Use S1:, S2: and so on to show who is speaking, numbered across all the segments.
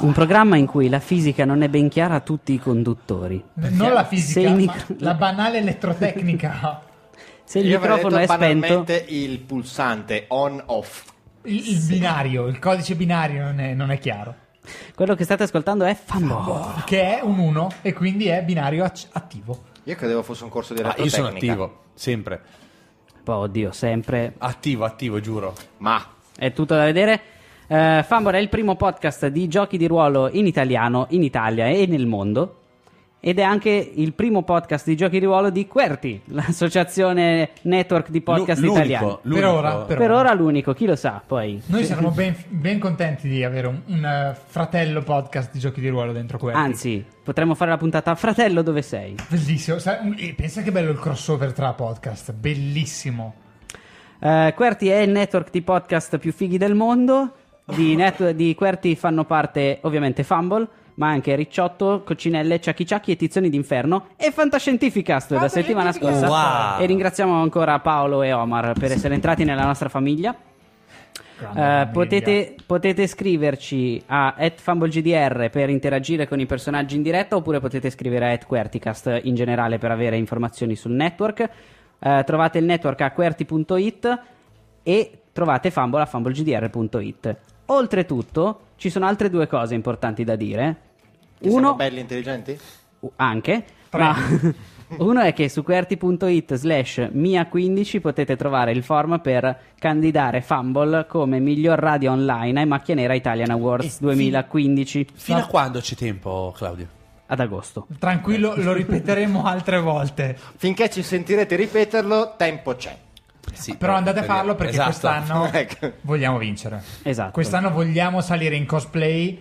S1: Un programma in cui la fisica non è ben chiara a tutti i conduttori.
S2: Non la
S1: Se
S2: fisica,
S1: i
S2: ma
S1: micro-
S2: la banale elettrotecnica.
S1: Se il
S3: Io avrei
S1: microfono è
S3: detto
S1: spento,
S3: banalmente il pulsante on-off.
S2: Il, il binario, il codice binario non è, non è chiaro.
S1: quello che state ascoltando è Fanboy.
S2: Che è un 1 e quindi è binario ac- attivo.
S3: Io credevo fosse un corso di
S4: Ah, io
S3: elettrotecnica.
S4: sono attivo, sempre.
S1: Poi, oddio, sempre.
S4: Attivo, attivo, giuro.
S3: Ma
S1: È tutto da vedere. Eh, Fanboy è il primo podcast di giochi di ruolo in italiano, in Italia e nel mondo. Ed è anche il primo podcast di giochi di ruolo di QWERTY, l'associazione network di podcast
S4: Lu- l'unico,
S1: italiani.
S4: l'unico.
S2: Per ora, per-
S1: Per ora l'unico, chi lo sa poi.
S2: Noi saremmo ben, ben contenti di avere un, un, eh, fratello podcast di giochi di ruolo dentro quello.
S1: Anzi, potremmo fare la puntata Fratello dove sei?
S2: Bellissimo. Sa- un- e pensa che bello il crossover tra podcast. Bellissimo.
S1: Eh, QWERTY è il network di podcast più fighi del mondo. Di, net- di QWERTY fanno parte ovviamente Fumble, ma anche Ricciotto, Coccinelle, Ciacchi Ciacchi e Tizioni d'Inferno e Fantascientificast la settimana scorsa.
S4: Wow.
S1: E ringraziamo ancora Paolo e Omar per essere entrati nella nostra famiglia.
S2: Grande
S1: Eh,
S2: famiglia.
S1: potete, potete scriverci a @fumblegdr per interagire con i personaggi in diretta oppure potete scrivere a @querticast in generale per avere informazioni sul network. Eh, trovate il network a querti.it e trovate Fumble a fumblegdr.it. Oltretutto ci sono altre due cose importanti da dire.
S3: che siamo belli intelligenti?
S1: Uh, anche ma uno è che su qwerty.it slash mia15 potete trovare il form per candidare Fumble come miglior radio online ai Macchia Nera Italian
S4: E
S1: Awards
S4: fi-
S1: 2015
S4: Fino a quando c'è tempo, Claudio?
S1: ad agosto
S2: Tranquillo, lo ripeteremo altre volte.
S3: Finché ci sentirete ripeterlo, tempo c'è.
S4: Sì,
S2: Però andate a farlo perché
S4: Esatto.
S2: quest'anno
S3: Ecco.
S2: vogliamo vincere.
S1: Esatto.
S2: Quest'anno vogliamo salire in cosplay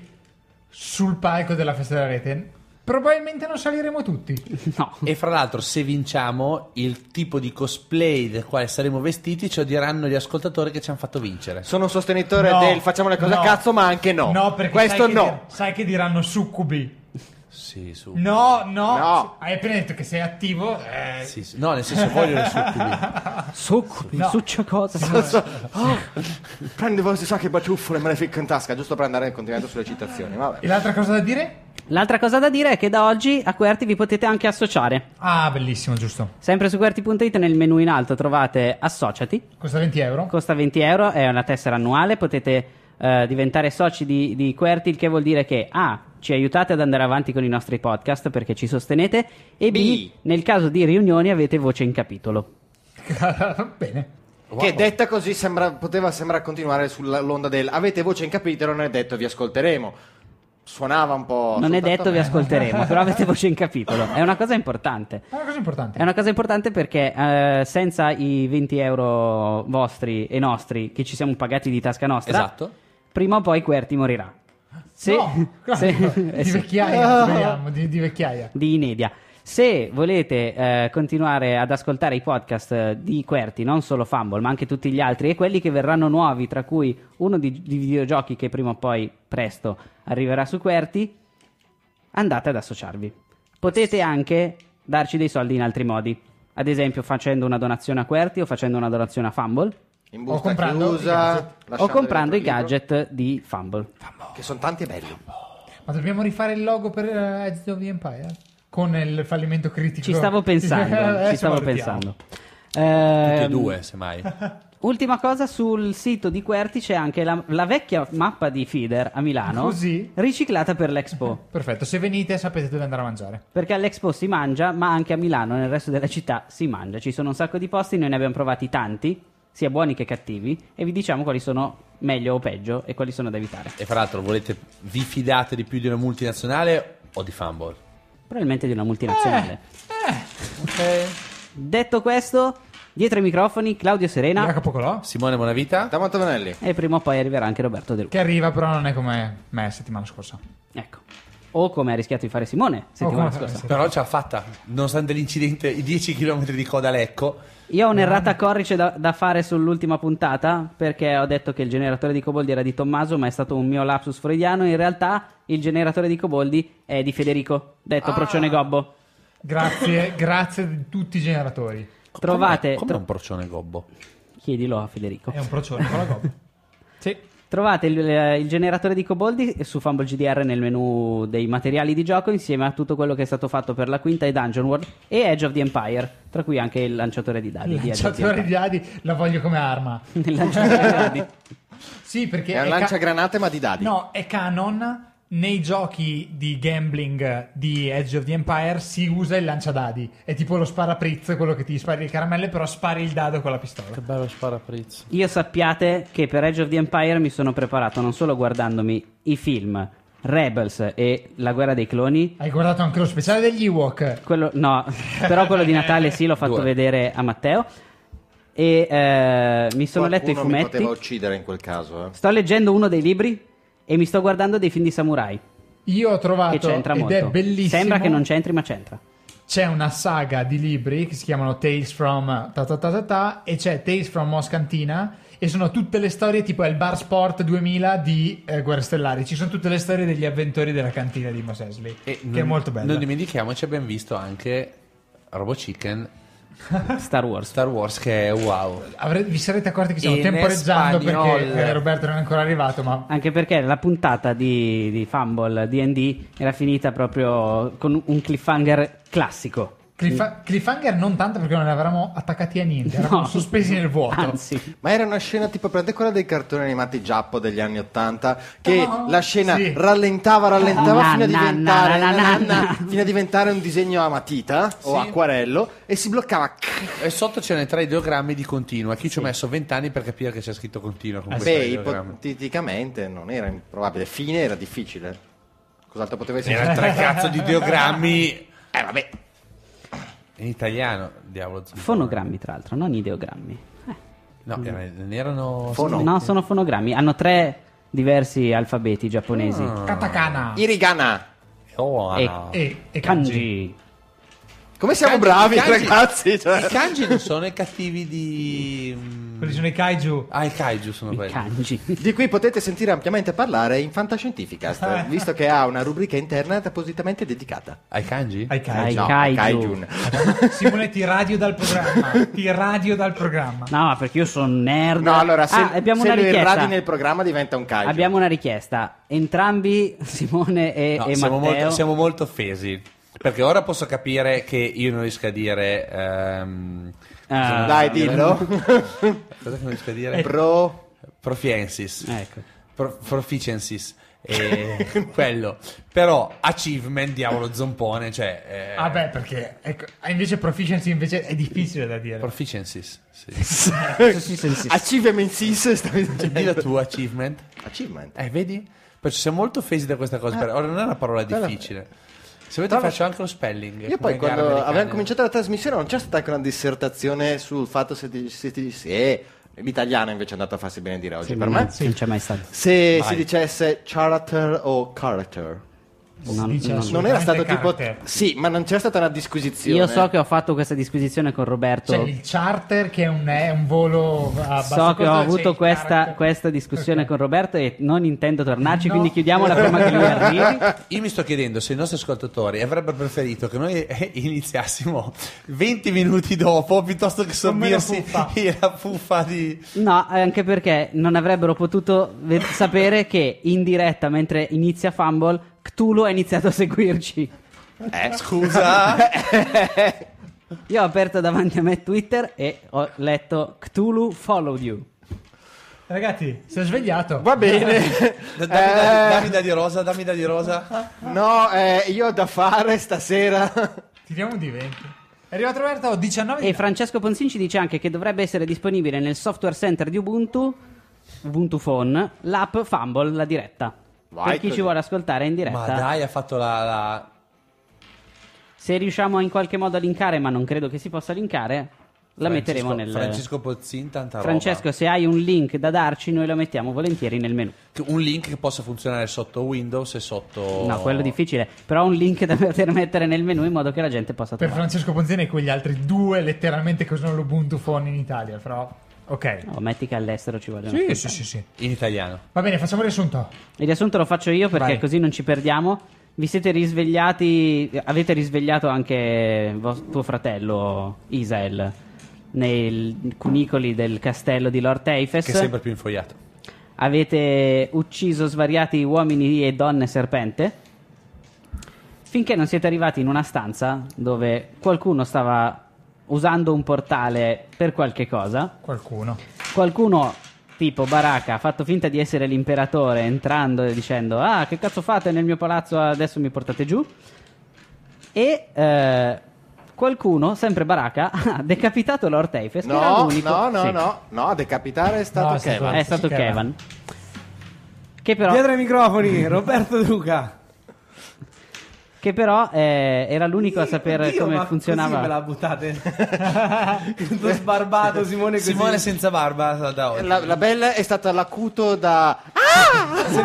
S2: sul palco della festa della rete. Probabilmente non saliremo tutti.
S1: no
S4: E fra l'altro, se vinciamo, il tipo di cosplay del quale saremo vestiti ce lo diranno gli ascoltatori che ci hanno fatto vincere.
S3: Sono un sostenitore
S2: No,
S3: del facciamo le cose
S2: no.
S3: a cazzo, ma anche no.
S2: No, perché sai
S3: Questo
S2: che
S3: no.
S2: di- sai che diranno succubi.
S4: Sì, su.
S2: No, no,
S3: No.
S2: Hai appena detto che sei attivo. eh,
S4: Sì, sì. No, nel senso, voglio le succubi.
S1: succubi
S2: No.
S1: succia cosa
S3: Prende oh, voi si sa che baciuffole me le ficco in tasca, giusto per andare continuando sulle citazioni. Vabbè.
S2: E l'altra cosa da dire?
S1: l'altra cosa da dire è che da oggi a QWERTY vi potete anche associare
S2: Ah, bellissimo, giusto.
S1: sempre su QWERTY.it nel menu in alto trovate associati
S2: Costa 20 euro.
S1: costa 20 euro, è una tessera annuale, potete eh, diventare soci di, di QWERTY, il che vuol dire che A, ci aiutate ad andare avanti con i nostri podcast perché ci sostenete, e B,
S3: B.
S1: nel caso di riunioni avete voce in capitolo.
S2: Bene.
S3: Che detta così sembra- poteva sembrare continuare sull'onda del avete voce in capitolo, non è detto vi ascolteremo. Suonava un po'.
S1: non è
S3: soltanto
S1: detto, vi
S3: me.
S1: ascolteremo, però avete voce in capitolo, è una cosa importante.
S2: È una cosa importante.
S1: È una cosa importante perché eh, senza i 20 euro vostri e nostri che ci siamo pagati di tasca nostra,
S4: Esatto.
S1: prima o poi QWERTY morirà. Se-
S2: No,
S1: se-
S2: di
S1: eh sì.
S3: Ah.
S2: vecchiaia, speriamo, di, di vecchiaia.
S1: di Inedia. Se volete eh, continuare ad ascoltare i podcast eh, di Querti, non solo Fumble, ma anche tutti gli altri e quelli che verranno nuovi, tra cui uno di, di videogiochi che prima o poi presto arriverà su Querti, andate ad associarvi. Potete anche darci dei soldi in altri modi, ad esempio facendo una donazione a Querti o facendo una donazione a Fumble.
S3: in busta
S2: comprando i
S3: chiusa,
S2: gadget.
S1: o
S3: lasciando
S1: comprando i
S3: dentro il libro,
S1: gadget di Fumble.
S3: che sono tanti e belli.
S2: Ma dobbiamo rifare il logo per eh, Age of the Empire? Con il fallimento critico.
S1: Ci stavo pensando,
S2: Eh, Adesso
S1: ci stavo
S2: valutiamo.
S1: pensando.
S4: Tutti e
S1: Ehm,
S4: due, semmai.
S1: Ultima cosa sul sito di Querti c'è anche la, la vecchia mappa di Feeder a Milano,
S2: Così?
S1: riciclata per l'Expo.
S2: Perfetto, se venite sapete dove andare a mangiare.
S1: Perché all'Expo si mangia, ma anche a Milano, nel resto della città, si mangia. Ci sono un sacco di posti, noi ne abbiamo provati tanti, sia buoni che cattivi, e vi diciamo quali sono meglio o peggio e quali sono da evitare.
S4: E fra l'altro, volete, vi fidate di più di una multinazionale o di Fumble?
S1: Probabilmente di una
S2: Eh,
S1: multinazionale.
S4: Ok.
S1: Detto questo, dietro i microfoni Claudio Serena
S2: Jacopo Colò,
S4: Simone Bonavita?
S3: Tamo Antonelli.
S1: e prima o poi arriverà anche Roberto De Luca.
S2: che arriva però non è come me settimana scorsa.
S1: Ecco. O come ha rischiato di fare Simone settimana
S2: come-
S1: scorsa.
S4: Però ce l'ha fatta, nonostante l'incidente, i 10 km di coda a Lecco.
S1: Io ho un'errata corrice da, da fare sull'ultima puntata perché ho detto che il generatore di Coboldi era di Tommaso, ma è stato un mio lapsus freudiano. In realtà il generatore di Coboldi è di Federico, detto Procione Gobbo.
S2: Grazie, grazie di tutti i generatori.
S1: Trovate,
S4: Come un porcione gobbo?
S1: tro- chiedilo a Federico.
S2: È un procione con la gobba. Sì.
S1: Trovate il, eh, il generatore di Coboldi su Fumble GDR nel menu dei materiali di gioco insieme a tutto quello che è stato fatto per la quinta e Dungeon World e Edge of the Empire, tra cui anche il lanciatore di dadi.
S2: Il
S1: di Edge of the
S2: lanciatore di dadi la voglio come arma.
S1: Empire. Il lanciatore di dadi.
S2: Sì, perché
S3: È un
S2: ca-
S3: lanciagranate ma di dadi.
S2: No, è canon. Nei giochi di gambling di Edge of the Empire si usa il lanciadadi. È tipo lo sparaprizzo, quello che ti spari le caramelle, però spari il dado con la pistola.
S4: bello sparaprizzo.
S1: Io sappiate che per Age of the Empire mi sono preparato non solo guardandomi i film Rebels e La guerra dei cloni,
S2: Hai guardato anche lo speciale degli Ewok.
S1: quello, no, però quello di Natale sì l'ho fatto
S4: Due.
S1: vedere a Matteo e eh, mi sono letto i
S3: Qualcuno mi
S1: fumetti,
S3: poteva uccidere in quel caso, eh.
S1: sto leggendo uno dei libri e mi sto guardando dei film di samurai
S2: Io ho trovato
S1: che c'entra
S2: ed
S1: molto.
S2: è bellissimo.
S1: Sembra che non c'entri ma c'entra.
S2: C'è una saga di libri che si chiamano Tales from ta ta ta ta ta e c'è Tales from Moscantina e sono tutte le storie tipo è il Bar Sport 2000 di eh, Guerre Stellari. Ci sono tutte le storie degli avventori della cantina di Mos Eisley, che è molto bella.
S4: Non dimentichiamoci, abbiamo visto anche Robo Chicken,
S1: Star Wars.
S4: Star Wars, che è wow.
S2: Avrete- vi sarete accorti che stiamo
S4: In
S2: temporeggiando
S4: spagnol.
S2: perché eh, Roberto non è ancora arrivato, ma
S1: Anche perché la puntata di, di Fumble D&D era finita proprio con un cliffhanger classico.
S2: cliff- cliffhanger non tanto perché non ne avremmo attaccati a niente, eravamo
S1: No.
S2: sospesi nel vuoto.
S1: Anzi,
S3: Ma era una scena tipo prende quella dei cartoni animati giappo degli anni Ottanta che
S2: Oh,
S3: la scena
S2: sì.
S3: rallentava, rallentava
S1: Na,
S3: fino
S1: na,
S3: a
S1: na,
S3: diventare
S1: na, na,
S3: na, na,
S1: na.
S3: fino a diventare un disegno a matita o
S4: Sì.
S3: acquarello e si bloccava.
S1: Ah,
S4: E sotto c'erano i tre ideogrammi di continua. Chi ci ho messo 20 anni per capire che c'è scritto continua
S1: Ah,
S4: con questi
S3: Beh,
S4: tre ideogrammi?
S3: ipoteticamente non era improbabile, fine era difficile. Cos'altro poteva
S4: Erano
S3: essere?
S4: tre cazzo di ideogrammi
S3: Eh vabbè.
S4: in italiano, diavolo. zio.
S1: fonogrammi tra l'altro, non ideogrammi. Eh,
S4: No, era- ne erano...
S3: Fono.
S1: No, sono fonogrammi. Hanno tre diversi alfabeti giapponesi.
S2: Katakana
S3: Irigana.
S4: Oh,
S1: E-
S2: Ah.
S4: no.
S2: e, e kanji.
S1: Kanji.
S3: Come siamo
S4: Kanji-
S3: bravi
S4: i kanji-
S3: ragazzi? cioè.
S4: I kanji non sono i cattivi di...
S2: Quelli sono i kaiju.
S4: Ah, i kaiju sono
S1: I
S4: quelli.
S1: kanji.
S3: Di cui potete sentire ampiamente parlare in Fantascientificast, visto che ha una rubrica interna appositamente dedicata. Eh,
S4: Ai kanji?
S2: Ai kaiju.
S1: Ai
S3: No,
S1: kaiju.
S3: Kaijun.
S2: Simone ti radio dal programma. Ti radio dal programma.
S1: No, perché io sono nerd.
S3: No, allora, se,
S1: Ah, abbiamo
S3: se
S1: una
S3: lo
S1: richiesta.
S3: irradi nel programma diventa un kaiju.
S1: Abbiamo una richiesta. Entrambi, Simone e,
S4: No,
S1: e
S4: siamo,
S1: Matteo.
S4: molto, siamo molto offesi. Perché ora posso capire che io non riesco a dire... ehm,
S1: Ah.
S3: Dai, dillo.
S4: Cosa che non riesco a dire?
S3: Ecco. Pro...
S4: Profiensis.
S1: Ecco.
S4: Pro- proficiencies. E quello. Però achievement, diavolo zompone, cioè... eh,
S2: Ah beh, perché ecco, invece proficiency invece è difficile da dire.
S4: Proficiencies. Sì.
S3: Achievement sis, stavi
S4: Dì la
S3: dicendo.
S4: tua achievement.
S3: Achievement.
S4: Eh, vedi? Perciò siamo molto offesi da questa cosa. però- Ora non è una parola
S3: Bella-
S4: difficile. Se volete
S3: Trova-
S4: faccio anche lo spelling.
S3: Io
S4: come
S3: poi
S4: le
S3: quando
S4: gambe dei
S3: avevamo
S4: cani.
S1: eh.
S3: cominciato la trasmissione non c'è stata anche una dissertazione sul fatto se, ti- se ti- se- l'italiano invece è andato a farsi bene dire oggi per
S1: non,
S3: me.
S1: non c'è mai stato.
S3: Se
S4: Vai.
S3: si dicesse character o character.
S1: Non-
S2: dice
S1: non-
S3: Non era stato
S2: Veramente
S3: tipo.
S2: Carter.
S3: Sì, ma non c'era stata una disquisizione.
S1: Io so che ho fatto questa disquisizione con Roberto.
S2: C'è il charter che è un, è un volo a basso
S1: So che
S2: costo,
S1: ho
S2: c'è
S1: avuto
S2: il
S1: questa,
S2: charter.
S1: questa discussione
S2: Ok.
S1: con Roberto e non intendo tornarci,
S2: No.
S1: quindi chiudiamola prima che lui arrivi.
S4: Io mi sto chiedendo se i nostri ascoltatori avrebbero preferito che noi eh, iniziassimo 20 minuti dopo piuttosto che
S2: Con meno
S4: sorbirsi
S2: fuffa.
S4: la fuffa di...
S1: No, anche perché non avrebbero potuto ve- sapere che in diretta, mentre inizia Fumble, Cthulhu ha iniziato a seguirci.
S4: Eh, scusa.
S1: Io ho aperto davanti a me Twitter e ho letto Cthulhu followed you.
S2: Ragazzi, si è svegliato.
S3: Va bene.
S4: Da- dammi, da-
S3: Eh,
S4: dammi da di rosa, dammi da di rosa.
S3: No, eh, io ho da fare stasera.
S2: Tiriamo di 20. È arrivato Roberto, ho 19
S1: E Francesco Ponsin ci dice anche che dovrebbe essere disponibile nel software center di Ubuntu, Ubuntu Phone, l'app Fumble, la diretta.
S3: Vai
S1: per chi
S3: così.
S1: ci vuole ascoltare in
S4: Ma
S1: diretta.
S4: dai, ha fatto la... la-
S1: Se riusciamo in qualche modo a linkare, ma non credo che si possa linkare, la metteremo
S4: Francesco-
S1: nel...
S4: Francesco Pozzin, tanta roba.
S1: Francesco, se hai un link da darci, noi lo mettiamo volentieri nel menu.
S4: Un link che possa funzionare sotto Windows e sotto...
S1: No, quello è difficile. Però un link da poter mettere nel menu in modo che la gente possa
S2: per
S1: trovare.
S2: Francesco Ponzini e quegli altri due letteralmente che usano l'Ubuntu Phone in Italia, però ok.
S1: No, metti che all'estero ci vogliono.
S2: Sì, sì, sì, sì.
S4: In italiano.
S2: Va bene, facciamo il riassunto.
S1: Il riassunto lo faccio io perché
S2: Vai.
S1: così non ci perdiamo. Vi siete risvegliati, avete risvegliato anche vos- tuo fratello Isael nei cunicoli del castello di Lord Teifes.
S4: Che è sempre più infogliato.
S1: Avete ucciso svariati uomini e donne serpente. Finché non siete arrivati in una stanza dove qualcuno stava usando un portale per qualche cosa.
S2: Qualcuno.
S1: Qualcuno, tipo Baraka, ha fatto finta di essere l'imperatore entrando e dicendo: Ah, che cazzo fate nel mio palazzo? Adesso mi portate giù. E eh, qualcuno, sempre Baraka, ha decapitato Lord Teifes. che era
S3: No,
S1: l'unico-
S3: no, no,
S1: Sì.
S3: no. No, decapitare è stato
S2: No, è stato-
S3: Kevin.
S1: È stato
S2: Kevan.
S1: Kevan. Che però.
S5: Dietro ai microfoni, Roberto Duca.
S1: Che però eh, era l'unico a sapere
S5: Oddio,
S1: come
S5: ma
S1: funzionava.
S5: Così me la buttate. Tutto sbarbato, Simone così.
S4: Simone senza barba da oggi.
S3: La, la bella è stata l'acuto da.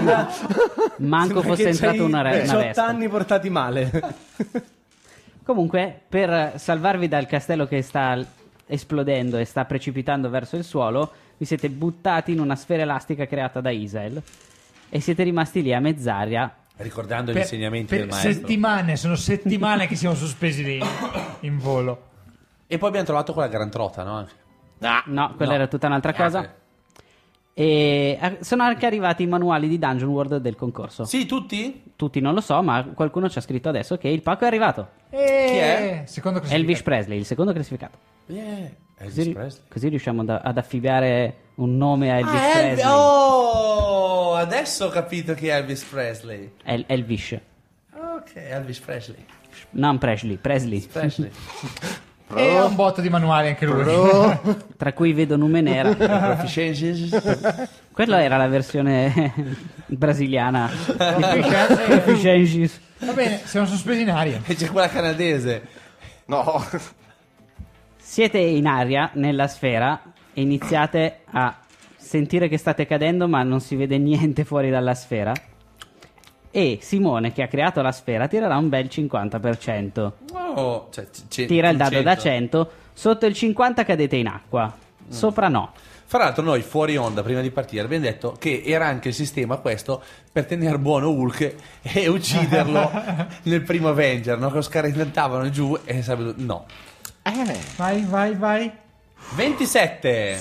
S1: Manco
S5: Sembra
S1: fosse
S5: che
S1: entrato
S5: c'hai
S1: una, re- una
S5: 18
S1: vespa.
S5: anni portati male.
S1: Comunque, per salvarvi dal castello che sta esplodendo e sta precipitando verso il suolo, vi siete buttati in una sfera elastica creata da Israel e siete rimasti lì a mezz'aria.
S4: Ricordando gli
S2: Per-
S4: insegnamenti
S2: per
S4: del maestro.
S2: settimane, sono settimane che siamo sospesi lì in volo.
S4: E poi abbiamo trovato quella gran trota, no? Anche.
S3: Ah,
S1: No, quella
S4: No. Eh,
S1: era tutta un'altra
S4: Neanche.
S1: cosa. E ah, sono anche arrivati i manuali di Dungeon World del concorso.
S4: Sì, tutti?
S1: Tutti non lo so, ma qualcuno ci ha scritto adesso che il pacco è arrivato.
S4: Eh. è?
S2: Eh, Secondo cosa
S1: Elvis Presley, il secondo classificato.
S4: Yeah.
S1: Eh,
S4: Elvis
S1: Così,
S4: Presley.
S1: così riusciamo ad, ad affibbiare un nome a Elvis
S4: Ah, Elvis-
S1: Presley.
S4: Oh, adesso ho capito chi è Elvis Presley.
S1: El- Elvis.
S4: Ok, Elvis Presley.
S1: Non Presley, Presley.
S4: Presley.
S2: E Eh, ha un botto di manuali anche lui.
S1: Tra cui vedo Nume Nera.
S4: Proficiency.
S1: Quella era la versione brasiliana di
S2: Proficiency.
S1: Proficiency.
S2: Va bene, siamo sospesi in aria.
S4: E c'è quella canadese.
S3: no.
S1: Siete in aria, nella sfera, e iniziate a sentire che state cadendo, ma non si vede niente fuori dalla sfera. E Simone, che ha creato la sfera, tirerà un bel 50%.
S4: Oh, cioè, c- c-
S1: Tira il dado da
S4: 100.
S1: 100. Sotto il 50 cadete in acqua. Sopra no.
S4: Fra l'altro, noi fuori onda, prima di partire, abbiamo detto che era anche il sistema questo per tenere buono Hulk e ucciderlo nel primo Avenger, no? Che lo scaricavano giù e sabato. No.
S3: Eh,
S2: Vai, vai, vai.
S4: 27.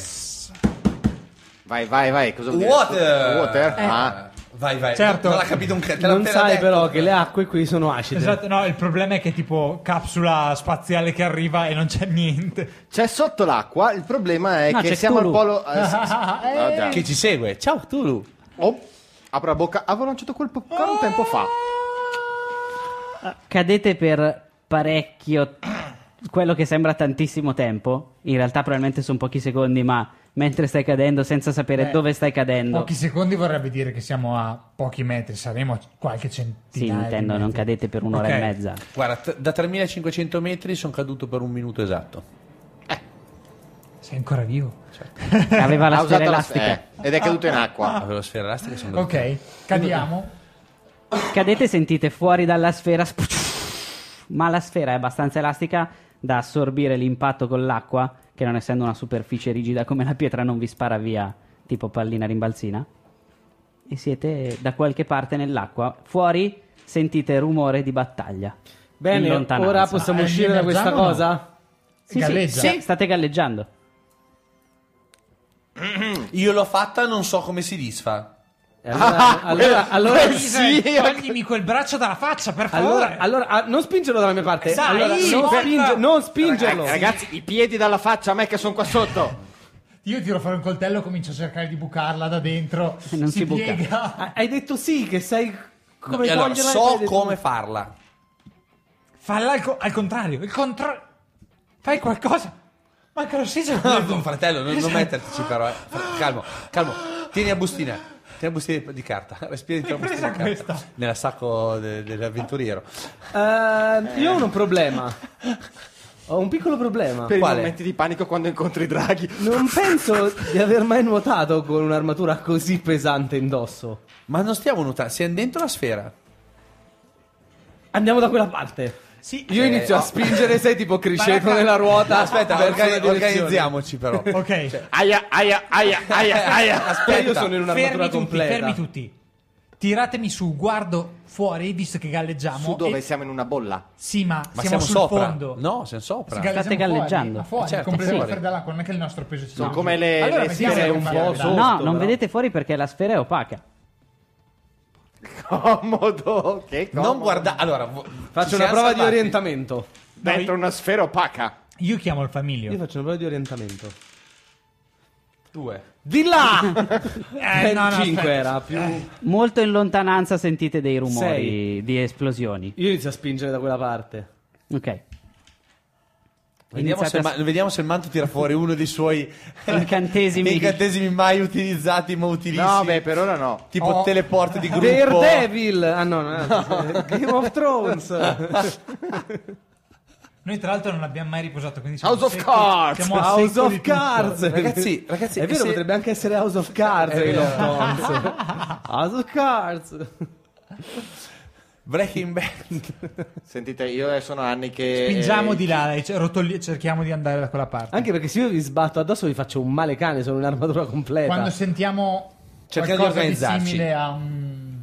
S3: Vai, vai, vai. Cosa vuol dire?
S4: Water.
S3: Water?
S1: Eh.
S3: Ah.
S4: Vai, vai.
S2: Certo.
S4: Non l'ha capito un cazzo. te l'ha
S5: non
S4: appena
S5: sai
S4: detto.
S5: però che le acque qui sono acide.
S2: Esatto, no, il problema è che è tipo capsula spaziale che arriva e non c'è niente.
S3: C'è sotto l'acqua. Il problema è
S1: No,
S3: che
S1: c'è
S3: siamo al
S1: Cthulhu.
S3: polo. eh, s- s- no, già.
S4: Che ci segue. Ciao, Tulu.
S3: Oh, apro la bocca. Avevo lanciato quel
S4: Ah.
S3: popcorn tempo fa.
S1: Cadete per parecchio. Quello che sembra tantissimo tempo. In realtà, probabilmente sono pochi secondi, ma mentre stai cadendo, senza sapere
S2: Beh,
S1: dove stai cadendo.
S2: Pochi secondi vorrebbe dire che siamo a pochi metri, saremo a qualche
S1: Sì,
S2: centinaia. di
S1: intendo, non
S2: metri.
S1: cadete per un'ora
S2: Ok.
S1: e mezza.
S4: Guarda, t- da 3500 metri sono caduto per un minuto esatto.
S2: Sei ancora vivo.
S1: Aveva la sfera
S3: Ha usato la-
S1: elastica.
S5: Ah.
S3: eh, ed è caduto in acqua.
S4: Avevo la sfera elastica e sono caduto.
S2: Ok, cadiamo.
S1: Cadete e sentite fuori dalla sfera. sp- Ma la sfera è abbastanza elastica da assorbire l'impatto con l'acqua, che non essendo una superficie rigida come la pietra non vi spara via, tipo pallina rimbalzina. E siete da qualche parte nell'acqua. Fuori sentite rumore di battaglia. in
S5: Bene,
S1: lontananza.
S5: ora possiamo
S2: Eh,
S5: uscire da questa
S2: viaggiamo o no?
S5: cosa?
S1: Sì, sì,
S2: Galleggia.
S1: sì, state galleggiando.
S4: Io l'ho fatta, non so come si disfa.
S5: Eh, Allora, allora, allora,
S3: Eh, sì,
S2: Dai, toglimi quel braccio dalla faccia, per favore.
S5: allora- allora, ah, non spingerlo dalla mia parte.
S2: Eh. Sai,
S5: Allora,
S2: sì,
S5: non,
S2: per-
S5: spinge- non spingerlo.
S3: Eh, Ragazzi, i piedi dalla faccia, a me che sono qua sotto.
S2: Io tiro fuori un coltello e comincio a cercare di bucarla da dentro.
S1: Non si buca.
S2: piega.
S5: Ah, Hai detto sì, che sai come
S4: E allora,
S5: toglierla, e
S4: so
S5: poi hai detto-
S4: come farla.
S2: Falla al, co- al contrario. Il contra- Fai qualcosa. Manca l'ossigeno.
S4: No, fratello, non, non metterti però. eh. Fra- Calmo, calmo. Tieni a bustina. Tieni a bustina di carta. Respiri
S2: Mi
S4: la bustina
S2: hai
S4: di
S2: presa
S4: carta.
S2: questa?
S4: Nella sacco de- dell'avventuriero.
S5: Eh, io ho un problema. Ho un piccolo problema.
S3: Per
S4: Quale?
S3: i momenti di panico quando incontri Draghi.
S5: Non penso di aver mai nuotato con un'armatura così pesante indosso.
S4: Ma non stiamo nuotando, siamo dentro la sfera.
S5: Ah, Andiamo da quella parte.
S2: Sì. eh, oh.
S5: Io inizio a spingere, sei tipo crescendo nella ruota.
S4: Aspetta,
S5: verso
S4: organi-
S5: una ah, direzione.
S4: organizziamoci però.
S2: Ok.
S3: Aia, aia, aia, aia, aia.
S5: Aspetta, io sono in
S2: fermi
S5: un'armatura
S2: tutti,
S5: completa.
S2: fermi tutti. Tiratemi su, guardo fuori, visto che galleggiamo.
S3: Su dove
S2: e-
S3: siamo in una bolla?
S2: Sì, ma,
S4: Ma
S2: siamo,
S4: siamo,
S2: sul
S4: sopra.
S2: fondo.
S4: No, siamo sopra.
S2: Galleggiamo
S1: State
S2: fuori,
S1: galleggiando.
S2: ma fuori,
S4: Certo,
S2: completamente
S4: fuori.
S2: fuori dall'acqua, non è che il nostro peso ci sta.
S3: Sono come le,
S2: Allora,
S3: le
S2: vediamo
S3: sfere
S2: come
S3: un
S2: va.
S3: po'
S5: Sotto,
S1: no,
S5: però.
S1: non vedete fuori perché la sfera è opaca.
S3: comodo. Che comodo.
S4: Non guardare. Allora, vo- ci
S5: Faccio una
S4: siamo
S5: prova di
S4: salvati.
S5: orientamento.
S3: Dentro una sfera opaca.
S2: Io chiamo il
S5: Io
S2: famiglio.
S5: faccio una prova di orientamento.
S4: Due.
S5: Di là!
S2: Eh, no, no,
S5: 5
S2: aspetta. Eh.
S5: era più.
S1: Molto in lontananza sentite dei rumori
S5: Sei.
S1: di esplosioni.
S5: Io inizio a spingere da quella parte.
S1: Ok.
S4: Vediamo
S1: Iniziate
S4: se,
S1: a-
S4: il ma- vediamo se il manto tira fuori uno dei suoi
S1: Incantesimi.
S4: incantesimi mai utilizzati, ma utilissimi.
S3: No, beh, per ora no.
S4: Tipo teleport di gruppo.
S5: Daredevil! Ah no, no, no. Game of Thrones!
S2: Noi tra l'altro non abbiamo mai riposato, quindi siamo
S3: House of
S2: secoli-
S3: Cards.
S2: siamo a
S5: House
S2: secoli
S5: of
S2: di tutto.
S5: Cards!
S4: Ragazzi, ragazzi,
S5: è vero,
S4: se-
S5: potrebbe anche essere House of Cards. Game of Thrones. House of Cards!
S4: Breaking Bad.
S3: Sentite, io eh, sono anni che.
S2: Spingiamo di là, e ce- rotoli- cerchiamo di andare da quella parte.
S5: Anche perché se io vi sbatto addosso vi faccio un male cane, sono un'armatura completa.
S2: Quando sentiamo
S4: Cerchiamo di
S2: qualcosa di,
S4: organizzarci.
S2: simile a un...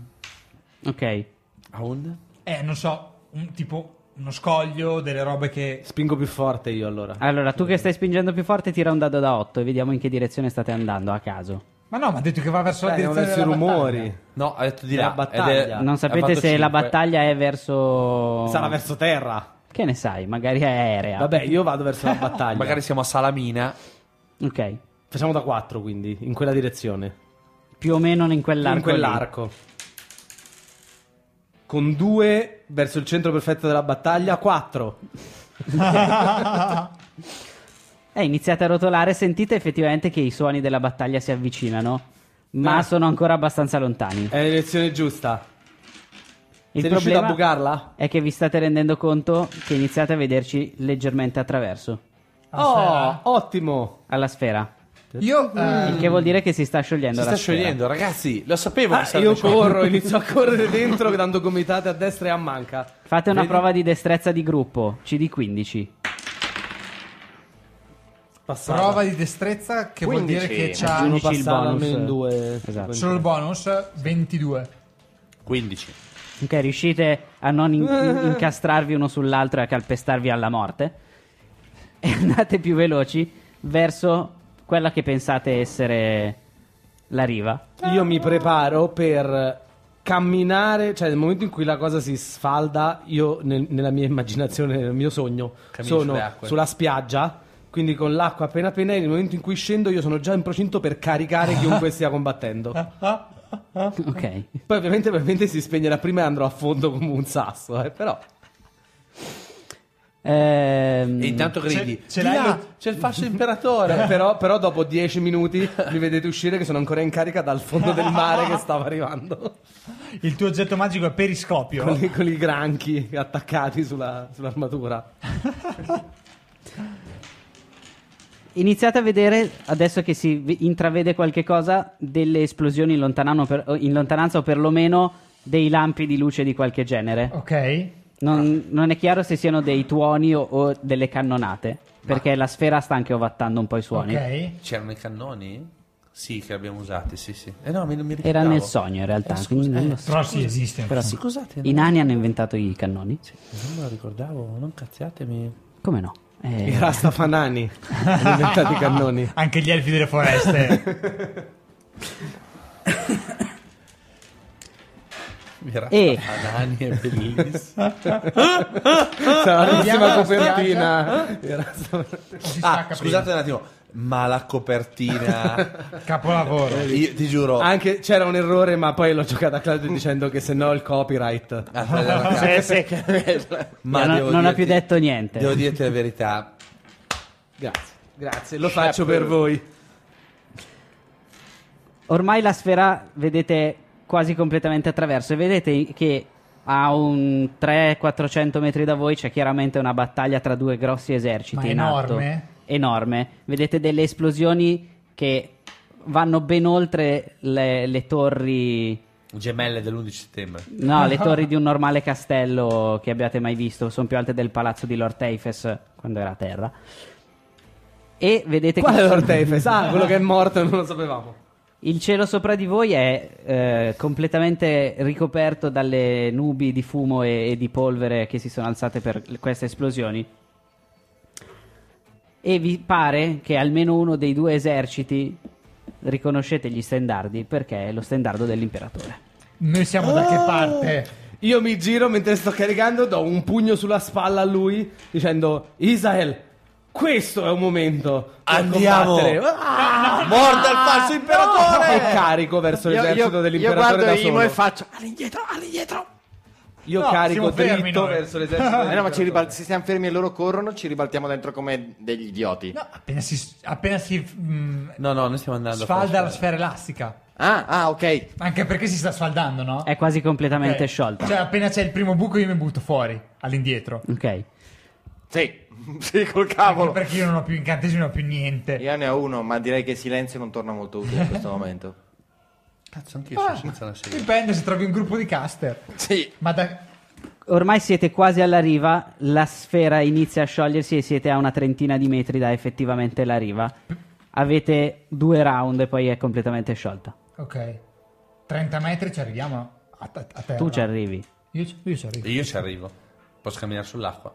S1: Ok.
S4: Aun?
S2: Eh, non so, un, tipo uno scoglio, delle robe che...
S5: Spingo più forte io allora.
S1: Allora, tu che stai spingendo più forte, tira un dado da 8 e vediamo in che direzione state andando a caso.
S2: Ma no, ma ha detto che va verso la
S5: Dai, andiamo
S2: direzione
S5: verso i
S2: della
S5: rumori.
S2: battaglia.
S4: No, ha detto di
S5: La
S4: là.
S5: battaglia.
S4: ed è-
S1: Non
S4: ha
S1: sapete
S4: fatto
S1: se la
S4: cinque.
S1: battaglia è verso.
S5: Sarà verso terra.
S1: Che ne sai, magari è aerea.
S5: Vabbè, io vado verso la battaglia.
S4: Magari siamo a Salamina.
S1: Ok.
S5: Facciamo da 4 quindi, in quella direzione.
S1: Più o meno in quell'arco.
S5: in quell'arco. Con 2 verso il centro perfetto della battaglia, 4.
S1: lì. Eh, iniziate a rotolare, sentite effettivamente che i suoni della battaglia si avvicinano, ma
S5: Eh.
S1: sono ancora abbastanza lontani.
S5: È l'elezione giusta.
S1: Il
S5: Sei riuscito a
S1: problema
S5: bucarla?
S1: è che vi state rendendo conto che iniziate a vederci leggermente attraverso
S5: Oh, ottimo.
S1: alla sfera.
S2: Io... eh,
S1: Il che vuol dire che si sta sciogliendo
S4: Si
S1: la
S4: sta
S1: sfera.
S4: sciogliendo, ragazzi. Lo sapevo. che
S5: Ah,
S4: sarebbe
S5: io
S4: sciolto.
S5: corro, inizio a correre dentro dando gomitate a destra e a manca.
S1: Fate una
S5: Vedi?
S1: prova di destrezza di gruppo, CD15.
S5: Passata.
S2: Prova di destrezza che vuol dire che
S3: 15.
S2: c'ha
S5: Uno
S1: Aggiungi il
S5: passava,
S1: bonus.
S5: meno due.
S1: Esatto.
S2: solo il bonus 22.
S4: 15.
S1: Ok, riuscite a non in- in- incastrarvi uno sull'altro e a calpestarvi alla morte. E andate più veloci verso quella che pensate essere la riva.
S5: Io mi preparo per camminare, cioè nel momento in cui la cosa si sfalda, io nel- nella mia immaginazione, nel mio sogno,
S4: Cammini
S5: sono
S4: sulle acque.
S5: sulla spiaggia, quindi con l'acqua appena appena e nel momento in cui scendo io sono già in procinto per caricare chiunque stia combattendo.
S2: Ah,
S1: Ok.
S5: Poi ovviamente, ovviamente si spegnerà prima e andrò a fondo come un sasso, eh, però...
S1: Ehm,
S4: E intanto gridi.
S2: Ce- ce
S4: "Di
S2: l'hai
S4: là,
S2: lo-
S4: C'è il fascio
S5: Però,
S4: imperatore.
S5: però- però dopo dieci minuti mi vedete uscire che sono ancora in carica dal fondo del mare che stava arrivando.
S2: Il tuo oggetto magico è periscopio.
S5: Con, i- con i granchi attaccati sulla- sull'armatura.
S1: Iniziate a vedere, adesso che si v- intravede qualche cosa, delle esplosioni in, lontanano per- in lontananza o perlomeno dei lampi di luce di qualche genere.
S2: Ok.
S1: Non, non è chiaro se siano dei tuoni o, o delle cannonate, perché la sfera sta anche ovattando un po' i suoni.
S2: Ok.
S4: C'erano i cannoni? Sì, che abbiamo usati, sì, sì. Eh no, mi, mi ricordavo.
S1: Era nel sogno in realtà,
S2: Eh,
S1: quindi non lo so.
S2: Però sì, esiste.
S1: Però sì.
S4: Scusate,
S1: I nani hanno inventato i cannoni?
S4: non me lo ricordavo, non cazziatemi.
S1: Come no? Eh,
S5: I Rastafanani hanno inventato i cannoni.
S2: Anche gli elfi delle foreste.
S4: Mi era
S1: Eh.
S4: Anani è bellissimo.
S5: Sarà la
S2: Andiamo
S5: prossima
S2: alla
S5: copertina. I Rastafanani.
S2: si
S4: Ah,
S2: stacca
S4: scusate un attimo, ma la copertina...
S2: prima. Capolavoro.
S4: Io ti giuro,
S1: Ah,
S5: Anche c'era un errore, ma poi l'ho giocata a Claudio dicendo che se no il copyright.
S4: Ah, quella era-
S1: eh, non-
S4: devo
S1: non ha
S4: dirti-
S1: più detto niente.
S4: Devo dirti la verità.
S5: Grazie. Grazie, lo faccio per voi.
S1: Ormai la sfera vedete quasi completamente attraverso e vedete che a un 300-400 metri da voi c'è chiaramente una battaglia tra due grossi eserciti.
S2: Ma
S1: in
S2: enorme?
S1: atto. Enorme. Vedete delle esplosioni che vanno ben oltre le, le torri.
S4: Gemelle dell'11 settembre.
S1: No, le torri di un normale castello che abbiate mai visto. Sono più alte del palazzo di Lord Teifes quando era a terra. E vedete che.
S5: Qual è Lord Tefes? Ah, quello che è morto e non lo sapevamo.
S1: Il cielo sopra di voi è eh, completamente ricoperto dalle nubi di fumo e, e di polvere che si sono alzate per l- queste esplosioni. E vi pare che almeno uno dei due eserciti riconoscete gli stendardi perché è lo stendardo dell'imperatore.
S2: Noi siamo da
S5: Ah!
S2: che parte?
S5: Oh! Io mi giro mentre sto caricando, do un pugno sulla spalla a lui dicendo Isael, questo è un momento per
S4: Andiamo!
S5: combattere." Ah!
S4: Morta il falso imperatore!
S5: E carico verso
S3: Io,
S5: l'esercito
S3: io- io
S5: dell'imperatore
S3: guardo
S5: da
S3: Imo
S5: solo.
S3: e faccio all'indietro, all'indietro.
S5: Io
S2: No, siamo
S5: carico
S2: fermi
S5: dritto
S2: noi.
S5: verso l'esercito
S3: Eh no, ma ci
S5: dell'imperatore.
S3: ribal- se stiamo fermi e loro corrono, ci ribaltiamo dentro come degli idioti.
S2: No, appena si, appena si mm,
S4: No, no, noi stiamo andando. a
S2: sfalda
S4: fare-
S2: la sfera elastica.
S3: Ah, ah, ok.
S2: Anche perché si sta sfaldando, no?
S1: È quasi completamente
S2: Ok.
S1: sciolta.
S2: Cioè, appena c'è il primo buco, io mi butto fuori all'indietro.
S1: Ok.
S3: Sì, sì, col
S2: Anche
S3: cavolo.
S2: perché io non ho più incantesimi, non ho più niente.
S3: Io ne ho uno, ma direi che silenzio non torna molto utile in questo momento.
S4: Cazzo, anche io
S2: Ah,
S4: sono senza una sedia.
S2: dipende se trovi un gruppo di caster.
S3: Sì.
S2: Ma da,
S1: Ormai siete quasi alla riva, la sfera inizia a sciogliersi e siete a una trentina di metri da effettivamente la riva. Avete due round e poi è completamente sciolta.
S2: Ok. 30 metri ci arriviamo a, a- a terra.
S1: Tu ci arrivi.
S2: Io, ci- io ci arrivo.
S4: E Io ci arrivo. Posso camminare sull'acqua.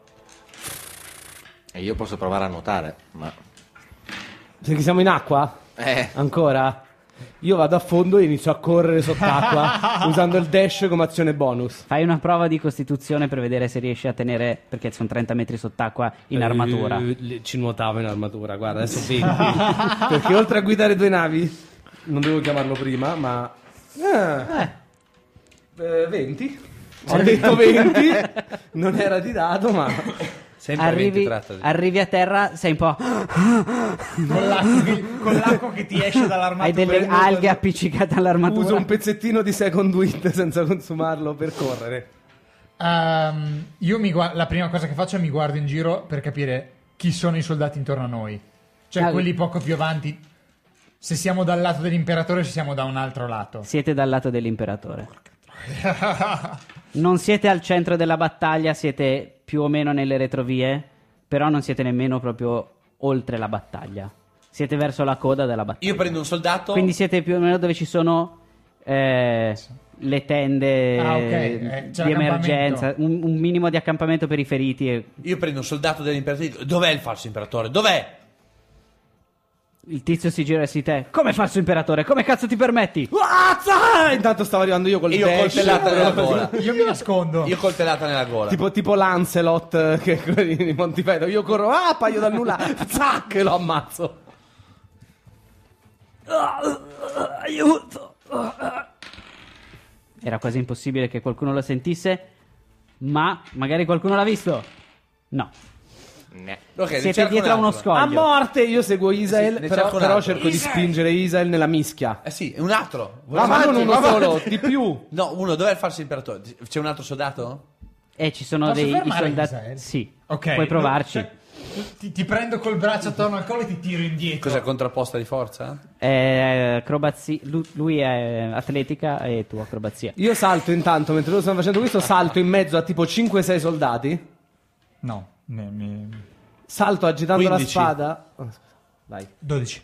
S3: E io posso provare a nuotare, ma...
S5: Perché siamo in acqua?
S3: Eh,
S5: Ancora? Io vado a fondo e inizio a correre sott'acqua usando il dash come azione bonus.
S1: Fai una prova di costituzione per vedere se riesci a tenere, perché sono 30 metri sott'acqua in armatura.
S5: Eh, le- ci nuotavo in armatura, guarda, adesso senti. Perché oltre a guidare due navi, non devo chiamarlo prima, ma... Ah. Eh, 20. Ho detto 20, non era di dato, ma...
S4: Sempre
S1: Arrivi,
S4: 20 tratta di...
S1: arrivi a terra, sei un po'.
S2: Con, l'acqua che, con l'acqua che ti esce
S1: Hai
S2: dall'armatura.
S1: delle
S5: prendo-
S1: alghe appiccicate all'armatura.
S5: Uso un pezzettino di second wind senza consumarlo per correre.
S2: Ehm, io mi gua- la prima cosa che faccio è mi guardo in giro per capire chi sono i soldati intorno a noi. Cioè
S1: Ah,
S2: quelli poco più avanti. Se siamo dal lato dell'imperatore o se siamo da un altro lato.
S1: Siete dal lato dell'imperatore. Non siete al centro della battaglia, siete più o meno nelle retrovie, però non siete nemmeno proprio oltre la battaglia. Siete verso la coda della battaglia.
S4: Io prendo un soldato.
S1: Quindi siete più o meno dove ci sono eh, le tende
S2: Ah, ok, eh, c'è
S1: di
S2: l'accampamento.
S1: emergenza, un, un minimo di accampamento per i feriti. e-
S4: Io prendo un soldato dell'imperatore. e dico, Dov'è il falso imperatore? Dov'è?
S1: Il tizio si gira verso di te. Come falso imperatore? Come cazzo ti permetti?
S5: Uazza! Ah, Intanto stavo arrivando io col
S4: E io
S5: dash.
S4: coltellata nella gola.
S2: Io mi nascondo.
S4: Io coltellata nella gola.
S5: Tipo, tipo Lancelot eh, che è quelli di Montipedo. Io corro, ah, appaio dal nulla, zac, e lo ammazzo.
S1: Aiuto! Era quasi impossibile che qualcuno lo sentisse, ma magari qualcuno l'ha visto. No.
S3: ne.
S4: Ok, ne
S1: Siete
S4: cerco
S1: dietro a
S4: un
S1: uno
S4: altro.
S1: scoglio.
S5: A morte! Io seguo Isael,
S4: Eh Sì, ne
S5: però,
S4: cerco un
S5: però
S4: altro.
S5: cerco di spingere Isael nella mischia.
S4: Eh sì, un altro.
S5: Ma
S4: Volevo-
S5: non uno solo, di più.
S4: No, uno, dov'è il falso imperatore? C'è un altro soldato?
S1: E ci sono
S2: Posso
S1: dei i
S2: fermare
S1: soldati.
S4: eh?
S2: Israele?
S1: Sì.
S2: Ok,
S1: Puoi
S2: no,
S1: provarci.
S2: cioè- ti, ti prendo col braccio attorno al collo e ti tiro indietro.
S4: Cosa contrapposta di forza?
S1: Eh, acrobazi- lu- lui è atletica e tu acrobazia.
S5: Io salto intanto, mentre loro stanno facendo questo, salto in mezzo a tipo 5-6 soldati.
S2: No, ne- mi-
S5: Salto agitando
S4: 15.
S5: la spada. Oh, scusa. Vai.
S2: 12.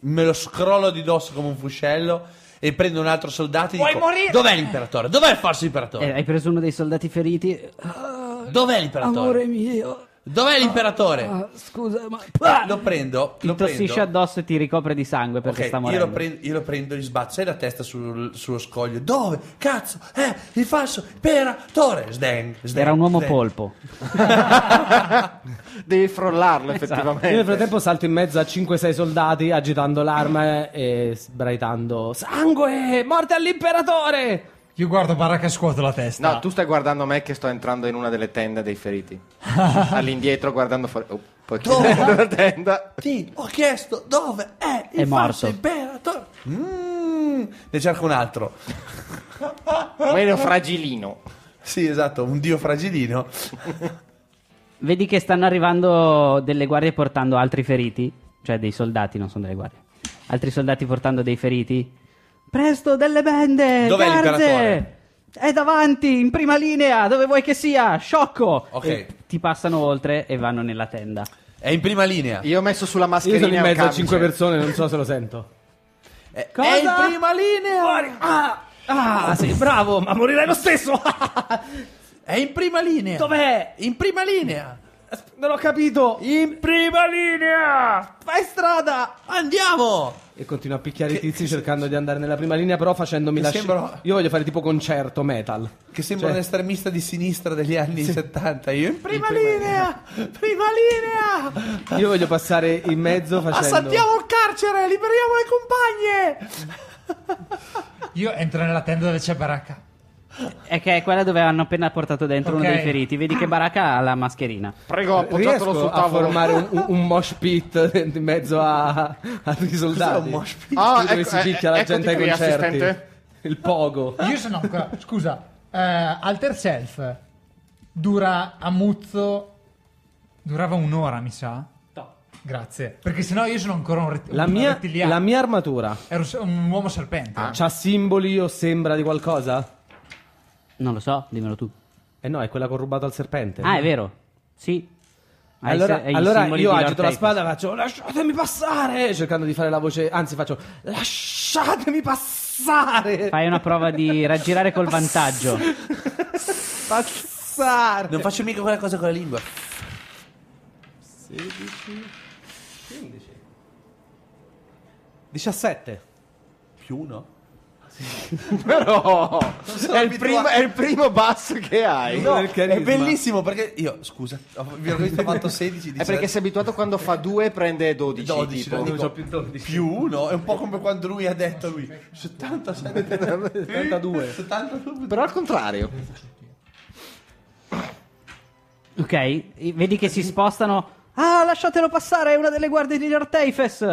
S4: Me lo scrollo di dosso come un fuscello e prendo un altro soldato e
S2: Vuoi
S4: dico:
S2: morire?
S4: Dov'è l'imperatore? Dov'è il falso
S1: Eh,
S4: imperatore?
S1: hai preso uno dei soldati feriti. Ah,
S4: Dov'è l'imperatore?
S1: amore mio.
S4: Dov'è l'imperatore?
S1: Ah, scusa, ma.
S4: Ah, Lo prendo,
S1: Ti
S4: lo
S1: tossisce
S4: prendo.
S1: addosso e ti ricopre di sangue perché
S4: Ok,
S1: sta
S4: io
S1: morendo.
S4: lo, prendo, io lo prendo, gli sbazzai la testa sul- sullo scoglio. Dove? Cazzo? Eh, il falso imperatore! Sdeng, sdeng,
S1: Era un uomo
S4: sdeng.
S1: polpo.
S3: Devi frollarlo
S5: Esatto.
S3: effettivamente.
S4: Eh.
S5: Io nel frattempo salto in mezzo a 5-6 soldati agitando l'arma e sbraitando Sangue! Morte all'imperatore!
S2: Io guardo Baracca e scuoto la testa.
S3: No, tu stai guardando me che sto entrando in una delle tende dei feriti. All'indietro guardando fuori. Oh, poi chiudo la tenda.
S4: Sì, ho chiesto dove è il
S1: È
S4: falso
S1: morto.
S4: imperatore. Mm, ne cerco un altro.
S3: Meno fragilino.
S4: Sì, esatto, un dio fragilino.
S1: Vedi che stanno arrivando delle guardie portando altri feriti, cioè dei soldati, non sono delle guardie. Altri soldati portando dei feriti. Presto, delle bende!
S4: Dov'è
S1: garze!
S4: l'imperatore?
S1: È davanti, in prima linea, dove vuoi che sia, sciocco!
S4: Ok.
S1: E ti passano oltre e vanno nella tenda.
S4: È in prima linea.
S3: Io ho messo sulla
S5: Io
S3: mascherina
S5: sono in
S3: un
S5: mezzo a
S3: camice.
S5: 5 persone, non so se lo sento.
S4: È, è
S5: Cosa?
S4: in prima linea.
S5: Ah, ah, sei bravo, ma morirai lo stesso!
S4: È in prima linea.
S5: Dov'è?
S4: In prima linea.
S5: Non ho capito!
S4: In prima linea.
S5: Fai strada!
S4: Andiamo.
S5: E continuo a picchiare i tizi cercando di andare nella prima linea, però facendomi
S4: Che
S5: la
S4: sembra-
S5: Io voglio fare tipo concerto metal.
S4: Che sembra
S5: Cioè-
S4: un estremista di sinistra degli anni 70. Io in prima,
S3: prima
S4: linea. Prima linea.
S5: Io voglio passare in mezzo
S4: Ah,
S5: facendo.
S4: Assaltiamo il carcere, liberiamo le compagne.
S2: Io entro nella tenda dove c'è Baracca.
S1: È che è quella dove hanno appena portato dentro
S2: Ok.
S1: uno dei feriti. Vedi che Baraka ha la mascherina.
S3: Prego, appoggiatelo
S5: Riesco
S3: sul
S5: a
S3: tavolo.
S5: formare un, un- un mosh pit dentro- in mezzo a, a tutti i soldati.
S4: Cos'è un mosh pit?
S3: Ah,
S5: Sì, dove
S3: ecco-
S5: si picchia
S3: eh,
S5: la
S3: eccoti
S5: gente ai
S3: qui,
S5: concerti.
S3: assistente.
S5: Il pogo.
S2: Io sono ancora. scusa, eh, Alter Self dura a muzzo. Durava un'ora, mi sa. No. Grazie. Perché sennò io sono ancora un, ret-
S5: La
S2: un
S5: mia,
S2: rettiliano.
S5: la mia Ah. armatura
S2: Ero se- un uomo serpente.
S3: Ah.
S5: c'ha simboli o sembra di qualcosa?
S1: Non lo so, dimmelo tu.
S5: Eh no, è quella che ho rubato al serpente.
S1: Ah, è vero. Sì. Hai
S5: Allora,
S1: se- hai i
S5: allora
S1: simboli
S5: io
S1: di Lord
S5: agito la
S1: Typhus.
S5: spada e faccio lasciatemi passare, cercando di fare la voce, anzi faccio lasciatemi passare.
S1: Fai una prova di raggirare col vantaggio.
S5: Passare.
S4: Non faccio mica quella cosa con la lingua.
S5: 17.
S4: Più uno.
S3: Però
S4: sono
S3: è il,
S4: abituato.
S3: primo, è il primo basso che hai.
S5: No,
S4: è
S5: il carisma.
S4: bellissimo perché io, scusa, ho- vi ho visto fatto 16
S3: È perché sei abituato quando fa 2 prende 12.
S4: 12,
S3: tipo.
S4: non dico,
S5: più 12.
S4: più uno, è un po' come quando lui ha detto lui 77
S5: 72.
S4: 72.
S3: Però al contrario.
S1: Ok, i- vedi che si spostano. Ah, lasciatelo passare, è una delle guardie di Lord Typhus.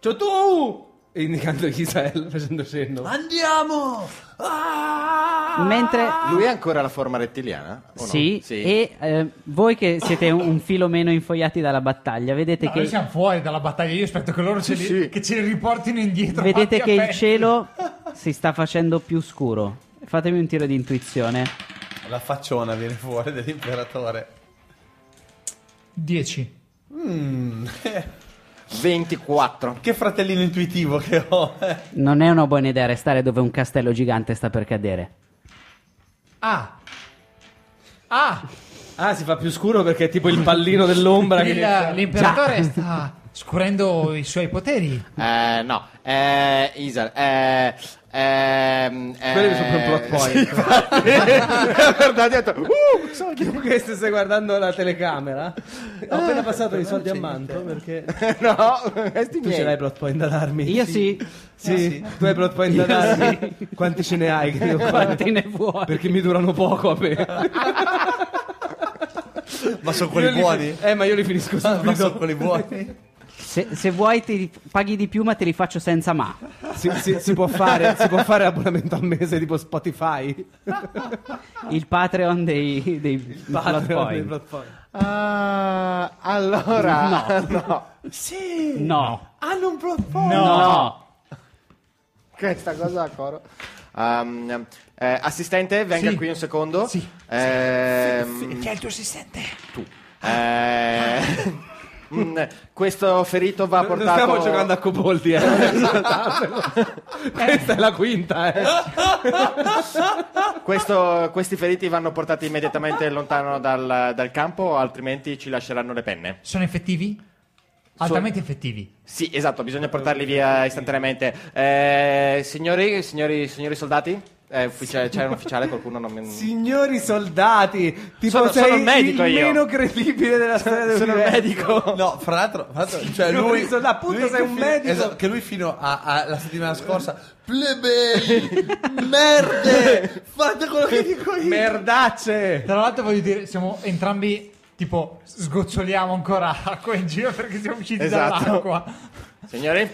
S5: Ciao tu! E indicando Israel facendo cenno.
S4: Andiamo! Ah!
S1: Mentre.
S3: Lui ha ancora la forma rettiliana? o
S5: Oh
S3: no?
S1: Sì, e eh, voi che siete un, un filo meno infoiati dalla battaglia, vedete
S2: No,
S1: che,
S2: Noi siamo fuori dalla battaglia. Io aspetto che loro ce li,
S3: Sì, sì.
S2: che ce li riportino indietro.
S1: vedete
S2: fatti
S1: che
S2: a
S1: il
S2: pezzi.
S1: cielo si sta facendo più scuro. Fatemi un tiro di intuizione.
S4: La facciona viene fuori dell'imperatore.
S2: 10.
S3: 24.
S4: Che fratellino intuitivo che ho. eh.
S1: Non è una buona idea restare dove un castello gigante sta per cadere.
S2: Ah. Ah.
S5: Ah, si fa più scuro perché è tipo il pallino dell'ombra che
S2: il- l'imperatore sta scurendo i suoi poteri.
S3: Eh, no, eh, Isar. Eh, ehm, eh,
S5: Quelli sono proprio plot point.
S3: sì, infatti. Guardate, ho detto, uh, so che-
S5: Tu che stesse guardando la telecamera? Ho appena passato i soldi a Manto perché
S3: no, questi
S5: tu ce l'hai
S3: miei.
S5: plot point da darmi.
S1: Io sì,
S5: Sì, tu hai plot point da darmi. Quanti ce ne hai? Che io qua-
S1: quanti ne vuoi?
S5: Perché mi durano poco a me.
S4: Ma sono
S5: Io
S4: quelli
S5: li-
S4: buoni.
S5: Eh, ma io li finisco
S4: Ma sono
S5: subito.
S4: quelli buoni.
S1: Se, se vuoi ti paghi di più ma te li faccio senza ma.
S5: Si, si- si può fare, si può fare abbonamento al mese tipo Spotify.
S1: Il Patreon dei, dei plot
S5: Patreon,
S1: point.
S5: plot point.
S3: Ah, allora, no.
S4: Sì.
S1: No.
S4: Hanno un plot
S1: No.
S4: point.
S3: questa cosa a coro. Um, eh, assistente, venga
S2: Sì.
S3: qui un secondo.
S2: Sì.
S3: Ehm,
S2: Chi è il tuo assistente?
S3: tu. Eh, mm, questo ferito va
S5: Non
S3: portato.
S5: stiamo giocando a Coboldi, eh. Questa è la quinta, eh.
S3: Questo- questi feriti vanno portati immediatamente lontano dal, dal campo, altrimenti ci lasceranno le penne.
S2: Sono effettivi? Altamente effettivi.
S3: Sì, esatto, bisogna portarli via istantaneamente. Eh, signori, signori, signori soldati, eh, ufficia- c'è un ufficiale, qualcuno non mi.
S5: Signori soldati, tipo
S3: Sono-
S5: sei
S3: sono un medico
S5: il
S3: io.
S5: meno credibile della storia del
S3: Sono un medico.
S4: Ecco. No, fra l'altro, fra l'altro, cioè
S5: Signori,
S4: lui,
S5: sono- appunto, sei
S4: che
S5: un
S4: fino-
S5: medico.
S4: esatto, che lui fino a- alla settimana scorsa, plebei,
S5: Eh,
S4: merde, fate quello che dico io.
S5: Merdacce.
S2: Tra l'altro voglio dire, siamo entrambi tipo sgoccioliamo ancora acqua in giro perché siamo usciti
S3: Esatto.
S2: dall'acqua.
S3: Signori?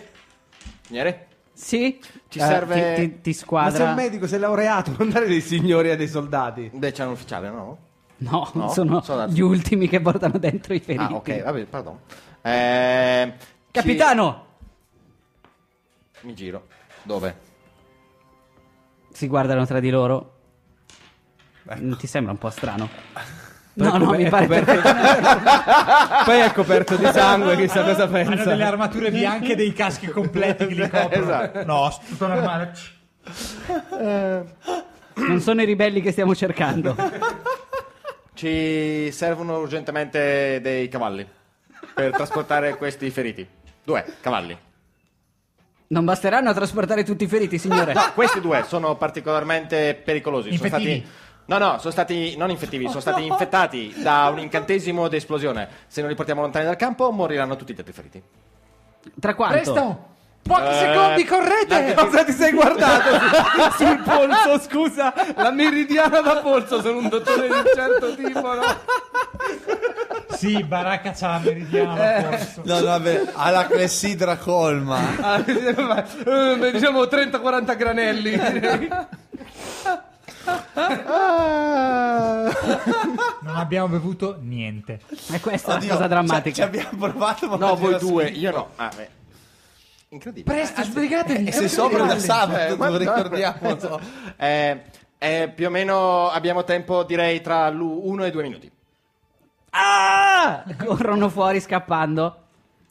S3: Signori?
S1: Sì. Eh,
S3: Ci serve-
S1: Ti, ti- ti
S5: Ma sei
S1: squadra.
S5: un medico, sei laureato, non dare dei signori a dei soldati.
S3: Beh, c'è un ufficiale, no?
S1: No,
S3: No,
S1: sono
S3: sono-
S1: gli ultimi che portano dentro i feriti.
S3: Ah, ok, vabbè, pardon. Eh,
S1: Capitano!
S3: ci- Mi giro. Dove?
S1: Si guardano tra di loro. Non ti sembra un po' strano? No, no,
S5: Ecco,
S1: mi
S5: ecco,
S1: pare
S5: perché- Poi è coperto di sangue, chissà cosa
S2: Hanno
S5: pensa.
S2: delle armature bianche e dei caschi completi che li coprono.
S3: Esatto.
S2: No, s- tutto normale.
S1: Non sono i ribelli che stiamo cercando.
S3: Ci servono urgentemente dei cavalli per trasportare questi feriti. Due cavalli.
S1: Non basteranno a trasportare tutti i feriti, signore.
S3: No, questi due sono particolarmente pericolosi. Sono
S2: Infettivi.
S3: stati... No, no, sono stati non infettivi, sono stati infettati da un incantesimo di esplosione. Se non li portiamo lontani dal campo, moriranno tutti gli altri feriti.
S1: Tra quanto?
S2: Presto! Pochi
S3: Eh,
S2: secondi, correte!
S5: Cosa ti sei guardato sul polso? Scusa, la meridiana da polso. Sono un dottore di un certo tipo, no?
S2: Sì, Baracca c'ha la meridiana, forse.
S4: No, no, vabbè, alla clessidra colma.
S5: Ah, eh, diciamo 30-40 granelli.
S2: Non abbiamo bevuto niente.
S1: E questa è
S4: Oddio,
S1: la Ah, cosa
S4: cioè, Ci, ci
S1: drammatica.
S4: abbiamo provato, ma
S3: No, voi
S4: faceva
S3: due,
S4: schifo.
S3: io no. Ah, beh. Incredibile.
S2: Presto, sbrigatevi!
S4: E sei sobrio
S5: Cioè,
S4: da
S3: Eh,
S4: sabato, te lo
S3: guarda-
S4: ricordiamo.
S3: Esatto. Eh, eh, più o meno abbiamo tempo, direi, tra l'1 e 2 minuti.
S1: Ah! Corrono fuori scappando.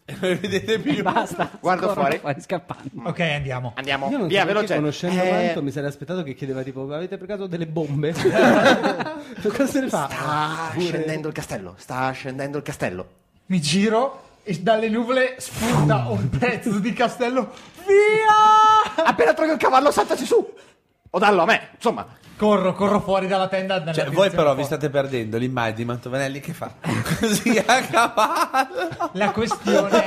S4: Vedete più.
S1: Basta.
S3: Guardo
S1: Corrono
S3: fuori.
S1: scappando.
S2: Ok, andiamo.
S3: Andiamo,
S5: Io non
S3: via,
S5: so perché,
S3: veloce.
S5: conoscendo
S3: Eh,
S5: Manto, mi sarei aspettato che chiedeva tipo avete per caso delle bombe? cosa se ne fa?
S3: sta scendendo il castello, sta scendendo il castello.
S2: Mi giro e dalle nuvole spunta un pezzo di castello. Via!
S3: Appena trovi il cavallo, saltaci su. O dallo a me, insomma.
S2: Corro, corro fuori dalla tenda. nella
S4: Cioè, voi
S2: direzione
S4: però vi
S2: opposta.
S4: state perdendo l'immagine di Mantovanelli che fa così a cavallo.
S2: La questione,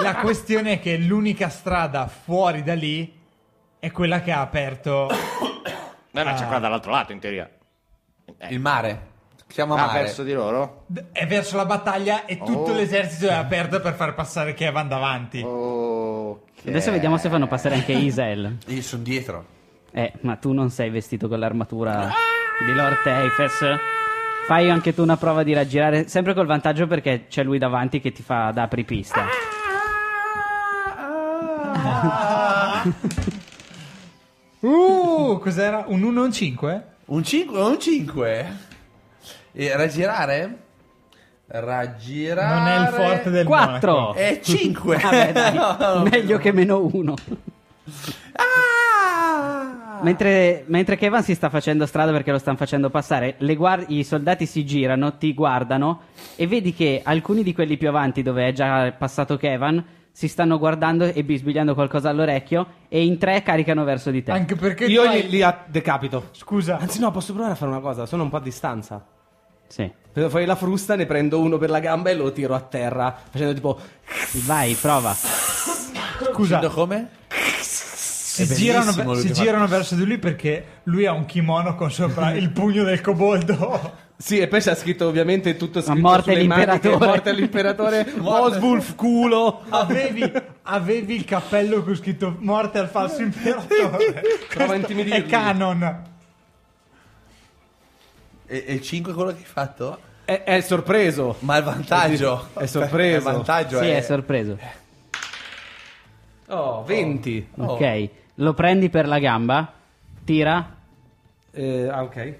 S2: la questione è che l'unica strada fuori da lì è quella che ha aperto.
S3: No, no, c'è qua dall'altro lato, in teoria.
S4: Eh. Il mare. Chiama
S3: Ah,
S4: mare.
S3: verso di loro?
S2: D- È verso la battaglia e tutto
S3: Oh.
S2: l'esercito è aperto per far passare Kevin davanti.
S3: Ok.
S1: Adesso vediamo se fanno passare anche Isel.
S4: Io sono dietro.
S1: Eh, ma tu non sei vestito con l'armatura di Lord Teifes. Fai anche tu una prova di raggirare, sempre col vantaggio perché c'è lui davanti che ti fa da apripista.
S3: Ah!
S2: Uh, cos'era? Un 1 un 5?
S4: Un 5 un 5. E raggirare? Raggirare.
S2: Non è il forte del monaco.
S1: 4!
S4: È 5.
S1: Vabbè, Eh, dai, meglio che meno uno.
S4: Ah.
S1: Mentre, mentre Kevan si sta facendo strada perché lo stanno facendo passare, le guar- i soldati si girano, ti guardano e vedi che alcuni di quelli più avanti, dove è già passato Kevan, si stanno guardando e bisbigliando qualcosa all'orecchio e in tre caricano verso di te.
S2: Anche perché
S5: Io Ah,
S2: tu hai-
S5: li, li a- decapito.
S2: Scusa,
S5: Anzi no, posso provare a fare una cosa, sono un po' a distanza.
S1: Sì.
S5: Però Fai la frusta, ne prendo uno per la gamba e lo tiro a terra, facendo tipo
S1: Vai, prova.
S3: Cioè,
S2: scusa.
S4: Dicendo come?
S2: si
S4: È
S2: girano,
S4: bellissimo
S2: si
S4: lui che fa-
S2: girano verso di lui perché lui ha un kimono con sopra il pugno del coboldo.
S5: Sì, e poi c'è scritto ovviamente tutto scritto
S1: morte
S5: sulle
S1: l'imperatore.
S5: maniche, Morte all'imperatore. Oswulf culo.
S2: Avevi, Avevi il cappello con scritto morte al falso imperatore.
S5: Prova a
S2: Questo è
S5: intimidirli.
S2: canon.
S4: E, e il 5 è quello che hai fatto?
S5: È, è sorpreso.
S4: Ma il vantaggio.
S5: È sorpreso.
S4: Il vantaggio
S1: Sì,
S4: è.
S1: è sorpreso.
S3: eh,
S5: Oh, 20.
S4: Oh.
S1: Ok, lo prendi per la gamba, tira,
S5: Eh, ah, ok.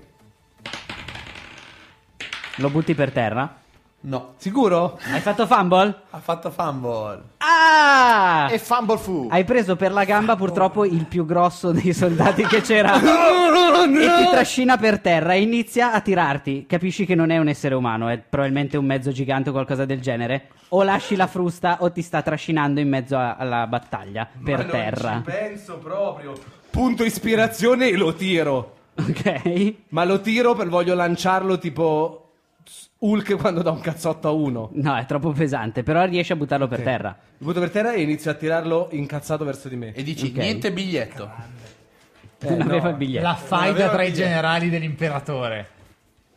S1: lo butti per terra.
S4: No.
S5: Sicuro?
S1: Hai fatto fumble?
S4: Ha fatto fumble.
S1: Ah!
S3: E fumble fu.
S1: Hai preso per la gamba purtroppo il più grosso dei soldati che c'era. E ti trascina per terra e inizia a tirarti. Capisci che non è un essere umano, è probabilmente un mezzo gigante o qualcosa del genere. O lasci la frusta o ti sta trascinando in mezzo a- alla battaglia per terra.
S5: penso proprio. Punto ispirazione e lo tiro.
S1: Ok.
S5: Ma lo tiro per voglio lanciarlo tipo Hulk quando dà un cazzotto a uno.
S1: No, è troppo pesante, però riesci a buttarlo per terra.
S5: Lo butto per terra e inizio a tirarlo incazzato verso di me.
S4: E dici
S1: Ok.
S4: niente biglietto.
S5: Eh,
S1: non
S5: no.
S1: aveva il biglietto.
S2: La faida
S5: aveva
S2: tra i
S5: idea.
S2: generali dell'imperatore.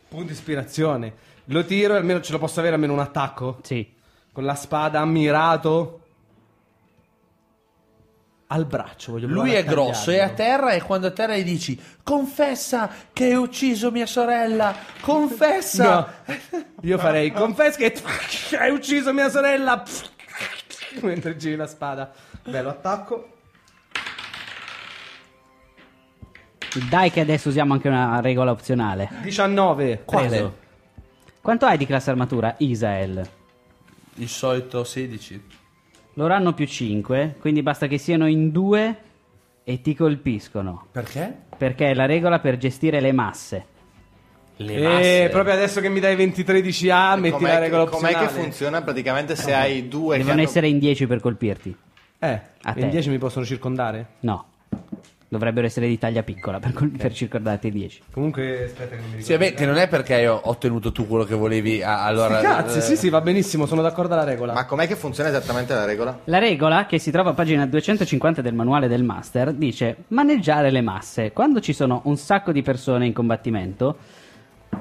S5: Punto ispirazione. Lo tiro e almeno ce lo posso avere almeno un attacco.
S1: Sì.
S5: Con la spada mirato. Al braccio, voglio
S4: Lui
S5: provare
S4: è grosso, è a
S5: tagliarlo.
S4: terra e quando è a terra gli dici confessa che hai ucciso mia sorella, confessa.
S5: No, io farei confess che hai ucciso mia sorella mentre giri la spada. Bello attacco.
S1: Dai che adesso usiamo anche una regola opzionale.
S5: 19.
S4: Quale?
S5: Preso.
S1: Quanto hai di classe armatura, Isael?
S4: Il solito 16.
S1: Loro hanno più 5, quindi basta che siano in 2 e ti colpiscono.
S4: Perché?
S1: Perché è la regola per gestire le masse.
S4: Le
S5: E Eh, proprio adesso che mi dai 23 di CA, metti
S3: Com'è
S5: la
S3: che-
S5: regola
S3: com'è
S5: opzionale.
S3: che funziona praticamente se hai due che
S1: Devono
S3: hanno-
S1: essere in 10 per colpirti.
S5: Eh,
S1: A
S5: e
S1: te.
S5: in 10 mi possono circondare?
S1: No. Dovrebbero essere di taglia piccola per, col- per circondarti i 10.
S5: Comunque, aspetta che non mi ricordo.
S4: Sì, beh, che non è perché io ho ottenuto tu quello che volevi. ah, allora,
S5: Cazzo,
S4: eh,
S5: sì, sì, va benissimo, sono d'accordo alla regola.
S3: Ma com'è che funziona esattamente la regola?
S1: La regola, che si trova a pagina 250 del manuale del Master, dice maneggiare le masse. Quando ci sono un sacco di persone in combattimento,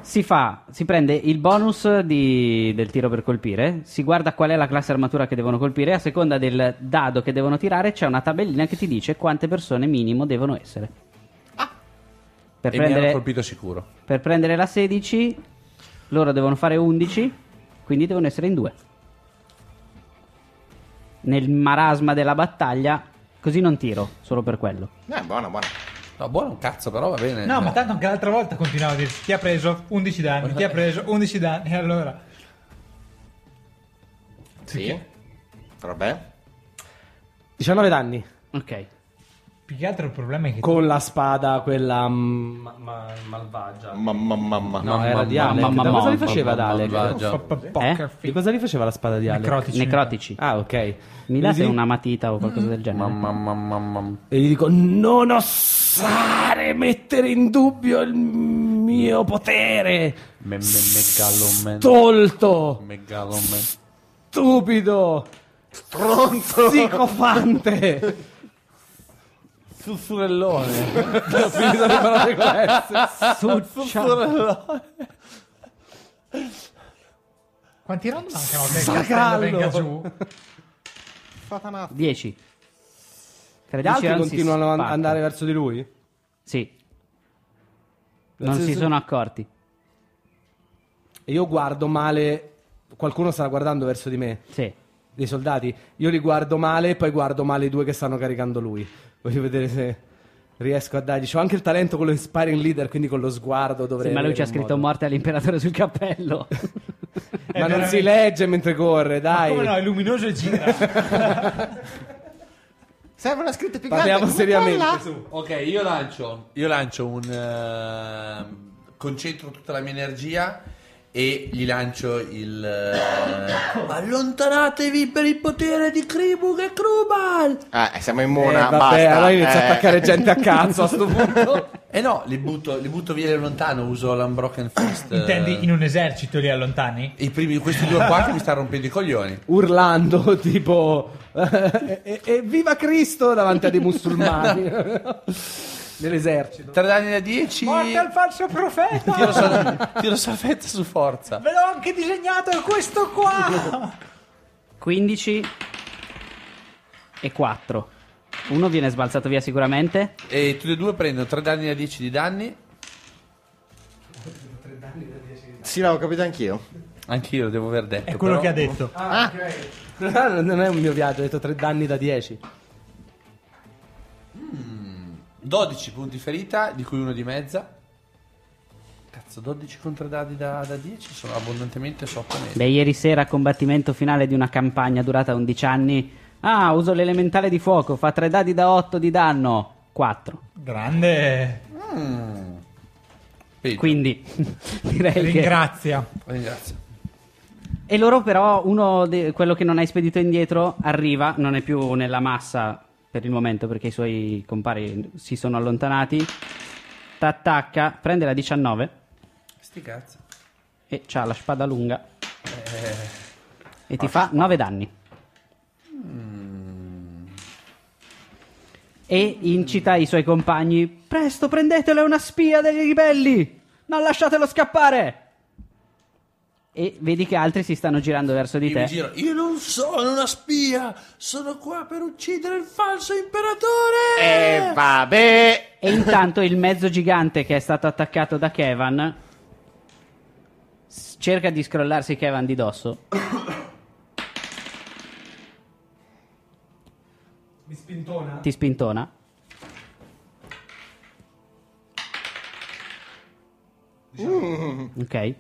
S1: si fa, si prende il bonus di- del tiro per colpire, si guarda qual è la classe armatura che devono colpire, a seconda del dado che devono tirare c'è una tabellina che ti dice quante persone minimo devono essere. Per
S4: Ah. E mi hanno
S1: prendere,
S4: colpito sicuro.
S1: per prendere la 16, loro devono fare 11, quindi devono essere in due. Nel marasma della battaglia, così non tiro, solo per quello.
S3: Eh, buona, buona.
S4: No, buono un cazzo, però va bene.
S2: No, ma
S4: Eh.
S2: tanto anche l'altra volta continuavo a dire ti ha preso 11 danni, ti ha preso 11 danni, allora.
S3: Sì. Vabbè.
S5: 19 danni.
S1: Ok.
S2: Più che altro il problema è che
S5: Con la spada, quella mm, ma- ma- malvagia.
S3: Mamma, mamma.
S5: No, era di
S1: mamma,
S5: Alec. Da
S1: mamma,
S5: cosa li
S1: mamma,
S5: faceva ad
S4: mamma,
S5: Alec?
S4: mamma.
S2: Fa- fa- poker
S1: Eh?
S5: Di
S2: face.
S5: cosa li faceva la spada di Alec?
S2: Necrotici.
S1: Necrotici.
S5: Ah, ok.
S1: Mi date
S5: Quindi-
S1: una matita o qualcosa
S5: Mm-hmm.
S1: del genere?
S4: Mamma, mamma, mamma.
S5: E gli dico: Non osare mettere in dubbio il mio potere.
S4: Me- me- megaloman.
S5: Tolto,
S4: Megaloman.
S5: stupido, stronzo, psicofante, sussurellone. Ho finito le parole con la S.
S1: Succia.
S2: Quanti round mancano che il
S5: Sacallo.
S2: castello venga giù?
S1: 10. Tra
S5: Gli
S1: 10
S5: altri
S1: round si
S5: continuano ad
S1: spacca.
S5: andare verso di lui?
S1: Sì. Non
S5: Nel
S1: si
S5: senso-
S1: sono accorti.
S5: E io guardo male. Qualcuno sta guardando verso di me.
S1: Sì.
S5: dei soldati. Io li guardo male e poi guardo male i due che stanno caricando lui. Voglio vedere se riesco a dargli. C'ho anche il talento con lo inspiring leader, quindi con lo sguardo dovrei.
S1: Sì, ma lui ci ha
S5: avere un
S1: scritto
S5: modo.
S1: morte all'imperatore sul cappello.
S5: Ma non
S2: Eh, veramente-
S5: si legge mentre corre, dai. Eh.
S2: Come no, è luminoso e gira.
S3: Serve una scritta più grande.
S5: Parliamo
S3: Come
S5: seriamente.
S3: parla?
S5: Su.
S4: Ok, io lancio. Io lancio un. ehm, concentro tutta la mia energia e gli lancio il. ehm, allontanatevi per il potere di Kribug e Krubal!
S3: Ah, siamo in
S5: Eh,
S3: mona,
S5: vabbè,
S3: basta.
S5: allora inizio
S3: Eh.
S5: a attaccare gente a cazzo a sto punto.
S4: E Eh no, li butto, li butto via da lontano, uso l'Unbroken Fist. eh.
S2: Intendi in un esercito lì allontani?
S4: I primi, questi due qua che mi stanno rompendo i coglioni.
S5: Urlando tipo e, e- e viva Cristo davanti a dei musulmani nell'esercito.
S4: Tre danni da 10.
S2: Morte al falso profeta!
S4: Tiro, sal- tiro salvezza su forza.
S2: Ve l'ho anche disegnato, è questo qua!
S1: 15. e 4. Uno viene sbalzato via sicuramente.
S4: E tutti e due prendono 3 danni da 10 di danni.
S3: Sì, l'avevo capito anch'io.
S4: Anch'io lo devo aver detto.
S2: È quello
S4: però.
S2: che ha detto.
S5: Ah, ok. Ah, non è un mio viaggio, ho detto 3 danni da 10.
S4: 12 punti ferita, di cui uno di mezza. Cazzo, 12 contro dadi da, da 10 sono abbondantemente sotto me.
S1: Beh, ieri sera, combattimento finale di una campagna durata 11 anni. Ah, uso l'elementale di fuoco, fa 3 dadi da 8 di danno. 4.
S2: Grande.
S4: Quindi,
S1: Quindi, direi che...
S2: Ringrazia.
S4: ringrazio.
S1: E loro però, uno de- quello che non hai spedito indietro, arriva, non è più nella massa per il momento perché i suoi compari si sono allontanati. T'attacca, prende la 19
S4: Sti cazzo.
S1: e c'ha la spada lunga.
S4: Eh,
S1: E ti fa 9 danni.
S4: Mm.
S1: E incita i suoi compagni, presto prendetelo, è una spia dei ribelli, non lasciatelo scappare. E vedi che altri si stanno girando verso di
S4: Io
S1: te.
S4: mi giro, io non sono una spia, sono qua per uccidere il falso
S1: Eh.
S4: imperatore.
S3: E Eh, vabbè.
S1: E intanto il mezzo gigante che è stato attaccato da Kevan s- cerca di scrollarsi Kevan di dosso.
S5: Mi spintona.
S1: Ti spintona. 19. Ok.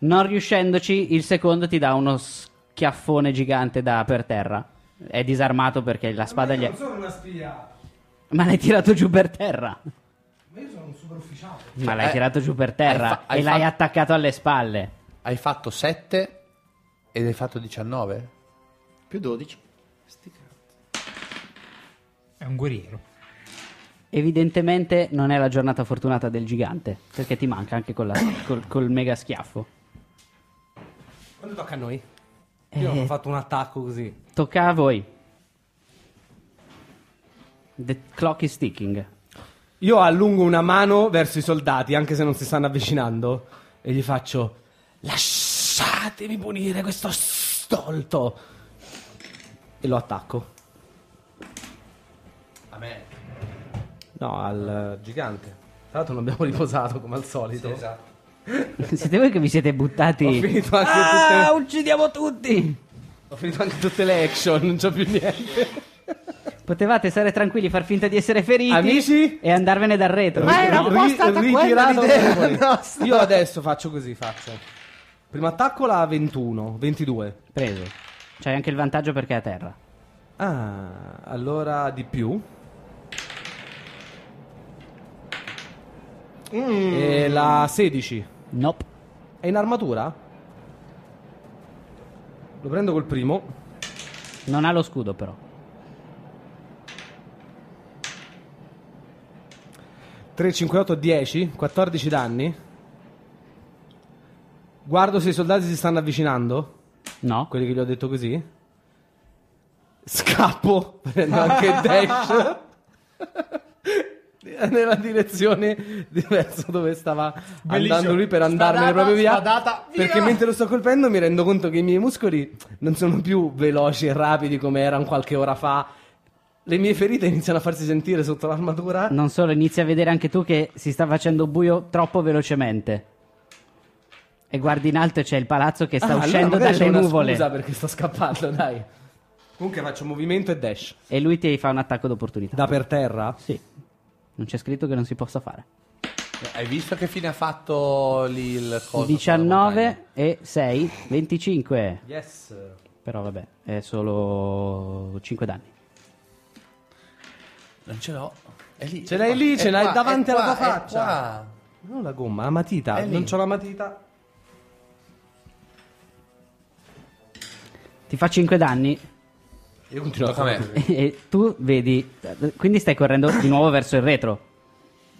S1: Non riuscendoci, il secondo ti dà uno schiaffone gigante da per terra. È disarmato perché la spada gli è...
S5: sono una spia.
S1: Ma l'hai tirato giù per terra.
S5: Ma io sono un super ufficiale.
S1: Ma l'hai
S4: eh,
S1: tirato giù per terra
S4: hai fa-
S1: e
S4: hai
S1: l'hai
S4: fa-
S1: attaccato alle spalle.
S4: Hai fatto 7 ed hai fatto 19?
S3: Più 12.
S2: È un guerriero.
S1: Evidentemente non è la giornata fortunata del gigante, perché ti manca anche con la- col, col mega schiaffo.
S5: Quando tocca a noi? Io
S1: Eh.
S5: ho fatto un attacco così.
S1: Tocca a voi. The clock is ticking.
S5: Io allungo una mano verso i soldati, anche se non si stanno avvicinando, e gli faccio: Lasciatemi punire questo stolto. E lo attacco.
S4: A me.
S5: No, al eh, gigante. Tra l'altro non abbiamo riposato come al solito.
S4: Esatto.
S1: Siete voi che vi siete
S5: Ho
S1: buttati.
S5: finito anche
S1: Ah,
S5: tutte-
S1: uccidiamo tutti!
S5: Ho finito anche tutte le action, non c'ho più niente.
S1: Potevate stare tranquilli, far finta di essere feriti
S5: Amici?
S1: e andarvene dal retro.
S3: Ma era un po'
S5: Ri-
S3: stata
S5: ri-
S3: quella
S5: ritirato
S3: l'idea
S5: come vuoi.
S3: nostra.
S5: Io adesso faccio così, faccio. Primo attacco la 21, 22.
S1: Preso. C'hai anche il vantaggio perché è a terra.
S5: Ah, allora di più. E la 16.
S1: Nope.
S5: È in armatura? Lo prendo col primo.
S1: Non ha lo scudo però.
S5: 3, 5, 8, 10, 14 danni. Guardo se i soldati si stanno avvicinando.
S1: No.
S5: quelli che gli ho detto così. Scappo, prendo anche dash. Nella direzione diversa dove stava
S2: Bellissimo.
S5: andando lui per andarmene
S2: Spadata,
S5: proprio via,
S2: spadata, via!
S5: Perché mentre lo sto colpendo mi rendo conto che i miei muscoli non sono più veloci e rapidi come erano qualche ora fa. Le mie ferite iniziano a farsi sentire sotto l'armatura.
S1: Non solo, inizi a vedere anche tu che si sta facendo buio troppo velocemente. E guardi in alto e c'è il palazzo che sta
S5: Ah, allora
S1: uscendo
S5: magari c'è
S1: dalle
S5: una
S1: nuvole.
S5: Scusa perché sto scappando, dai. Comunque faccio movimento e dash.
S1: E lui ti fa un attacco d'opportunità.
S5: Da per terra?
S1: Sì. Non c'è scritto che non si possa fare.
S4: Hai visto che fine ha fatto lì il coso? sulla
S1: 19 e 6, 25.
S5: Yes.
S1: Però vabbè, è solo 5 danni.
S4: montagna? Non ce l'ho. È lì.
S5: Ce
S4: è
S5: l'hai
S4: qua,
S5: lì, ce
S4: è
S5: l'hai
S4: qua,
S5: davanti
S4: è
S5: alla
S4: qua,
S5: tua
S4: è
S5: faccia.
S4: qua.
S5: Non la gomma, la matita.
S4: È lì.
S5: non c'ho la matita.
S1: Ti fa 5 danni
S5: Io continuo
S4: Tocca a me.
S1: e tu vedi... Quindi stai correndo di nuovo verso il retro.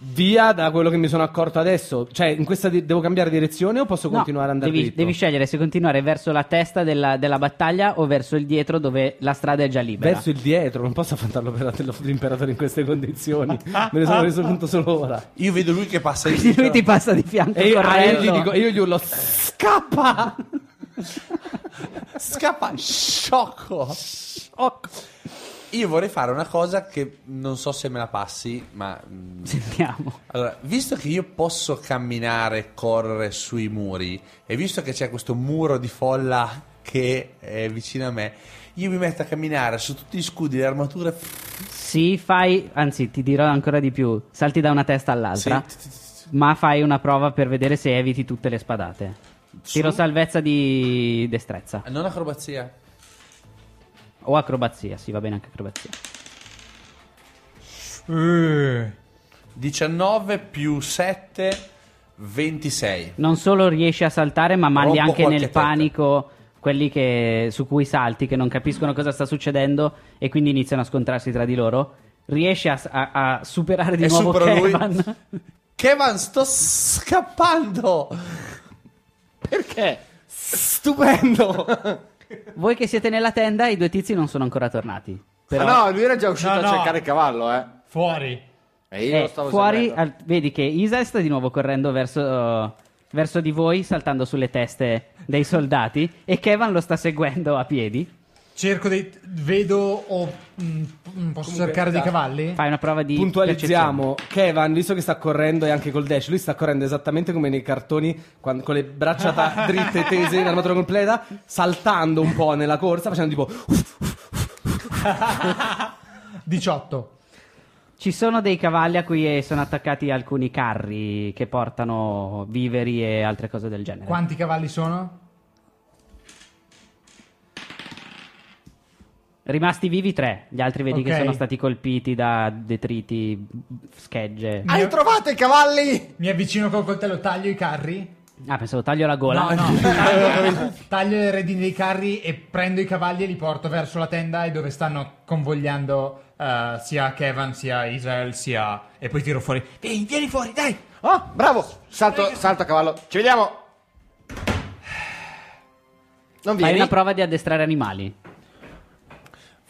S5: Via da quello che mi sono accorto adesso. Cioè, in questa di- devo cambiare direzione o posso
S1: No,
S5: continuare ad andare
S1: devi,
S5: dritto?
S1: devi scegliere se continuare verso la testa della, della battaglia o verso il dietro dove la strada è già libera.
S5: Verso il dietro, non posso affrontarlo per l'imperatore in queste condizioni. Me ne sono reso conto solo ora.
S4: Io vedo lui che passa
S1: Quindi lui ti passa di fianco
S5: E io, a
S1: correndo.
S5: Ellie dico, io gli urlo, scappa!
S4: Scappa, sciocco.
S5: Oh,
S4: Io vorrei fare una cosa che non so se me la passi, ma. mm,
S1: Sentiamo.
S4: Allora, visto che io posso camminare, correre sui muri, e visto che c'è questo muro di folla che è vicino a me, io mi metto a camminare su tutti gli scudi e le armature.
S1: Sì, fai, anzi ti dirò ancora di più, salti da una testa all'altra, ma fai una prova per vedere se eviti tutte le spadate. Tiro salvezza di destrezza.
S4: Non acrobazia.
S1: O acrobazia, sì, va bene anche acrobazia. Eh.
S4: 19 più 7, 26.
S1: Non solo riesci a saltare, ma mandi
S4: Rompo
S1: anche
S4: qualche
S1: nel
S4: testa.
S1: panico quelli che, su cui salti, che non capiscono cosa sta succedendo e quindi iniziano a scontrarsi tra di loro. Riesci a, a- a superare di
S4: E
S1: nuovo
S4: supero lui.
S1: Kevin.
S4: Kevin, sto scappando!
S6: Perché?
S4: Stupendo!
S1: Voi che siete nella tenda, i due tizi non sono ancora tornati. Però
S3: Ah, no, lui era già uscito
S2: No,
S3: a
S2: no.
S3: cercare il cavallo, eh.
S2: Fuori.
S3: E io
S1: Eh,
S3: lo stavo
S1: fuori
S3: seguendo.
S1: al- vedi che Isa sta di nuovo correndo verso, verso di voi, saltando sulle teste dei soldati. E Kevin lo sta seguendo a piedi.
S2: Cerco dei... Vedo o... mm, posso cercare dei
S5: dai.
S2: cavalli?
S1: Fai una prova di.
S5: Puntualizziamo, Kevin, visto che sta correndo e anche col dash, lui sta correndo esattamente come nei cartoni, quan- con le braccia ta- dritte, tese, in armatura completa, saltando un po' nella corsa, facendo tipo...
S2: 18.
S1: percezione. Ci sono dei cavalli a cui eh, sono attaccati alcuni carri che portano viveri e altre cose del genere.
S2: Quanti cavalli sono?
S1: Rimasti vivi tre, gli altri vedi che
S2: Ok.
S1: sono stati colpiti da detriti, schegge.
S3: Hai trovato i cavalli?
S2: Mi avvicino col coltello, taglio i carri.
S1: Ah, pensavo taglio la gola.
S2: No, no, taglio, taglio le redini dei carri e prendo i cavalli e li porto verso la tenda e dove stanno convogliando eh, sia Kevin, sia Israel, sia... E poi tiro fuori. Vieni, vieni fuori, dai!
S3: Oh, bravo! Salto, salto a cavallo. Ci vediamo. Non
S1: Fai
S3: vieni?
S1: una prova di addestrare animali.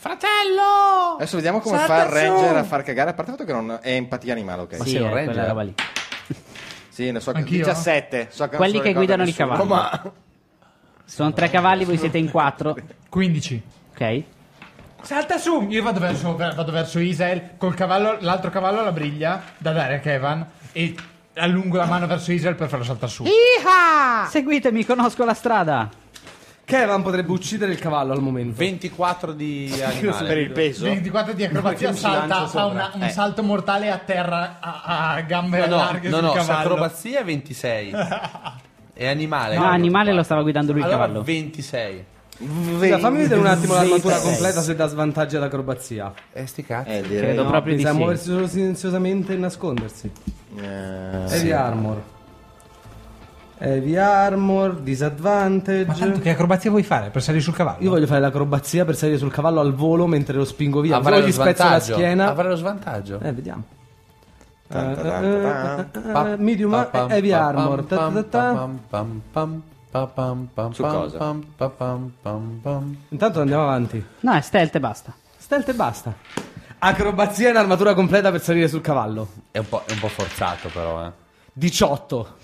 S4: Fratello!
S3: Adesso vediamo come
S4: Salta
S3: fa il
S4: su!
S3: ranger a far cagare, a parte il fatto che non è empatia animale, ok?
S1: sì,
S4: sei un
S1: è quella
S4: ranger?
S1: roba lì.
S3: Sì, ne so che
S2: Anch'io?
S3: 17. So che non
S1: Quelli
S3: se lo
S1: che
S3: ricorda
S1: guidano i
S3: nessuno,
S1: cavalli.
S3: Ma...
S1: Sono tre cavalli, voi siete in quattro.
S2: 15.
S1: Ok.
S2: Salta su! Io vado verso, vado verso Israel col cavallo, l'altro cavallo alla briglia da dare a Kevin e allungo la mano verso Israel per farlo saltare su. Ah.
S1: Seguitemi, conosco la strada.
S5: Kevin potrebbe uccidere il cavallo al momento.
S4: 24 di
S3: Per
S4: animale.
S3: il peso.
S2: 24 di acrobazia
S4: Perché non si
S2: salta,
S4: lancia
S2: fa
S4: sopra? Eh.
S2: una- un salto mortale a terra a, a gambe
S4: No,
S2: larghe
S4: no,
S2: sul
S4: no, no,
S2: cavallo.
S4: acrobazia è 26. È animale.
S1: No, animale lo stava guidando lui il
S4: Allora,
S1: cavallo.
S4: 26.
S5: Scusa, fammi vedere un attimo l'armatura
S3: 26.
S5: completa se dà svantaggio ad acrobazia.
S4: Eh, sti cazzi.
S3: Eh, direi.
S1: Credo
S5: No,
S1: proprio di
S5: pensa
S1: sì.
S5: a muoversi solo silenziosamente e nascondersi.
S3: Eh,
S5: Heavy armor. Heavy armor, disadvantage.
S7: Ma tanto che acrobazia vuoi fare per salire sul cavallo?
S5: Io voglio fare l'acrobazia per salire sul cavallo al volo mentre lo spingo via.
S4: Avrà
S5: Avrò
S4: lo
S5: gli spezzo la
S4: svantaggio.
S5: schiena.
S4: Avrà lo svantaggio.
S5: Eh, vediamo.
S3: Tanta,
S5: Eh,
S3: tanta,
S5: eh,
S3: tanta.
S5: eh, eh,
S4: Pa-
S5: medium
S4: pa-
S5: e
S4: pam,
S5: heavy
S4: pa-
S5: armor. Ta-
S4: pam,
S5: ta- ta-
S4: pam, pam, pam, pam, pam, pam,
S3: Su
S4: pam,
S3: cosa?
S4: pam, pam, pam, pam, pam.
S5: Intanto andiamo avanti.
S1: No, è stealth e basta.
S5: Stealth e basta. Acrobazia in armatura completa per salire sul cavallo.
S4: È un po', è un po' forzato però, eh.
S5: 18.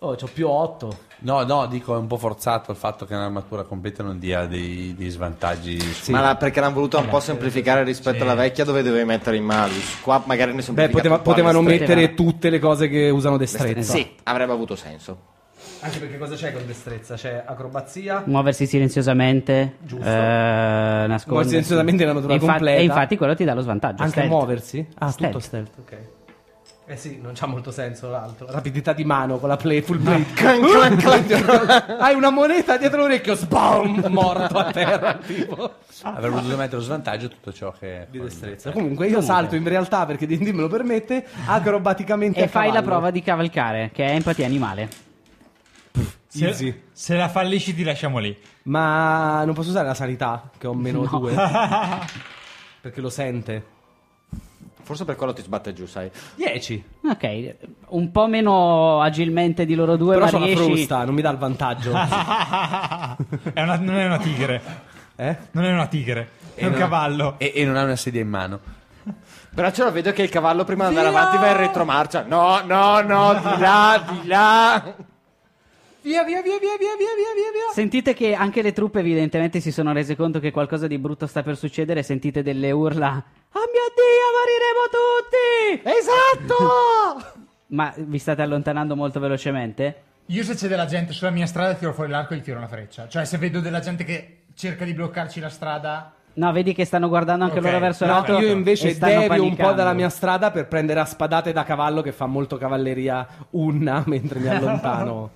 S5: Oh, c'ho più 8.
S4: No, no, dico è un po' forzato il fatto che un'armatura completa non dia dei, dei svantaggi. su-
S3: Ma la- perché l'hanno voluta un po' semplificare rispetto alla vecchia dove dovevi mettere il malus. Qua magari ne
S5: Beh,
S3: semplifica
S5: poteva-
S3: un po'
S5: potevano
S3: le
S5: mettere
S1: Poteva.
S5: tutte le cose che usano
S3: stre-
S5: destrezza.
S3: Sì, avrebbe avuto senso.
S5: Anche perché cosa c'è con destrezza? C'è acrobazia.
S1: Muoversi silenziosamente.
S5: Giusto.
S1: Eh, nascondersi.
S5: Muoversi silenziosamente è la natura
S1: E infa-
S5: completa.
S1: E infatti quello ti dà lo svantaggio. certo.
S5: Anche
S1: stealth.
S5: muoversi? Ah,
S1: Stealth.
S5: tutto stealth, ok. Eh sì, non c'ha molto senso l'altro. Rapidità di mano con la play full plate. Hai una moneta dietro l'orecchio, sbam, morto a terra, tipo.
S4: Avrebbe potuto mettere lo svantaggio tutto ciò che...
S5: Di destrezza. Comunque io salto in realtà perché D&D me lo permette acrobaticamente
S1: E
S5: a
S1: fai la
S5: cavallo.
S1: prova di cavalcare, che è empatia animale.
S7: se,
S5: Easy.
S7: se la fallisci ti lasciamo lì.
S5: Ma non posso usare la sanità che ho meno due. perché lo sente.
S3: Forse per quello ti sbatte giù, sai.
S5: 10.
S1: Ok, un po' meno agilmente di loro due,
S5: Però
S1: ma
S5: sono
S1: riesci...
S5: la frusta, non mi dà il vantaggio.
S7: È una- non è una tigre.
S5: eh?
S7: Non è una tigre. È un
S4: non-
S7: cavallo.
S4: E, e non ha una sedia in mano.
S3: Però ce lo vedo che il cavallo prima di andare avanti va in retromarcia. No, no, no, di là, di là.
S5: Via, via, via, via, via, via, via, via, via.
S1: Sentite che anche le truppe evidentemente si sono rese conto che qualcosa di brutto sta per succedere, sentite delle urla. Ah mio Dio, moriremo tutti!
S3: Esatto!
S1: Ma vi state allontanando molto velocemente?
S2: Io se c'è della gente sulla mia strada tiro fuori l'arco e gli tiro una freccia. Cioè se vedo della gente che cerca di bloccarci la strada...
S1: No, vedi che stanno guardando anche
S2: Ok,
S1: loro verso
S2: no,
S1: l'alto.
S5: Io
S1: Certo. e
S5: invece
S1: stanno
S5: devio un
S1: panicando.
S5: po' dalla mia strada per prendere a spadate da cavallo che fa molto cavalleria unna mentre mi allontano,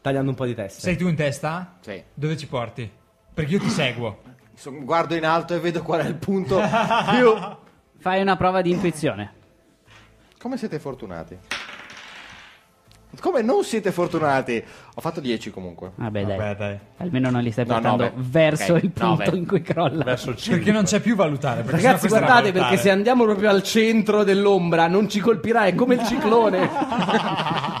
S5: tagliando un po' di testa.
S7: Sei tu in testa?
S3: Sì.
S7: Dove ci porti? Perché io ti seguo.
S3: So- Guardo in alto e vedo qual è il punto più...
S1: Fai una prova di intuizione.
S3: Come siete fortunati? Come non siete fortunati? Ho fatto 10 comunque.
S1: Vabbè, dai.
S7: Vabbè, dai.
S1: Almeno non li stai
S3: No,
S1: portando
S3: nove.
S1: verso
S3: Ok,
S1: il punto
S3: nove.
S1: in cui crolla.
S4: Verso il cinque.
S7: Perché non c'è più valutare. perché
S5: Ragazzi,
S7: sennò questa era
S5: guardate perché se
S7: valutare.
S5: andiamo proprio al centro dell'ombra non ci colpirà, è come il ciclone.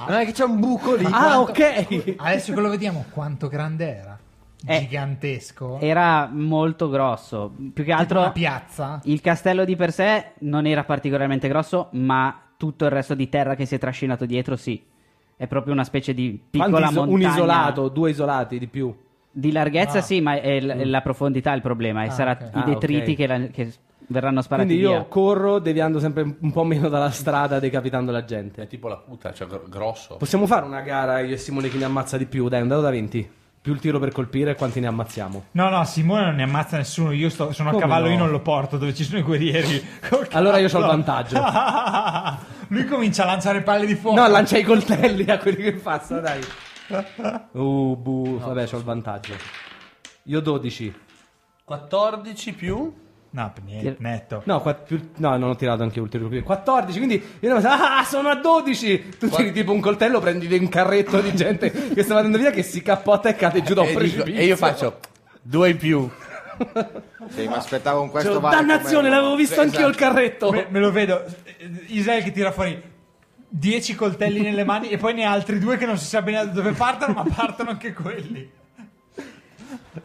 S3: Non è che c'è un buco lì.
S5: ah, ok.
S2: Adesso che lo vediamo quanto grande era.
S1: Eh.
S2: Gigantesco.
S1: Era molto grosso. Più che altro
S2: Una piazza.
S1: il castello di per sé non era particolarmente grosso, ma tutto il resto di terra che si è trascinato dietro sì. È proprio una specie di piccola
S5: Quanti iso-
S1: montagna.
S5: un isolato, due isolati di più.
S1: Di larghezza sì, ma è l- è la profondità il problema. e sarà
S2: ok.
S5: Mm. Ah,
S1: i detriti
S5: ok.
S1: che, la- che s- verranno sparati
S5: Quindi io
S1: via.
S5: corro deviando sempre un po' meno dalla strada, decapitando la
S4: È
S5: gente.
S4: tipo la puta, cioè gr- grosso.
S5: Possiamo fare una gara io e Simone chi ne ammazza di più? Dai, un dado da 20. Più il tiro per colpire, quanti ne ammazziamo?
S7: No, no, Simone non ne ammazza nessuno. Io sto- sono
S5: Come
S7: a cavallo,
S5: no?
S7: io non lo porto dove ci sono i guerrieri. Col
S5: Allora io
S7: cazzo.
S5: ho il vantaggio.
S7: Lui comincia a lanciare palle di
S4: Oh.
S7: fuoco.
S5: No, lancia i coltelli a quelli che passano, dai. Uh, bu, vabbè, c'ho il vantaggio. Io 12.
S4: 14 più?
S7: No, per niente,
S1: Tira-
S7: netto.
S5: No, qua- più- no, non ho tirato anche ulteriori 14, quindi io ne ho pensato, ah, sono a 12! Tu tiri tipo un coltello, prendi un carretto di gente che sta andando via, che si cappotta e cade giù da un
S4: e, dico-
S5: precipizio.
S4: e io faccio 2 in più.
S3: Sì, mi aspettavo un
S5: Cioè,
S3: questo vale
S5: dannazione,
S3: come-
S5: l'avevo visto
S3: Sì,
S5: anch'io il
S3: esatto.
S2: Ecco.
S5: carretto!
S7: Me, me lo vedo. Israel che tira fuori 10 coltelli nelle mani e poi ne ha altri due che non si sa bene da dove partono, ma partono anche quelli.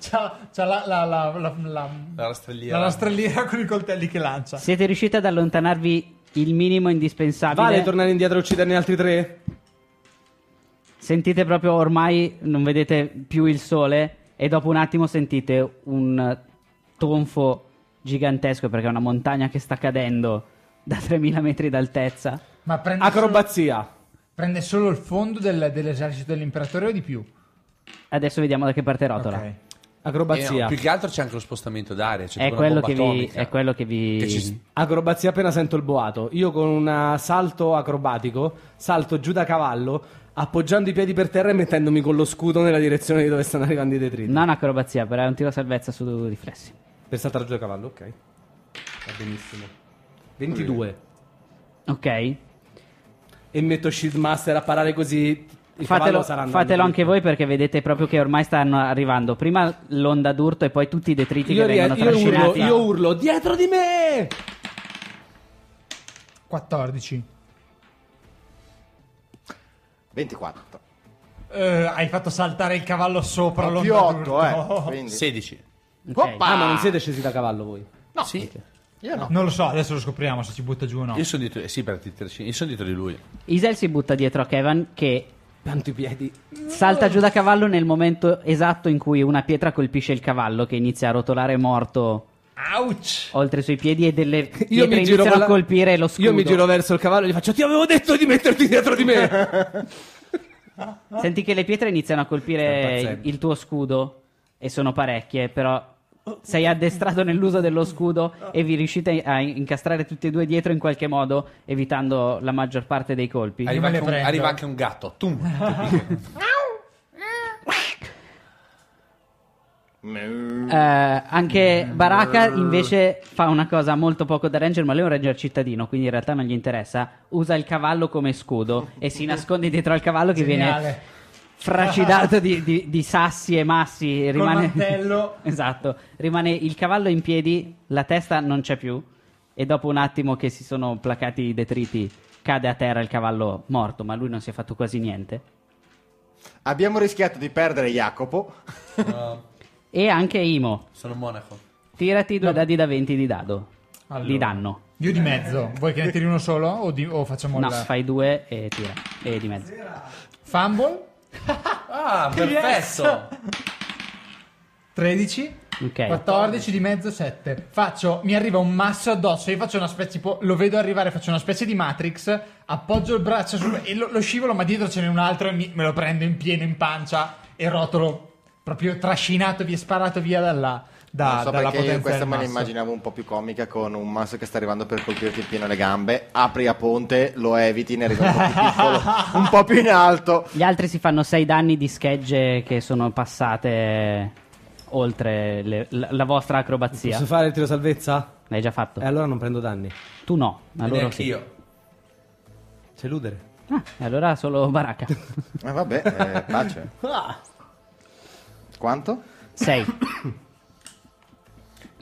S2: C'ha, c'ha la, la, la, la, la-
S4: La rastrelliera.
S7: La rastrelliera con i coltelli che lancia.
S1: Siete riusciti ad allontanarvi il minimo indispensabile.
S5: Vale tornare indietro e ucciderne altri tre?
S1: Sentite proprio ormai non vedete più il sole e dopo un attimo sentite un tonfo gigantesco perché è una montagna che sta cadendo da 3000 metri d'altezza.
S2: Ma prende solo,
S5: Acrobazia.
S2: prende solo il fondo del- dell'esercito dell'imperatore o di più?
S1: Adesso vediamo da che parte rotola.
S7: Ok.
S4: Eh,
S5: Acrobazia.
S4: no, più che altro c'è anche lo spostamento d'aria. C'è
S1: È,
S4: tipo una
S1: quello
S4: bomba
S1: che vi,
S4: atomica.
S1: è quello che vi...
S4: Che ci-
S5: Acrobazia appena sento il boato. Io con un eh, salto acrobatico salto giù da cavallo, appoggiando i piedi per terra e mettendomi con lo scudo nella direzione di dove stanno arrivando i detriti.
S1: Non acrobazia, però è un tiro a salvezza su riflessi.
S5: Per saltare giù da cavallo, ok. Va benissimo. 22.
S1: Ok.
S5: E metto Shield Master a parare così. Il
S1: Fatelo,
S5: cavallo sarà andato
S1: fatelo
S5: dritto.
S1: anche voi perché vedete proprio che ormai stanno arrivando prima l'onda d'urto e poi tutti i detriti
S5: Io,
S1: che
S5: rie-
S1: vengono
S5: io urlo,
S1: trascinati.
S5: io urlo, dietro di me!
S2: 14.
S3: 24.
S7: Eh, hai fatto saltare il cavallo sopra
S3: Ho
S7: l'onda
S3: più 8,
S7: d'urto.
S3: eh. Quindi.
S4: 16.
S1: Ok.
S3: Oppa!
S5: Ah, ma non siete scesi da cavallo voi.
S3: No.
S4: Sì.
S3: Io no.
S7: Non lo so, adesso lo scopriamo se ci butta giù o no.
S4: Io sono dietro, eh, sì, per ti- io sono dietro di lui.
S1: Isel si butta dietro a Kevan che
S5: Pianto i piedi.
S1: Salta giù da cavallo nel momento esatto in cui una pietra colpisce il cavallo che inizia a rotolare morto
S7: Ouch!
S1: oltre i suoi piedi e delle pietre
S5: Io mi, giro
S1: iniziano
S5: con la-
S1: a colpire lo scudo.
S5: io mi giro verso il cavallo e gli faccio: Ti avevo detto di metterti dietro di me!
S1: Senti che le pietre iniziano a
S5: Sta
S1: colpire il,
S5: impazzendo.
S1: il tuo scudo e sono parecchie, però sei addestrato nell'uso dello scudo e vi riuscite a incastrare tutti e due dietro in qualche modo evitando la maggior parte dei colpi.
S4: Arriva
S2: me
S4: anche,
S2: le
S4: un,
S2: prendo.
S4: arriva anche un gatto. Tum.
S1: Eh, anche Baraka invece fa una cosa molto poco da ranger, ma lui è un ranger cittadino, quindi in realtà non gli interessa. Usa il cavallo come scudo e si nasconde dietro al cavallo che viene
S2: Geniale.
S1: fracidato di, di- di sassi e massi. e
S7: Col
S1: Rimane...
S7: mantello.
S1: esatto, rimane il cavallo in piedi, la testa non c'è più e dopo un attimo che si sono placati i detriti cade a terra il cavallo morto, ma lui non si è fatto quasi niente.
S3: Abbiamo rischiato di perdere Jacopo.
S1: E anche Imo,
S4: sono monaco.
S1: tirati due dadi da 20 di dado. Di
S7: Allora.
S1: danno.
S2: Io di mezzo. Vuoi che ne tiri uno solo? O, di- o facciamo
S1: No,
S2: il
S1: fai due e tira. E di mezzo.
S2: fumble?
S4: Ah, perfetto.
S2: 13
S1: Ok.
S2: 14 di mezzo 7 faccio mi arriva un masso addosso io faccio una specie tipo lo vedo arrivare faccio una specie di matrix appoggio il braccio sul- e lo, lo scivolo ma dietro ce n'è un altro e mi- me lo prendo in pieno in pancia e rotolo proprio trascinato via sparato via da là da,
S3: non
S5: Ah,
S3: so
S2: dalla
S3: perché
S2: potenza
S3: io questa
S2: del
S3: me la
S2: masso.
S3: immaginavo un po' più comica con un masso che sta arrivando per colpirti in pieno le gambe, apri a ponte, lo eviti, ne arriva un po' più piccolo, un po' più in alto.
S1: Gli altri si fanno 6 danni di schegge che sono passate oltre le- la, la vostra acrobazia.
S5: Posso fare il tiro salvezza?
S1: L'hai già fatto.
S5: E allora non prendo danni.
S1: Tu no, ma loro
S4: Neanche
S1: sì.
S4: io.
S5: C'è ludere.
S1: Ah, e allora solo baracca.
S3: Eh, vabbè, eh, pace.
S4: Ah.
S3: Quanto?
S1: 6. e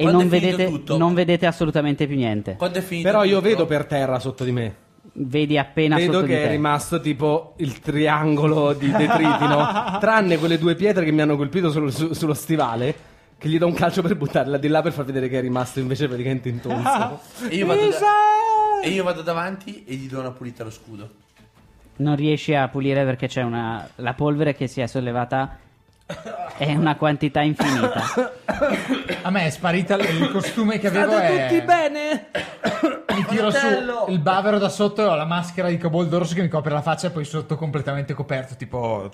S4: Quando
S1: non
S4: è finito
S1: vedete,
S4: tutto-
S1: non vedete assolutamente più niente.
S4: Quando è finito
S5: Però io
S4: tutto-
S5: vedo per terra sotto di me.
S1: Vedi appena
S5: Vedo
S1: sotto di
S5: che è
S1: te.
S5: rimasto tipo il triangolo di detriti, no? Tranne quelle due pietre che mi hanno colpito sul- su- sullo stivale. Che gli do un calcio per buttarla di là per far vedere che è rimasto invece praticamente intonso.
S4: E io, vado da- e io vado davanti e gli do una pulita allo scudo.
S1: Non riesci a pulire perché c'è una la polvere che si è sollevata è una quantità infinita.
S2: a me è sparita l- il costume che avevo eh, è...
S5: Eh. bene?
S2: mi tiro su il bavero da sotto e ho la maschera di coboldo rosso che mi copre la faccia e poi sotto completamente coperto tipo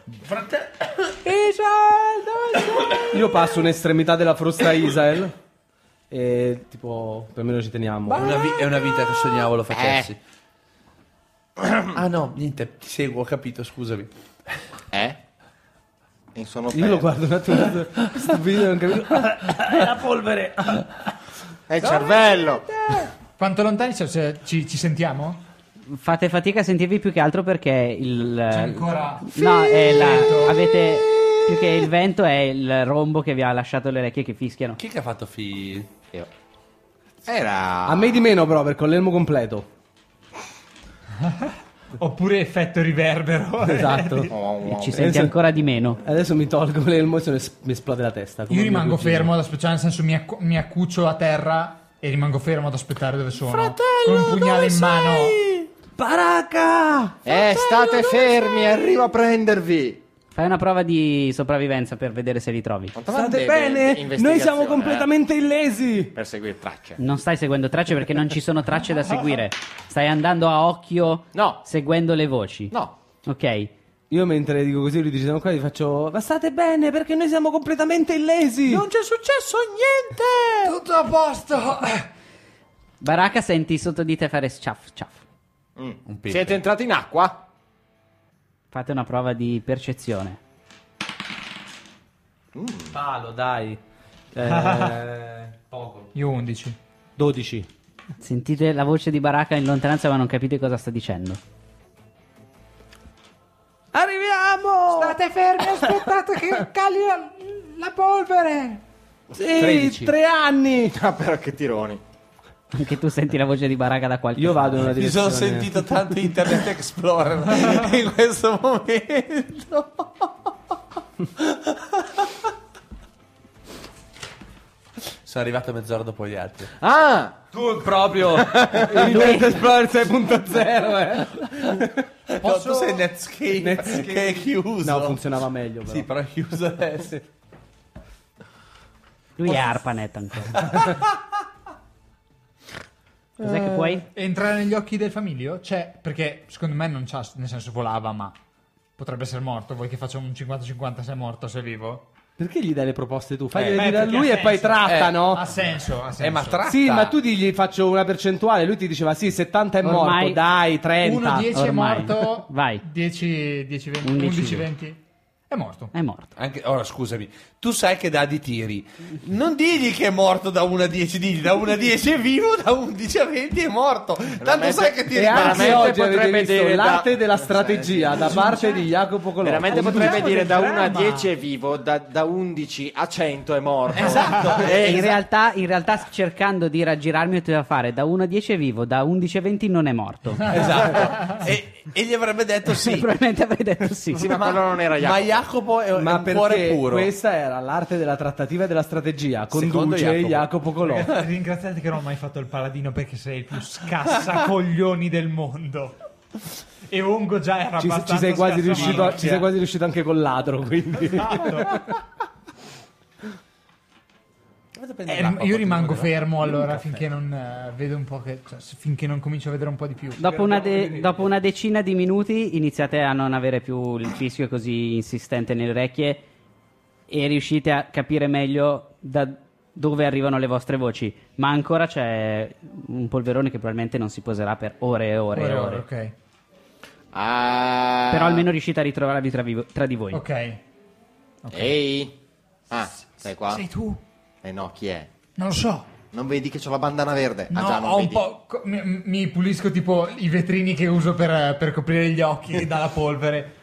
S5: Io passo un'estremità della frusta a Isael. E tipo, perlomeno ci teniamo.
S4: Una vi- è una vita che sognavo lo facessi. Ah no, niente, ti seguo, ho capito, scusami.
S3: Eh? In sono
S5: Io lo
S3: perso.
S5: guardo un attimo stupito, non capisco. È la polvere.
S3: È il cervello!
S2: quanto lontani siamo? Se- ci, ci sentiamo?
S1: Fate fatica a sentirvi più che altro perché il eh,
S2: C'è ancora
S1: No, è la avete più che il vento è il rombo che vi ha lasciato le orecchie che fischiano.
S4: Chi è che ha fatto fi...
S3: Era...
S5: A me di meno, però, perché ho l'elmo completo.
S2: Oppure effetto riverbero. Eh,
S5: Esatto.
S1: E ci senti ancora di meno.
S5: Adesso mi tolgo l'elmo e se ne es- mi esplode la testa. come
S2: Io
S5: mio
S2: rimango
S5: cugino.
S2: fermo ad aspettare, nel senso mi, acc- mi accuccio a terra e rimango fermo ad aspettare dove sono. con un pugnale in mano.
S5: Baracca!
S3: Eh, state fermi, arrivo a prendervi!
S1: Fai una prova di sopravvivenza per vedere se li trovi.
S3: Quanto avanti
S5: State
S3: è
S5: bene?
S3: investigazione,
S5: Noi siamo
S3: eh?
S5: completamente illesi!
S3: Per seguire tracce.
S1: Non stai seguendo tracce perché non ci sono tracce da seguire. Stai andando a occhio
S3: No.
S1: seguendo le voci.
S3: No,
S1: Ok.
S5: Io mentre dico così, lui dice siamo qua, gli faccio Ma state bene perché noi siamo completamente illesi! Non c'è successo niente!
S2: Tutto a posto.
S1: Baraka senti sotto di te fare sciaff sciaff.
S4: Un pepe.
S3: siete entrati in acqua?
S1: Fate una prova di percezione.
S5: Palo, dai. Eh, poco.
S2: Io 11.
S5: 12.
S1: Sentite la voce di Baraka in lontananza ma non capite cosa sta dicendo.
S5: Arriviamo!
S2: State fermi, aspettate che cali la, polvere.
S5: Sì,
S4: 13.
S5: tre anni!
S3: Ah, però che tironi.
S1: Anche tu senti la voce di Baraka da qualche
S5: Io vado in una
S4: Mi
S5: direzione.
S4: sono sentito tanto Internet Explorer in questo momento. Sono arrivato mezz'ora dopo gli altri.
S3: Ah!
S5: Tu proprio! Internet Explorer 6.0,
S4: Posso... Ah, Tu sei Netscape, che è
S5: eh!
S4: chiuso.
S5: No, funzionava meglio però.
S4: Sì, però è chiuso adesso.
S1: Lui è ARPANET ancora. Cos'è che puoi?
S2: Entrare negli occhi del famiglio? C'è, perché secondo me non c'ha, nel senso volava, ma potrebbe essere morto. Vuoi che faccia un 50-50 se è morto, se è vivo?
S5: Perché gli dai le proposte tu?
S2: Eh,
S5: Fai
S2: beh,
S5: dire a
S2: perché
S5: lui
S2: ha
S5: e poi
S2: senso.
S5: tratta,
S4: Eh,
S5: Ah, no?
S2: Ha senso, ha senso.
S4: Eh, ma tratta.
S5: Sì, ma tu gli faccio una percentuale. Lui ti diceva: Sì, 70 è morto,
S1: Ormai-
S5: dai, 30.
S2: 1, 10 è
S1: ormai.
S2: morto.
S1: Vai.
S2: 10, 10, 20,
S1: 11,
S2: 11, 20. È morto.
S1: È morto.
S4: Anche, ora scusami, tu sai che dà di tiri. Non digli che è morto da 1 a 10, digli da 1 a 10 è vivo, da 11 a 20 è morto. Tanto
S3: Veramente-
S4: sai che ti
S5: E anche
S3: Veramente
S5: oggi avete
S3: potrebbe
S5: visto
S3: dire da-
S5: l'arte della strategia da parte di Jacopo Colombo.
S3: Veramente potrebbe
S2: diciamo
S3: dire
S2: del
S3: da 1 a
S2: dramma.
S3: 10 è vivo, da, da 11 a 100 è morto.
S4: Esatto.
S3: Eh,
S1: in, realtà, in realtà cercando di raggirarmi poteva fare da 1 a 10 è vivo, da 11 a 20 non è morto.
S4: Esatto. e, e gli avrebbe detto sì.
S1: Probabilmente avrei detto sì.
S3: Sì, ma quello non era
S4: Ma
S3: Jacopo.
S4: Jacopo è, un- è
S5: Ma
S4: un
S5: perché
S4: cuore puro.
S5: questa era l'arte della trattativa e della strategia.
S4: Secondo
S5: Conduce
S4: Jacopo.
S5: Jacopo, Colombo.
S2: Ringraziate che non ho mai fatto il paladino perché sei il più scassacoglioni del mondo. E Ongo già era
S5: Ci,
S2: abbastanza Esatto.
S5: ci sei quasi
S2: scarso a
S5: riuscito,
S2: mano.
S5: a- ci sei quasi riuscito anche col ladro, quindi.
S2: Eh,
S4: Vado a prendere
S2: Eh,
S4: l'acqua,
S2: io
S4: porto
S2: rimango
S4: un po' di-
S2: fermo allora
S4: un caffè.
S2: finché non eh, vedo un po' che cioè, se- finché non comincio a vedere un po' di più.
S1: Dopo una, de- dopo una decina di minuti iniziate a non avere più il fischio così insistente nelle orecchie e riuscite a capire meglio da dove arrivano le vostre voci. Ma ancora c'è un polverone che probabilmente non si poserà per ore e ore e
S2: Ora,
S1: ore.
S2: ora, ok.
S3: Ah.
S1: Però almeno riuscite a ritrovarvi tra, vi- tra di voi.
S2: Ok.
S3: Ehi. Ah, sei qua?
S2: Sei tu?
S3: Eh no, chi è?
S2: Non lo so.
S3: Non vedi che ho la bandana verde?
S2: No,
S3: ah già, non
S2: ho un
S3: vedi.
S2: po'. co- Mi, mi pulisco tipo i vetrini che uso per, per coprire gli occhi dalla polvere.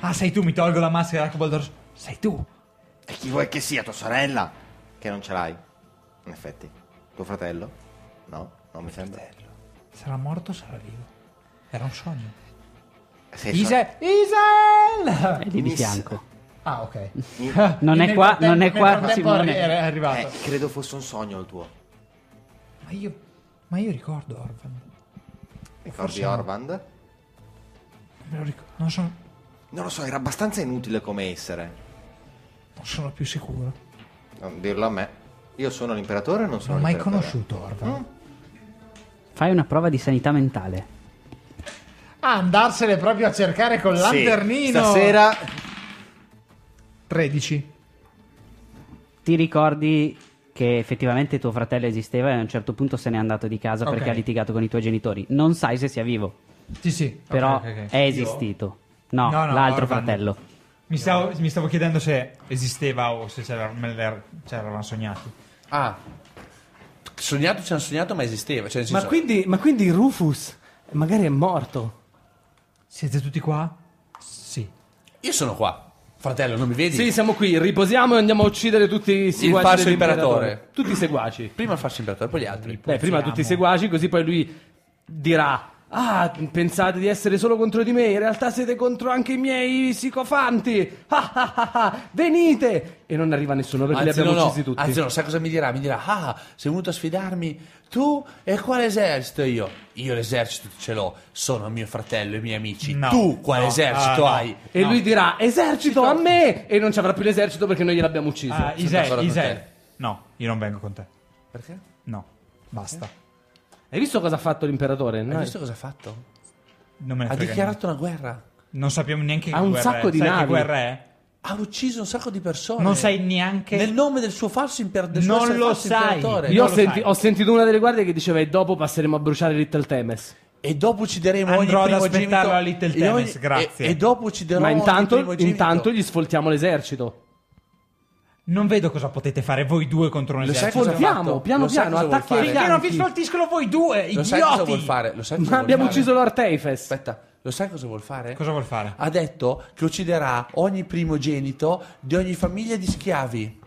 S2: Ah, sei tu, mi tolgo la maschera da Cobaldoros. Sei tu.
S3: E chi vuoi che sia tua sorella? Che non ce l'hai. In effetti. Tuo fratello? No, non mi sembra.
S2: Sarà morto o sarà vivo? Era un sogno.
S3: Sei
S2: Isel!
S1: Esatto.
S2: Isel!
S1: È eh, lì di
S3: Miss-
S1: fianco.
S2: Ah, ok.
S3: sor-
S1: Non
S2: Nel
S1: è qua,
S2: frattempo-
S1: non è
S2: nel
S1: qua,
S2: frattempo
S1: Simone.
S2: È è arrivato.
S3: Eh, credo fosse un sogno il tuo.
S2: Eh, Ma io. Ma io ricordo Orvan.
S3: Ricordi
S2: forse no.
S3: Orvand?
S2: Non me lo ricordo. Non sono,
S3: Non lo so, era abbastanza inutile come essere.
S2: non sono più sicuro.
S3: Non dirlo a me. Io sono l'imperatore non sono
S2: Non ho mai
S3: l'imperatore.
S1: eh.
S2: conosciuto Orvan.
S1: Fai una prova di sanità mentale.
S2: Ah, andarsene proprio a cercare con
S3: Sì,
S2: lanternino.
S3: Stasera
S2: 13.
S1: Ti ricordi che effettivamente tuo fratello esisteva e a un certo punto se n'è andato di casa
S2: Ok.
S1: perché ha litigato con i tuoi genitori. Non sai se sia vivo,
S2: Sì, sì.
S1: però
S2: Ok, ok, ok.
S1: è esistito. No,
S2: No, no,
S1: l'altro
S2: Orban.
S1: fratello.
S2: Mi stavo, mi stavo chiedendo se esisteva o se c'era, me l'er- c'erano sognati.
S4: Ah. Sognato ci hanno sognato, ma esisteva. Cioè, nel
S5: ma,
S4: senso-
S5: quindi, ma quindi Rufus magari è morto.
S2: Siete tutti qua? Sì.
S4: Io sono qua. Fratello, non mi vedi?
S5: Sì, siamo qui, riposiamo e andiamo a uccidere tutti i seguaci.
S4: falso
S5: dell'imperatore.
S4: imperatore.
S5: Tutti i seguaci.
S4: Prima il fascio imperatore, poi gli altri.
S5: Beh, prima tutti i seguaci, così poi lui dirà: Ah, pensate di essere solo contro di me, in realtà siete contro anche i miei psicofanti. Ah, ah, ah, ah, venite! E non arriva nessuno perché li
S4: Anzi,
S5: abbiamo
S4: no, no.
S5: uccisi tutti.
S4: Anzi, no, sai cosa mi dirà? Mi dirà: Ah, sei venuto a sfidarmi tu e quale esercito io? Io l'esercito ce l'ho, sono mio fratello e i miei amici.
S2: No,
S4: tu quale
S2: no,
S4: esercito
S2: ah, no.
S4: hai?
S5: E lui dirà: Esercito a me! E non ci avrà più l'esercito perché noi gliel'abbiamo ucciso.
S2: Ah,
S4: sono d'accordo
S2: Isel,
S4: con
S2: Isel.
S4: te.
S2: No, io non vengo con te.
S4: Perché?
S2: No, basta.
S4: Eh?
S5: Hai visto cosa ha fatto l'imperatore?
S4: Hai
S5: No?
S4: visto cosa ha fatto?
S2: Non me ne
S4: Ha
S2: frega
S4: dichiarato una guerra.
S2: niente. Non sappiamo neanche che
S5: Ha un
S2: guerra
S5: sacco
S2: è.
S5: di
S2: Sai che
S5: navi. Eh.
S2: guerra è?
S4: Ha ucciso un sacco di persone.
S2: Non sai neanche...
S4: Nel nome del suo falso imper- del suo
S2: Non
S4: essere
S2: lo
S4: falso
S2: sai.
S4: imperatore.
S5: Io ho,
S2: Non lo
S5: senti-
S2: sai.
S5: ho sentito una delle guardie che diceva: E dopo passeremo a bruciare Little Temes.
S4: E dopo uccideremo
S2: Andrò
S4: ogni
S2: ad
S4: primogenito-
S2: aspettarlo a Little
S4: e ogni-
S2: Temes, grazie.
S4: E, e dopo ucciderò
S5: Ma
S4: ogni
S5: intanto,
S4: primogenito.
S5: intanto gli sfoltiamo l'esercito.
S2: Non vedo cosa potete fare voi due contro un
S4: Lo sai
S2: esercito.
S4: Eh, cosa
S5: Sfoltiamo,
S4: fatto?
S5: piano
S4: Lo sai
S5: piano,
S4: cosa vuol
S5: attacchi ai
S4: fare?
S2: Finché non vi
S5: Bianchi.
S2: sfoltiscono voi due,
S4: Lo
S2: idioti!
S4: sai cosa vuol fare? Lo sai cosa
S5: Ma
S4: vuol
S5: abbiamo
S4: fare?
S5: ucciso Lord Teifes.
S4: Aspetta, lo sai cosa vuol fare?
S2: Cosa vuol fare?
S4: Ha detto che ucciderà ogni primogenito di ogni famiglia di schiavi.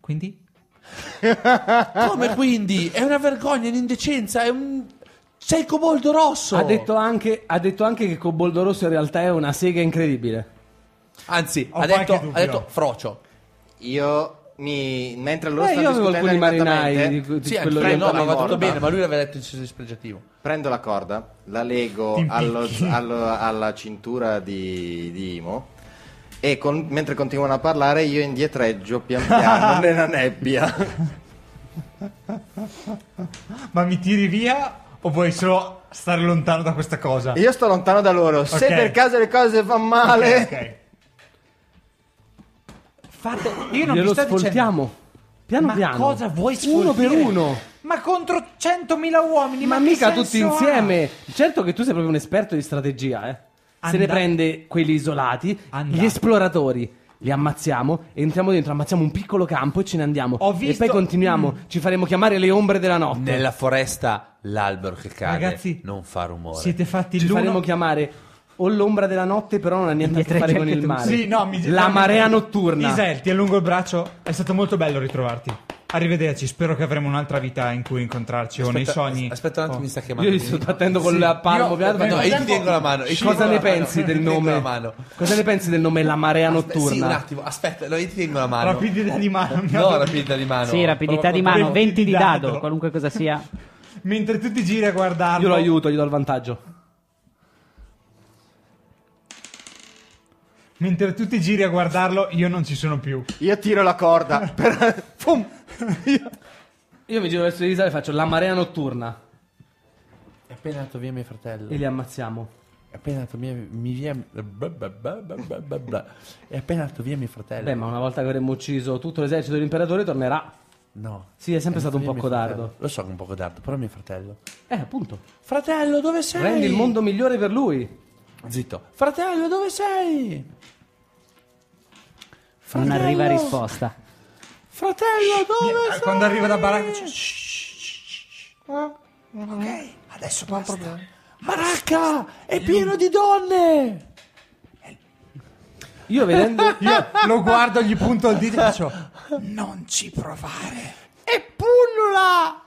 S2: Quindi?
S4: Come quindi? È una vergogna, un'indecenza, è un... Sei coboldo rosso!
S5: Ha detto, anche, ha detto anche che Coboldo Rosso in realtà è una sega incredibile.
S4: Anzi,
S2: Ho
S4: ha
S2: qualche
S4: detto,
S2: dubbio.
S4: ha detto frocio.
S3: io mi mentre loro
S2: Eh,
S5: Beh,
S3: stanno
S5: io avevo
S3: discutendo
S5: alcuni marinai di,
S3: lentamente,
S5: di
S4: Sì, anche
S5: quello
S4: lui, no,
S3: orientale
S4: ma va tutto
S3: morta.
S4: bene, ma lui l'aveva detto in senso dispregiativo.
S3: prendo la corda, la lego
S2: Ti impicchi.
S3: allo- allo- alla cintura di, di Imo e con- mentre continuano a parlare io indietreggio pian piano nella nebbia.
S2: Ma mi tiri via o vuoi solo stare lontano da questa cosa?
S3: Io sto lontano da loro, se
S2: Ok.
S3: per caso le cose fanno male...
S2: Ok, ok. Fate... Io non
S5: Glielo
S2: vi sto dicendo...
S5: sfoltiamo. Piano
S2: ma
S5: piano.
S2: cosa vuoi
S5: Uno
S2: sfoltire?
S5: per uno.
S2: Ma contro 100.000 uomini,
S5: Ma,
S2: ma, che
S5: mica
S2: senso
S5: tutti
S2: ha?
S5: insieme. Certo che tu sei proprio un esperto di strategia, eh. Se
S2: Andate-
S5: ne prende quelli isolati,
S2: Andate.
S5: gli esploratori. Li ammazziamo, entriamo dentro, ammazziamo un piccolo campo e ce ne andiamo.
S2: Ho visto-
S5: E poi continuiamo, ci faremo chiamare le ombre della notte.
S4: Nella foresta l'albero che cade
S2: Ragazzi,
S4: non fa rumore.
S2: Siete fatti
S5: Ci faremo
S2: l'uno...
S5: chiamare o l'ombra della notte, però non ha niente a che fare con il mare.
S2: Sì, no, mi...
S5: La marea notturna.
S2: Isel, ti allungo il braccio. È stato molto bello ritrovarti. Arrivederci, spero che avremo un'altra vita in cui incontrarci o nei
S4: Aspetta-
S2: sogni. Oh.
S4: Aspetta un attimo, mi sta chiamando.
S5: Io gli sto battendo con la palmo.
S2: Io-
S5: piano,
S2: nel
S4: No,
S5: faccio-
S4: e gli
S2: frattempo-
S4: tengo la mano. e gli
S5: Cosa
S4: tengo
S5: ne
S4: la mano,
S5: pensi del
S4: gli tengo
S5: nome?
S4: la mano.
S5: Cosa ne pensi del nome La Marea Notturna?
S4: Sì, un attimo, aspetta, no, io ti tengo la mano.
S2: Rapidità di mano.
S4: No, rapidità di mano.
S1: sì, rapidità di
S4: Provo-
S1: mano, 20 di
S2: dado.
S1: dado, qualunque cosa sia.
S7: mentre tu ti giri a guardarlo.
S5: Io lo aiuto, gli do il vantaggio.
S7: Mentre tu ti giri a guardarlo, io non ci sono più.
S3: Io tiro la corda. Per... Fum!
S5: Io mi giro verso di Isabel e faccio la marea notturna.
S4: È appena andato via mio fratello.
S5: E li ammazziamo.
S4: È appena andato via, mi via... bla bla bla bla bla bla bla. È appena andato via mio fratello.
S5: Beh, ma una volta che avremo ucciso tutto l'esercito dell'imperatore, tornerà.
S4: No.
S5: Sì, è sempre stato un po'
S4: Via mio fratello.
S5: codardo.
S4: Lo so che è un po' codardo, però è mio fratello.
S5: Eh, appunto.
S4: Fratello, dove sei?
S5: Rendi il mondo migliore per lui.
S4: Zitto. Fratello, dove sei?
S1: Non
S4: Fratello!
S1: arriva risposta.
S4: Fratello, dove sei? Eh?
S7: Quando arriva da baracca.
S4: Ok, adesso basta. Baracca, è pieno di donne.
S5: Io vedendo.
S7: Io lo guardo, gli punto il dito e faccio.
S4: E pullula.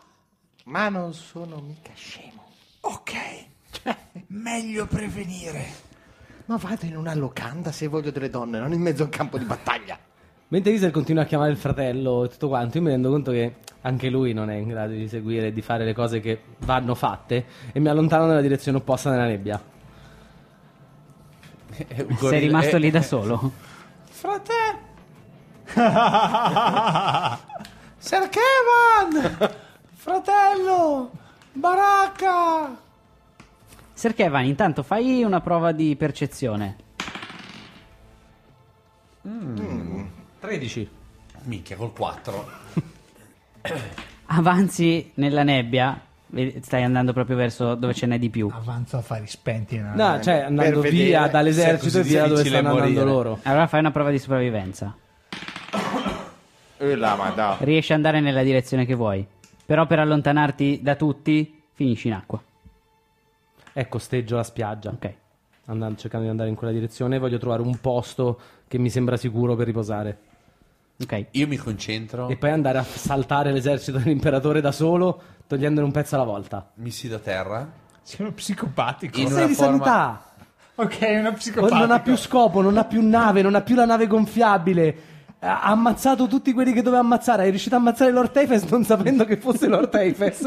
S3: Ma non sono mica scemo.
S4: Ok, Cioè, meglio prevenire.
S3: Ma vado in una locanda se voglio delle donne, non in mezzo a un campo di battaglia.
S5: Mentre Isel continua a chiamare il fratello e tutto quanto, io mi rendo conto che anche lui non è in grado di seguire e di fare le cose che vanno fatte. E mi allontano nella direzione opposta nella nebbia.
S1: Sei
S4: Eh.
S1: rimasto
S2: eh,
S1: lì da solo.
S4: Fratello. Sir Kevin! Fratello! Baracca!
S1: Sir Kevin, intanto fai una prova di percezione.
S5: 13.
S4: Minchia, col 4.
S1: Avanzi nella nebbia. Vedi- Stai andando proprio verso dove ce n'è di
S2: Ah.
S1: più.
S7: Avanzo a fari spenti. no?
S5: No,
S1: Eh.
S5: cioè andando
S3: Per vedere
S5: via
S3: se è
S5: dall'esercito
S4: così
S5: e via dove
S4: difficile
S5: stanno andando
S4: morire.
S5: loro.
S1: Allora fai una prova di sopravvivenza.
S3: E la madà.
S1: Riesci ad andare nella direzione che vuoi. Però per allontanarti da tutti, finisci in acqua.
S5: Ecco, steggio la spiaggia.
S1: Ok.
S5: Andando, cercando di andare in quella direzione, voglio trovare un posto che mi sembra sicuro per riposare.
S1: Ok.
S4: Io mi concentro,
S5: E poi andare a saltare l'esercito dell'imperatore da solo, togliendone un pezzo alla volta.
S4: mi siedo a terra.
S7: Sono psicopatico.
S4: In
S5: Cosa
S4: una
S5: sei di
S4: forma-
S5: sanità?
S7: Ok, è una
S5: Oh,
S7: psicopatico.
S5: non ha più scopo, non ha più nave, non ha più la nave gonfiabile. Ha ammazzato tutti quelli che doveva ammazzare. È riuscito a ammazzare Lord Typhus non sapendo che fosse Lord Typhus.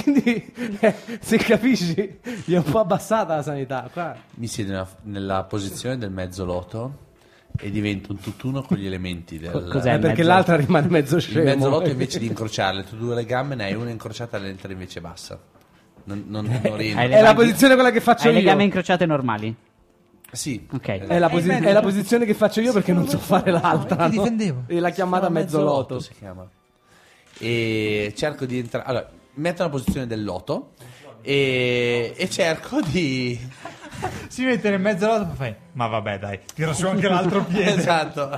S5: Quindi, eh, se capisci, gli è un po' abbassata la sanità. Qua. eh,
S4: Mi siedo nella, nella posizione del mezzo loto e divento un tutt'uno con gli elementi del...
S1: Co- cos'è?
S5: Eh, perché
S1: mezzo-
S5: l'altra rimane mezzo
S4: Il
S5: scemo.
S4: mezzo loto invece di incrociarle, tu due le gambe ne hai una incrociata e l'altra invece bassa. Non, non, non rientro.
S1: Hai le
S5: È la
S1: gambe-
S5: posizione quella che faccio
S1: Hai le gambe
S5: io.
S1: incrociate normali.
S4: Sì. Eh,
S1: Ok.
S5: È la, posi- è la posizione che faccio io perché non so fare l'altra.
S7: ti
S5: no?
S7: difendevo.
S5: E la chiamata
S4: No,
S5: mezzo
S4: loto
S5: loto.
S4: si chiama. E cerco di entrare... Allora, metto la posizione del loto e, e cerco di...
S7: Si mette nel mezzo all'altro e fai. Ma vabbè, dai, tiro su anche l'altro piede.
S4: Esatto,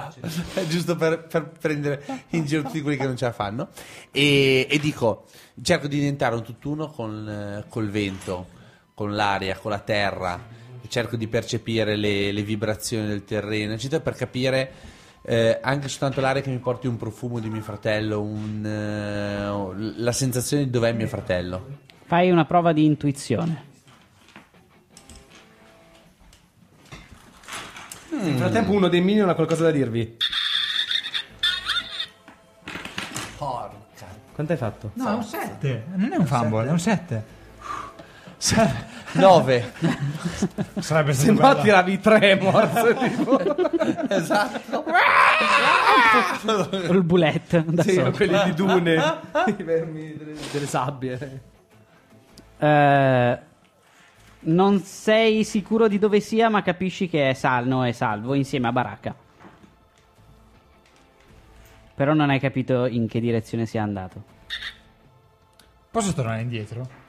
S4: è giusto per, per prendere in giro tutti quelli che non ce la fanno. E, e dico, cerco di diventare un tutt'uno con, eh, col vento, con l'aria, con la terra. Cerco di percepire le, le vibrazioni del terreno, eccetera, per capire eh, anche soltanto l'aria che mi porti un profumo di mio fratello, un, eh, la sensazione di dov'è mio fratello.
S1: Fai una prova di intuizione.
S5: Nel frattempo, uno dei minion ha qualcosa da dirvi. Quanto hai fatto?
S7: No, è un 7. Non è un fumble, è un 7.
S4: 9.
S7: Sarebbe
S5: Se
S7: stato
S5: no
S7: bello.
S5: tiravi tre morse tipo.
S4: esatto.
S1: Il bullet da
S5: Sì,
S1: solo.
S5: quelli di dune I vermi delle, delle sabbie
S1: Eh, non sei sicuro di dove sia, ma capisci che è Salno e Salvo insieme a Baracca. Però non hai capito in che direzione sia andato.
S7: Posso tornare indietro?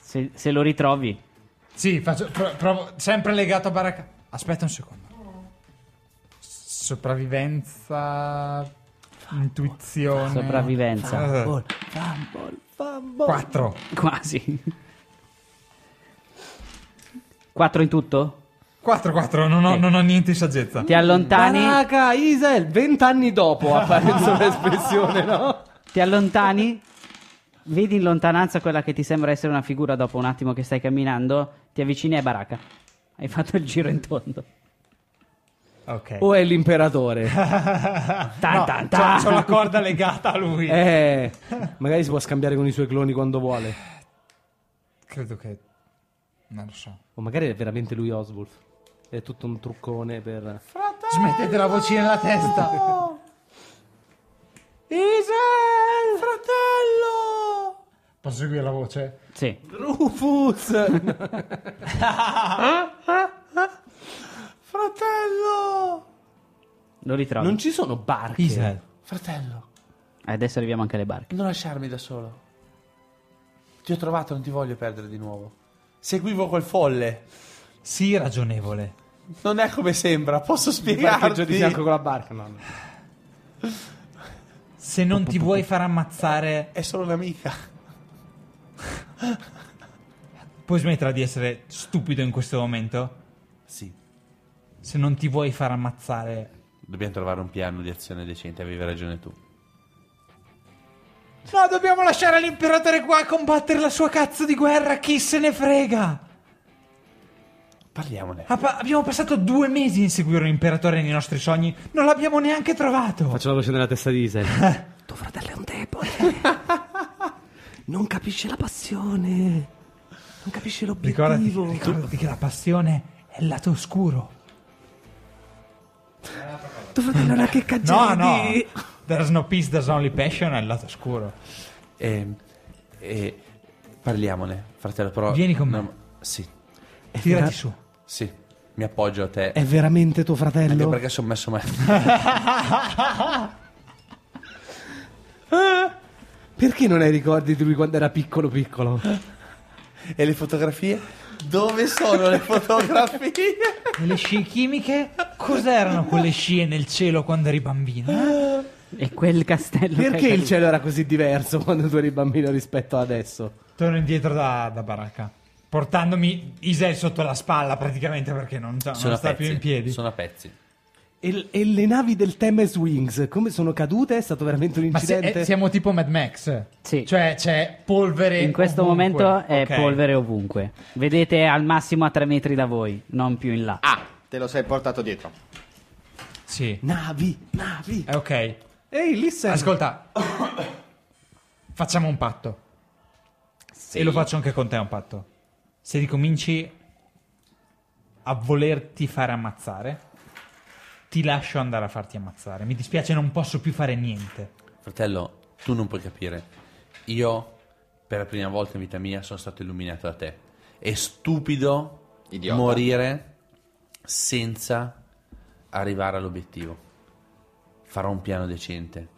S1: Se, se lo ritrovi,
S7: Sì, faccio, pro- provo, sempre legato a baracca. Aspetta un secondo. Sopravvivenza, intuizione.
S1: sopravvivenza.
S7: 4.
S1: Quasi. Quattro in tutto?
S7: 4, 4, non ho, non ho niente in saggezza.
S1: Ti allontani,
S5: Tanaka Isel vent'anni dopo apparenza un'espressione no?
S1: ti allontani, vedi in lontananza quella che ti sembra essere una figura dopo un attimo che stai camminando, ti avvicini a Baracca. Hai fatto il giro intorno.
S2: Ok.
S5: o è l'imperatore?
S1: Tan,
S2: No,
S1: tan,
S2: c'ho-
S1: tan.
S2: c'ho la corda legata a lui.
S5: Eh, magari si può scambiare con i suoi cloni quando vuole.
S2: Credo che... Non lo so.
S5: O magari è veramente lui Oswulf. È tutto un truccone per...
S2: Smettete la vocina nella testa.
S5: Isel! Fratello!
S2: Posso seguire la voce?
S1: Sì.
S5: Rufus! Fratello!
S1: Lo ritrovi. Eh,
S5: Non ci sono barche.
S2: Isel.
S4: Fratello,
S1: Adesso arriviamo anche alle barche.
S4: non lasciarmi da solo. Ti ho trovato, non ti voglio perdere di nuovo. Seguivo quel folle.
S2: Sì, ragionevole.
S4: Non è come sembra, posso
S5: Il parcheggio
S4: spiegarti.
S5: di fianco con la barca. No, no.
S2: Se non ti vuoi far ammazzare,
S4: È solo un'amica.
S2: puoi smetterla di essere stupido in questo momento?
S4: Sì,
S2: Se non ti vuoi far ammazzare...
S4: dobbiamo trovare un piano di azione decente, avevi ragione tu.
S2: No, dobbiamo lasciare l'imperatore qua a combattere la sua cazzo di guerra, chi se ne frega!
S4: Parliamone.
S2: Ah, pa- abbiamo passato due mesi a inseguire un imperatore nei nostri sogni, non l'abbiamo neanche trovato!
S5: Faccio la voce nella testa di Isel.
S8: Tuo fratello è un debole. non capisce la passione. Non capisce l'obiettivo.
S2: Ricordati, ricordati che la passione è il lato oscuro.
S8: Tuo fratello era che caggiati.
S2: No, no. There's no peace, there's only passion è il lato oscuro.
S4: E, Ehm, e- parliamone, fratello, però...
S2: Vieni con
S4: no,
S2: me.
S4: Sì,
S2: Tirati su.
S4: sì, mi appoggio a te.
S5: È veramente tuo
S4: Anche
S5: fratello?
S4: perché sono messo male.
S5: Perché non hai ricordi di lui quando era piccolo piccolo?
S4: E le fotografie? Dove sono le fotografie?
S2: E le scie chimiche? Cos'erano quelle scie nel cielo quando eri bambino? eh?
S1: E quel castello. che
S5: Perché
S1: hai
S5: il cielo era così diverso quando tu eri bambino rispetto ad adesso?
S2: Torno indietro da, da baracca. Portandomi Isel sotto la spalla praticamente perché non, non
S4: Sono a
S2: sta più
S4: pezzi,
S2: in piedi.
S4: Sono a pezzi.
S5: E, e le navi del Thames Wings, come sono cadute? È stato veramente un
S2: Ma se-
S5: incidente?
S2: eh, siamo tipo Mad Max.
S1: Sì.
S2: Cioè c'è polvere.
S1: In questo
S2: ovunque.
S1: momento è
S2: Ok.
S1: polvere ovunque. Vedete al massimo a tre metri da voi, non più in là.
S3: Ah, te lo sei portato dietro.
S2: Sì.
S5: Navi, navi.
S2: È ok.
S5: Ehi, listen.
S2: Ascolta. Facciamo un patto. E lo faccio anche con te un patto. Se ricominci a volerti fare ammazzare, ti lascio andare a farti ammazzare. Mi dispiace, non posso più fare niente.
S4: Fratello, tu non puoi capire. Io, per la prima volta in vita mia, sono stato illuminato da te. È stupido
S3: Idiota.
S4: morire senza arrivare all'obiettivo. Farò un piano decente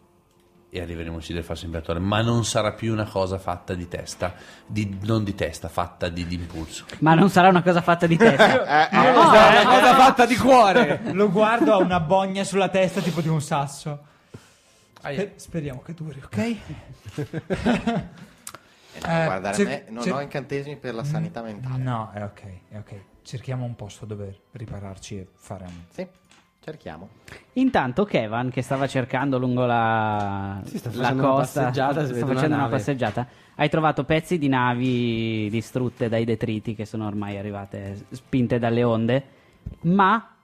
S4: e arriveremo a uccidere il falso imperatore, ma non sarà più una cosa fatta di testa, di- non di testa, fatta di, di impulso.
S1: Ma non sarà una cosa fatta di testa.
S5: È una Eh, cosa fatta di cuore.
S2: Lo guardo, ha una bogna sulla testa tipo di un sasso. Sper- speriamo che duri, ok? Eh,
S3: Guardare
S2: cer-
S3: me, non
S2: cer-
S3: ho incantesimi per la sanità mentale.
S2: No, è ok, è ok. Cerchiamo un posto dove ripararci e fare un...
S3: Sì, cerchiamo.
S1: Intanto Kevan, che stava cercando lungo la,
S5: Sì, sta
S1: la
S5: facendo una
S1: costa,
S5: passeggiata, si
S1: sta
S5: vede una
S1: facendo una
S5: nave.
S1: passeggiata, hai trovato pezzi di navi distrutte dai detriti che sono ormai arrivate spinte dalle onde, ma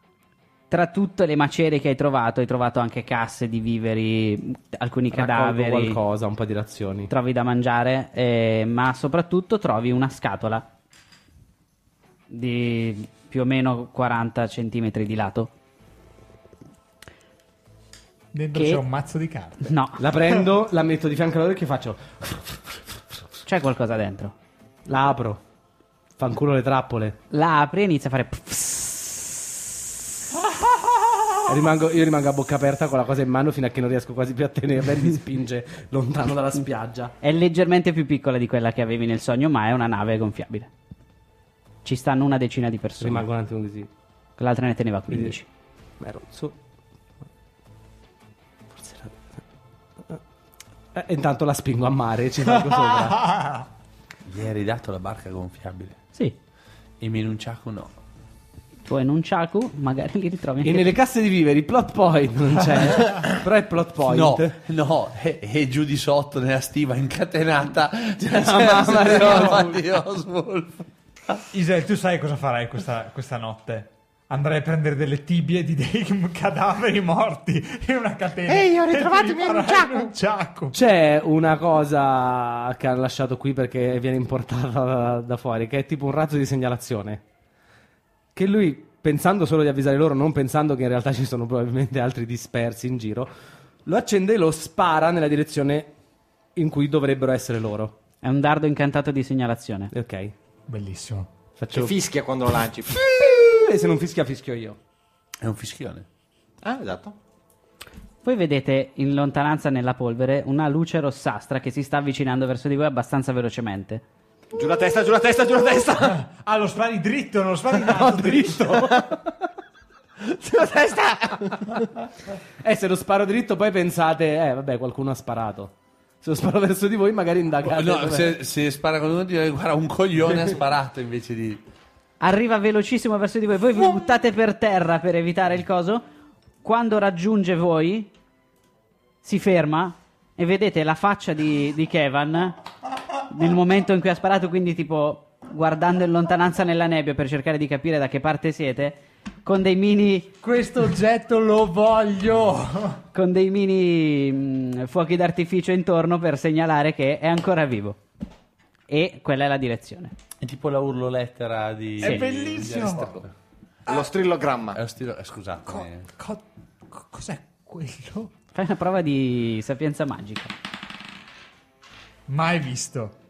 S1: tra tutte le macerie che hai trovato, hai trovato anche casse di viveri, alcuni
S5: Raccolgo
S1: cadaveri.
S5: qualcosa, un po' di razioni.
S1: trovi da mangiare, eh, ma soprattutto trovi una scatola di più o meno 40 centimetri di lato.
S2: Dentro
S1: Che-
S2: c'è un mazzo di carte.
S1: No,
S5: La prendo, la metto di fianco all'orecchio e faccio.
S1: c'è qualcosa dentro.
S5: La apro. Fanculo le trappole.
S1: La apri e inizia a fare.
S5: Rimango- io rimango a bocca aperta con la cosa in mano fino a che non riesco quasi più a tenerla e mi spinge lontano dalla spiaggia.
S1: È leggermente più piccola di quella che avevi nel sogno, ma è una nave gonfiabile. Ci stanno una decina di persone.
S5: Rimango un attimo così.
S1: L'altra ne teneva 15.
S5: Ma ero su. Forse era. Eh, intanto la spingo a mare e ci salgo sopra.
S4: Gli hai ridato la barca gonfiabile.
S1: Sì.
S4: E Minunciaku no.
S1: Tu in un ciacu, magari li ritrovi
S5: E
S1: anche
S5: nelle casse di viveri, plot point non c'è. però è plot point.
S4: No, no, e, e giù di sotto nella stiva incatenata c'è
S5: mamma
S4: la
S5: di
S4: mamma di Oswald.
S2: Isel, tu sai cosa farai questa, questa notte? Andrei a prendere delle tibie di dei cadaveri morti e una catena.
S9: Ehi, ho ritrovato
S2: mi
S9: il mio
S2: farai
S9: nunchaku.
S2: un nunchaku.
S5: C'è una cosa che hanno lasciato qui perché viene importata da, da fuori, che è tipo un razzo di segnalazione. Che lui, pensando solo di avvisare loro, non pensando che in realtà ci sono probabilmente altri dispersi in giro, lo accende e lo spara nella direzione in cui dovrebbero essere loro.
S1: È un dardo incantato di segnalazione.
S5: Ok,
S2: Bellissimo.
S3: Che
S5: faccio...
S3: fischia quando lo lanci.
S5: e se non fischia, fischio io.
S4: È un fischione.
S3: ah, esatto.
S1: Voi vedete in lontananza nella polvere una luce rossastra che si sta avvicinando verso di voi abbastanza velocemente.
S3: Giù la testa, giù la testa, giù la testa.
S2: Ah, lo spari dritto, non lo spari in
S5: Ah,
S2: alto, dritto.
S3: giù la testa.
S5: Eh, se lo sparo dritto poi pensate, eh, vabbè, qualcuno ha sparato. Se lo sparo verso di voi magari indagate.
S4: Ah, No,
S5: dov'è.
S4: se, se spara con uno dire guarda un coglione ha sparato invece di...
S1: Arriva velocissimo verso di voi, voi vi buttate per terra per evitare il coso. Quando raggiunge voi, si ferma e vedete la faccia di, di Kevan nel momento in cui ha sparato, quindi tipo guardando in lontananza nella nebbia per cercare di capire da che parte siete, con dei mini,
S2: Questo oggetto lo voglio.
S1: con dei mini mh, fuochi d'artificio intorno per segnalare che è ancora vivo. E quella è la direzione.
S4: È tipo la urlolettera di...
S2: È
S4: di-
S2: bellissimo.
S4: di Aristotele.
S3: Lo strillogramma.
S4: È lo stile... eh, Scusate.
S2: Co- co- cos'è quello?
S1: Fai una prova di sapienza magica.
S2: Mai visto.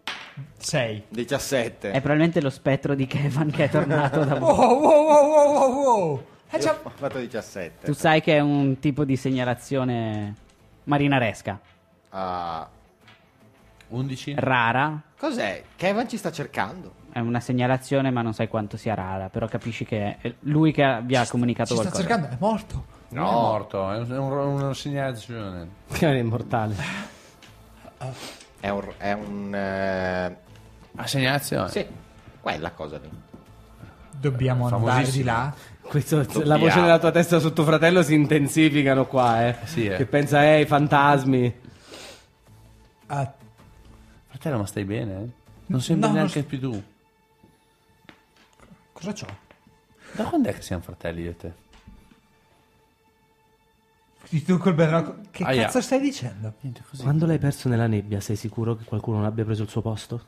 S2: Sei.
S3: 17.
S1: È probabilmente lo spettro di Kevan che è tornato da voi.
S2: Wow, wow, wow, wow, wow, wow. Eh,
S3: Io
S2: già-
S3: Ho fatto 17.
S1: Tu sai che è un tipo di segnalazione marinaresca,
S3: Ah,
S4: 11?
S1: rara.
S3: cos'è? Kevin ci sta cercando.
S1: È una segnalazione, ma non sai quanto sia rara. Però capisci che è lui che vi ha comunicato
S2: Ci sta
S1: qualcosa.
S2: cercando, è morto.
S4: No. È morto, è un- è un- una segnalazione.
S5: Che è immortale.
S3: È un. È un eh,
S4: Una segnalazione?
S3: Sì, quella cosa lì.
S2: Dobbiamo andare di
S4: famosissimo.
S2: là.
S5: Questo- la voce della tua testa sotto fratello si intensificano qua, eh.
S4: Sì, eh.
S5: Che pensa, eh, i fantasmi.
S2: Ah,
S4: Fratello, ma stai bene? eh? Non sembri
S2: No, non
S4: neanche più tu.
S2: cosa c'ho?
S4: Da quando è che siamo fratelli io e te?
S2: Di tu col berracco. Che
S4: Aia.
S2: cazzo stai dicendo?
S4: Niente così.
S5: Quando l'hai perso nella nebbia, sei sicuro che qualcuno non abbia preso il suo posto?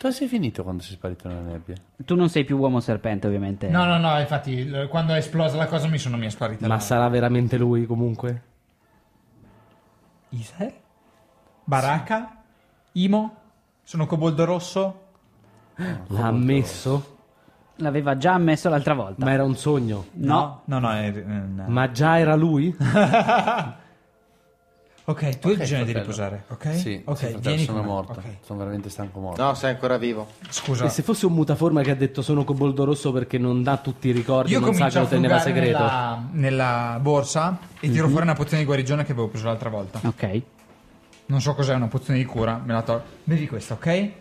S4: Dove sei finito quando sei sparito nella nebbia?
S1: Tu non sei più uomo serpente, ovviamente.
S9: No, no, no, infatti, l- quando è esplosa la cosa mi sono mi è sparita.
S5: Ma
S9: la-
S5: sarà veramente lui comunque?
S2: Isel? Baraka? Imo? Sono Coboldo Rosso?
S5: L'ha ammesso?
S1: L'aveva già ammesso l'altra volta.
S5: Ma era un sogno.
S1: No.
S2: No, no, è- eh, no.
S5: Ma già era lui?
S2: Ok, tu hai bisogno di
S4: fratello.
S2: riposare, ok?
S4: Sì,
S2: ok,
S4: sì, fratello,
S2: vieni
S4: sono
S2: con me.
S4: morto.
S2: Ok.
S4: Sono veramente stanco morto.
S3: No, sei ancora vivo.
S2: Scusa.
S5: E se fosse un mutaforma che ha detto sono Coboldo Rosso perché non dà tutti i ricordi,
S9: Io
S5: non sa che
S9: comincio a
S5: lo teneva
S9: frugare
S5: segreto?
S9: nella...
S2: Nella borsa e tiro fuori una pozione di guarigione che avevo preso l'altra volta.
S1: Ok.
S2: Non so cos'è una pozione di cura, me la tolgo. Vedi questa, ok? Eh,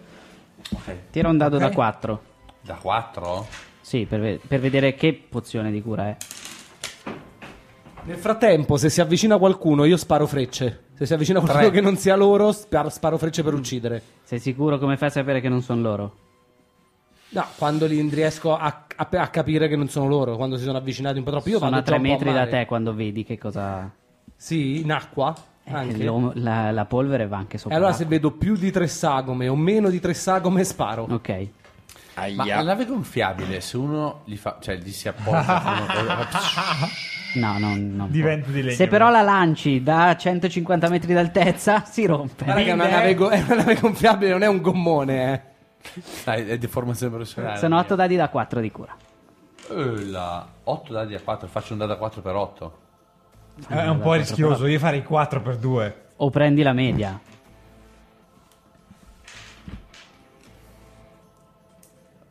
S1: Tira un dado
S2: Ok.
S1: da 4.
S4: Da 4?
S1: Sì, per, ve- per vedere che pozione di cura è.
S5: Nel frattempo, se si avvicina qualcuno, io sparo frecce. Se si avvicina qualcuno che non sia loro, spar- sparo frecce per uccidere.
S1: Sei sicuro come fai a sapere che non sono loro?
S5: No, quando li riesco a, a- a capire che non sono loro, quando si sono avvicinati un po' troppo, io
S1: sono
S5: vado
S1: a
S5: già
S1: 3
S5: un po'
S1: metri da
S5: mare.
S1: te quando vedi che cosa.
S5: Sì, in acqua.
S1: Eh,
S5: anche.
S1: lo- la, la polvere va anche
S5: E
S1: sopra.
S5: allora se
S1: l'acqua.
S5: vedo più di tre sagome o meno di tre sagome, sparo.
S1: Ok.
S4: Ma
S3: Aia.
S4: la nave gonfiabile, se uno gli fa, cioè gli si appoggia con una cosa-
S1: No, no, no.
S2: Divento di legno.
S1: Se però la lanci da 150 metri d'altezza, si rompe.
S5: Ma raga, è una nave, go- è una nave gonfiabile, non è un gommone, eh.
S4: Dai, è deformazione professionale.
S1: eh, Sono 8 dadi da 4 di cura.
S4: Eh, 8 dadi a 4, faccio un dado a 4 per 8.
S2: È un po' rischioso, io farei 4 per 2.
S1: O prendi la media.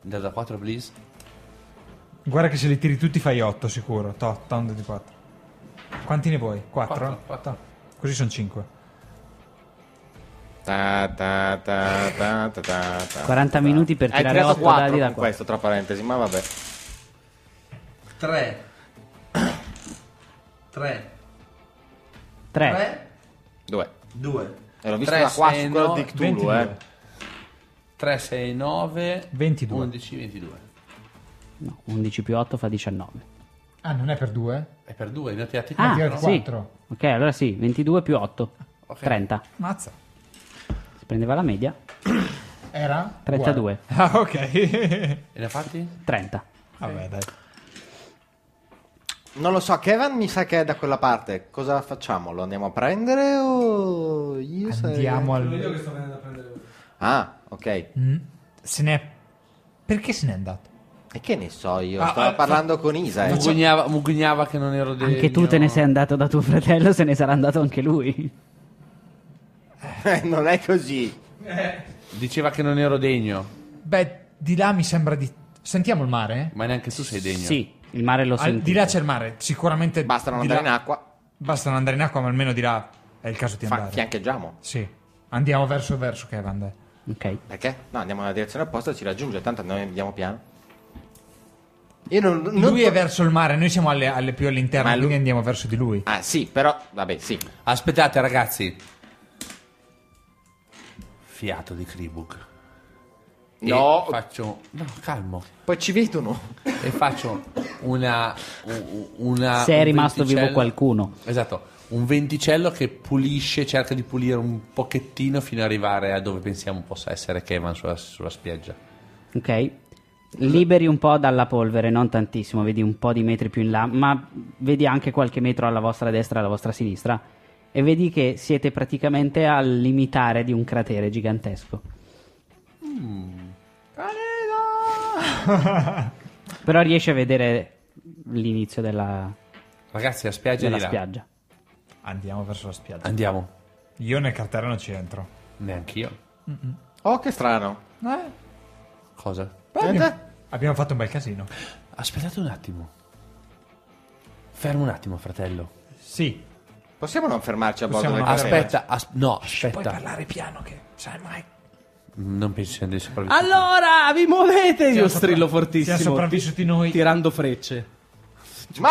S4: Un dado a 4, please.
S2: Guarda che se li tiri tutti fai 8 sicuro. Tot, tanto di 4. Quanti ne vuoi? 4?
S4: Quattro, quattro.
S2: Così sono 5.
S3: Ta, ta, ta, ta, ta, ta, ta.
S1: 40 minuti per
S3: Hai
S1: tirare 8
S3: tirato 4
S1: dadi da 4.
S3: con questo, tra parentesi, ma vabbè.
S4: 3. 3.
S3: Eh?
S1: 3.
S3: Due.
S4: 2.
S3: E l'ho visto da qua su quello di Cthulhu, eh.
S4: 3, 6, 9,
S2: 22.
S4: 11, 22.
S1: No, 11 più 8 fa 19.
S2: Ah, non è per due?
S4: È per due, ne ho tirati
S1: Ah,
S2: tira il
S1: sì.
S2: quattro.
S1: Ok, allora sì, 22 più 8. 30.
S7: Mazza.
S1: Si prendeva la media.
S2: Era?
S1: 32.
S7: Ah, ok.
S4: E ne ha fatti?
S1: 30.
S7: Vabbè, dai.
S3: Non lo so, Kevin mi sa che è da quella parte. Cosa facciamo? Lo andiamo a prendere o io sarei-
S2: Andiamo
S5: Sono io
S2: al...
S5: che sto venendo a prendere voi.
S3: Ah, ok. E
S2: Mm? Se n'è... Perché se n'è andato?
S3: che ne so io?
S7: Ah,
S3: Stavo
S7: ah,
S3: parlando con Isa. eh.
S4: Mugugnava, mugugnava che non ero degno.
S1: Anche tu te ne sei andato da tuo fratello, se ne sarà andato anche lui.
S3: Eh, non è così.
S4: Diceva che non ero degno,
S2: Beh, di là mi sembra di... Sentiamo il mare?
S4: ma neanche tu sei degno.
S1: Sì, il mare lo
S7: Al-
S1: senti.
S7: di là c'è il mare, sicuramente.
S3: Basta non
S7: di
S3: andare
S7: là-
S3: in acqua.
S7: Basta non andare in acqua, ma almeno di là è il caso di
S3: Fa-
S7: andare.
S3: fiancheggiamo.
S7: Sì. Andiamo verso verso Kevin. dai.
S1: Ok.
S3: Perché? No, andiamo nella direzione opposta, ci raggiunge, tanto noi andiamo piano. Io non... non
S7: Lui è verso il mare, noi siamo alle, alle più all'interno,
S3: Ma lui-
S7: quindi andiamo verso di lui.
S3: Ah, sì, però... Vabbè, sì.
S4: Aspettate, ragazzi. Fiato di Kribuk. E
S3: No,
S4: Faccio. No, calmo.
S3: poi ci vedono.
S4: E faccio una. u- una
S1: se è
S4: un
S1: rimasto vivo
S4: venticello-
S1: qualcuno.
S4: Esatto. Un venticello che pulisce, cerca di pulire un pochettino fino ad arrivare a dove pensiamo possa essere Kevin sulla, sulla spiaggia.
S1: Ok. Liberi un po' dalla polvere, non tantissimo, vedi un po' di metri più in là, ma vedi anche qualche metro alla vostra destra e alla vostra sinistra. E vedi che siete praticamente al limitare di un cratere gigantesco. Però riesci a vedere l'inizio della,
S4: Ragazzi, la spiaggia è
S1: della
S4: di là.
S1: spiaggia.
S7: Andiamo verso la spiaggia.
S4: Andiamo.
S7: Io nel cartello non ci entro.
S4: Neanch'io.
S3: Oh, che strano.
S4: Cosa?
S3: Niente?
S7: Abbiamo fatto un bel casino.
S4: Aspettate un attimo. Fermo un attimo, fratello.
S7: Sì.
S3: Possiamo non fermarci a bordo
S7: Possiamo
S3: del
S7: non
S3: carrello?
S4: Aspetta, as- no,
S7: Puoi
S4: aspetta.
S7: parlare piano che sai mai.
S4: Non penso siano dei sopravvissuti.
S5: Allora, vi muovete! Io
S7: Siamo
S5: strillo
S7: sopra-
S5: fortissimo.
S7: siamo sopravvissuti noi.
S5: Tirando frecce.
S3: Ma...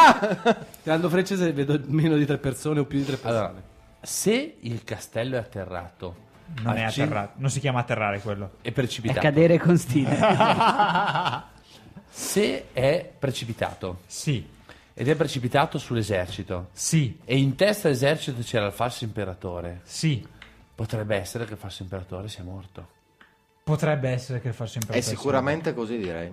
S5: Tirando frecce se vedo meno di tre persone o più di tre persone.
S4: Allora, se il castelllo è atterrato,
S7: Non è
S4: a cin-
S7: atterrato. Non si chiama atterrare quello.
S4: è
S1: È
S4: precipitato.
S1: cadere con stile.
S4: se è precipitato
S7: Sì.
S4: ed è precipitato sull'esercito
S7: Sì.
S4: e in testa all'esercito c'era il falso imperatore,
S7: Sì.
S4: potrebbe essere che il falso imperatore sia morto.
S7: Potrebbe essere che il falso imperatore.
S3: È sicuramente così, direi.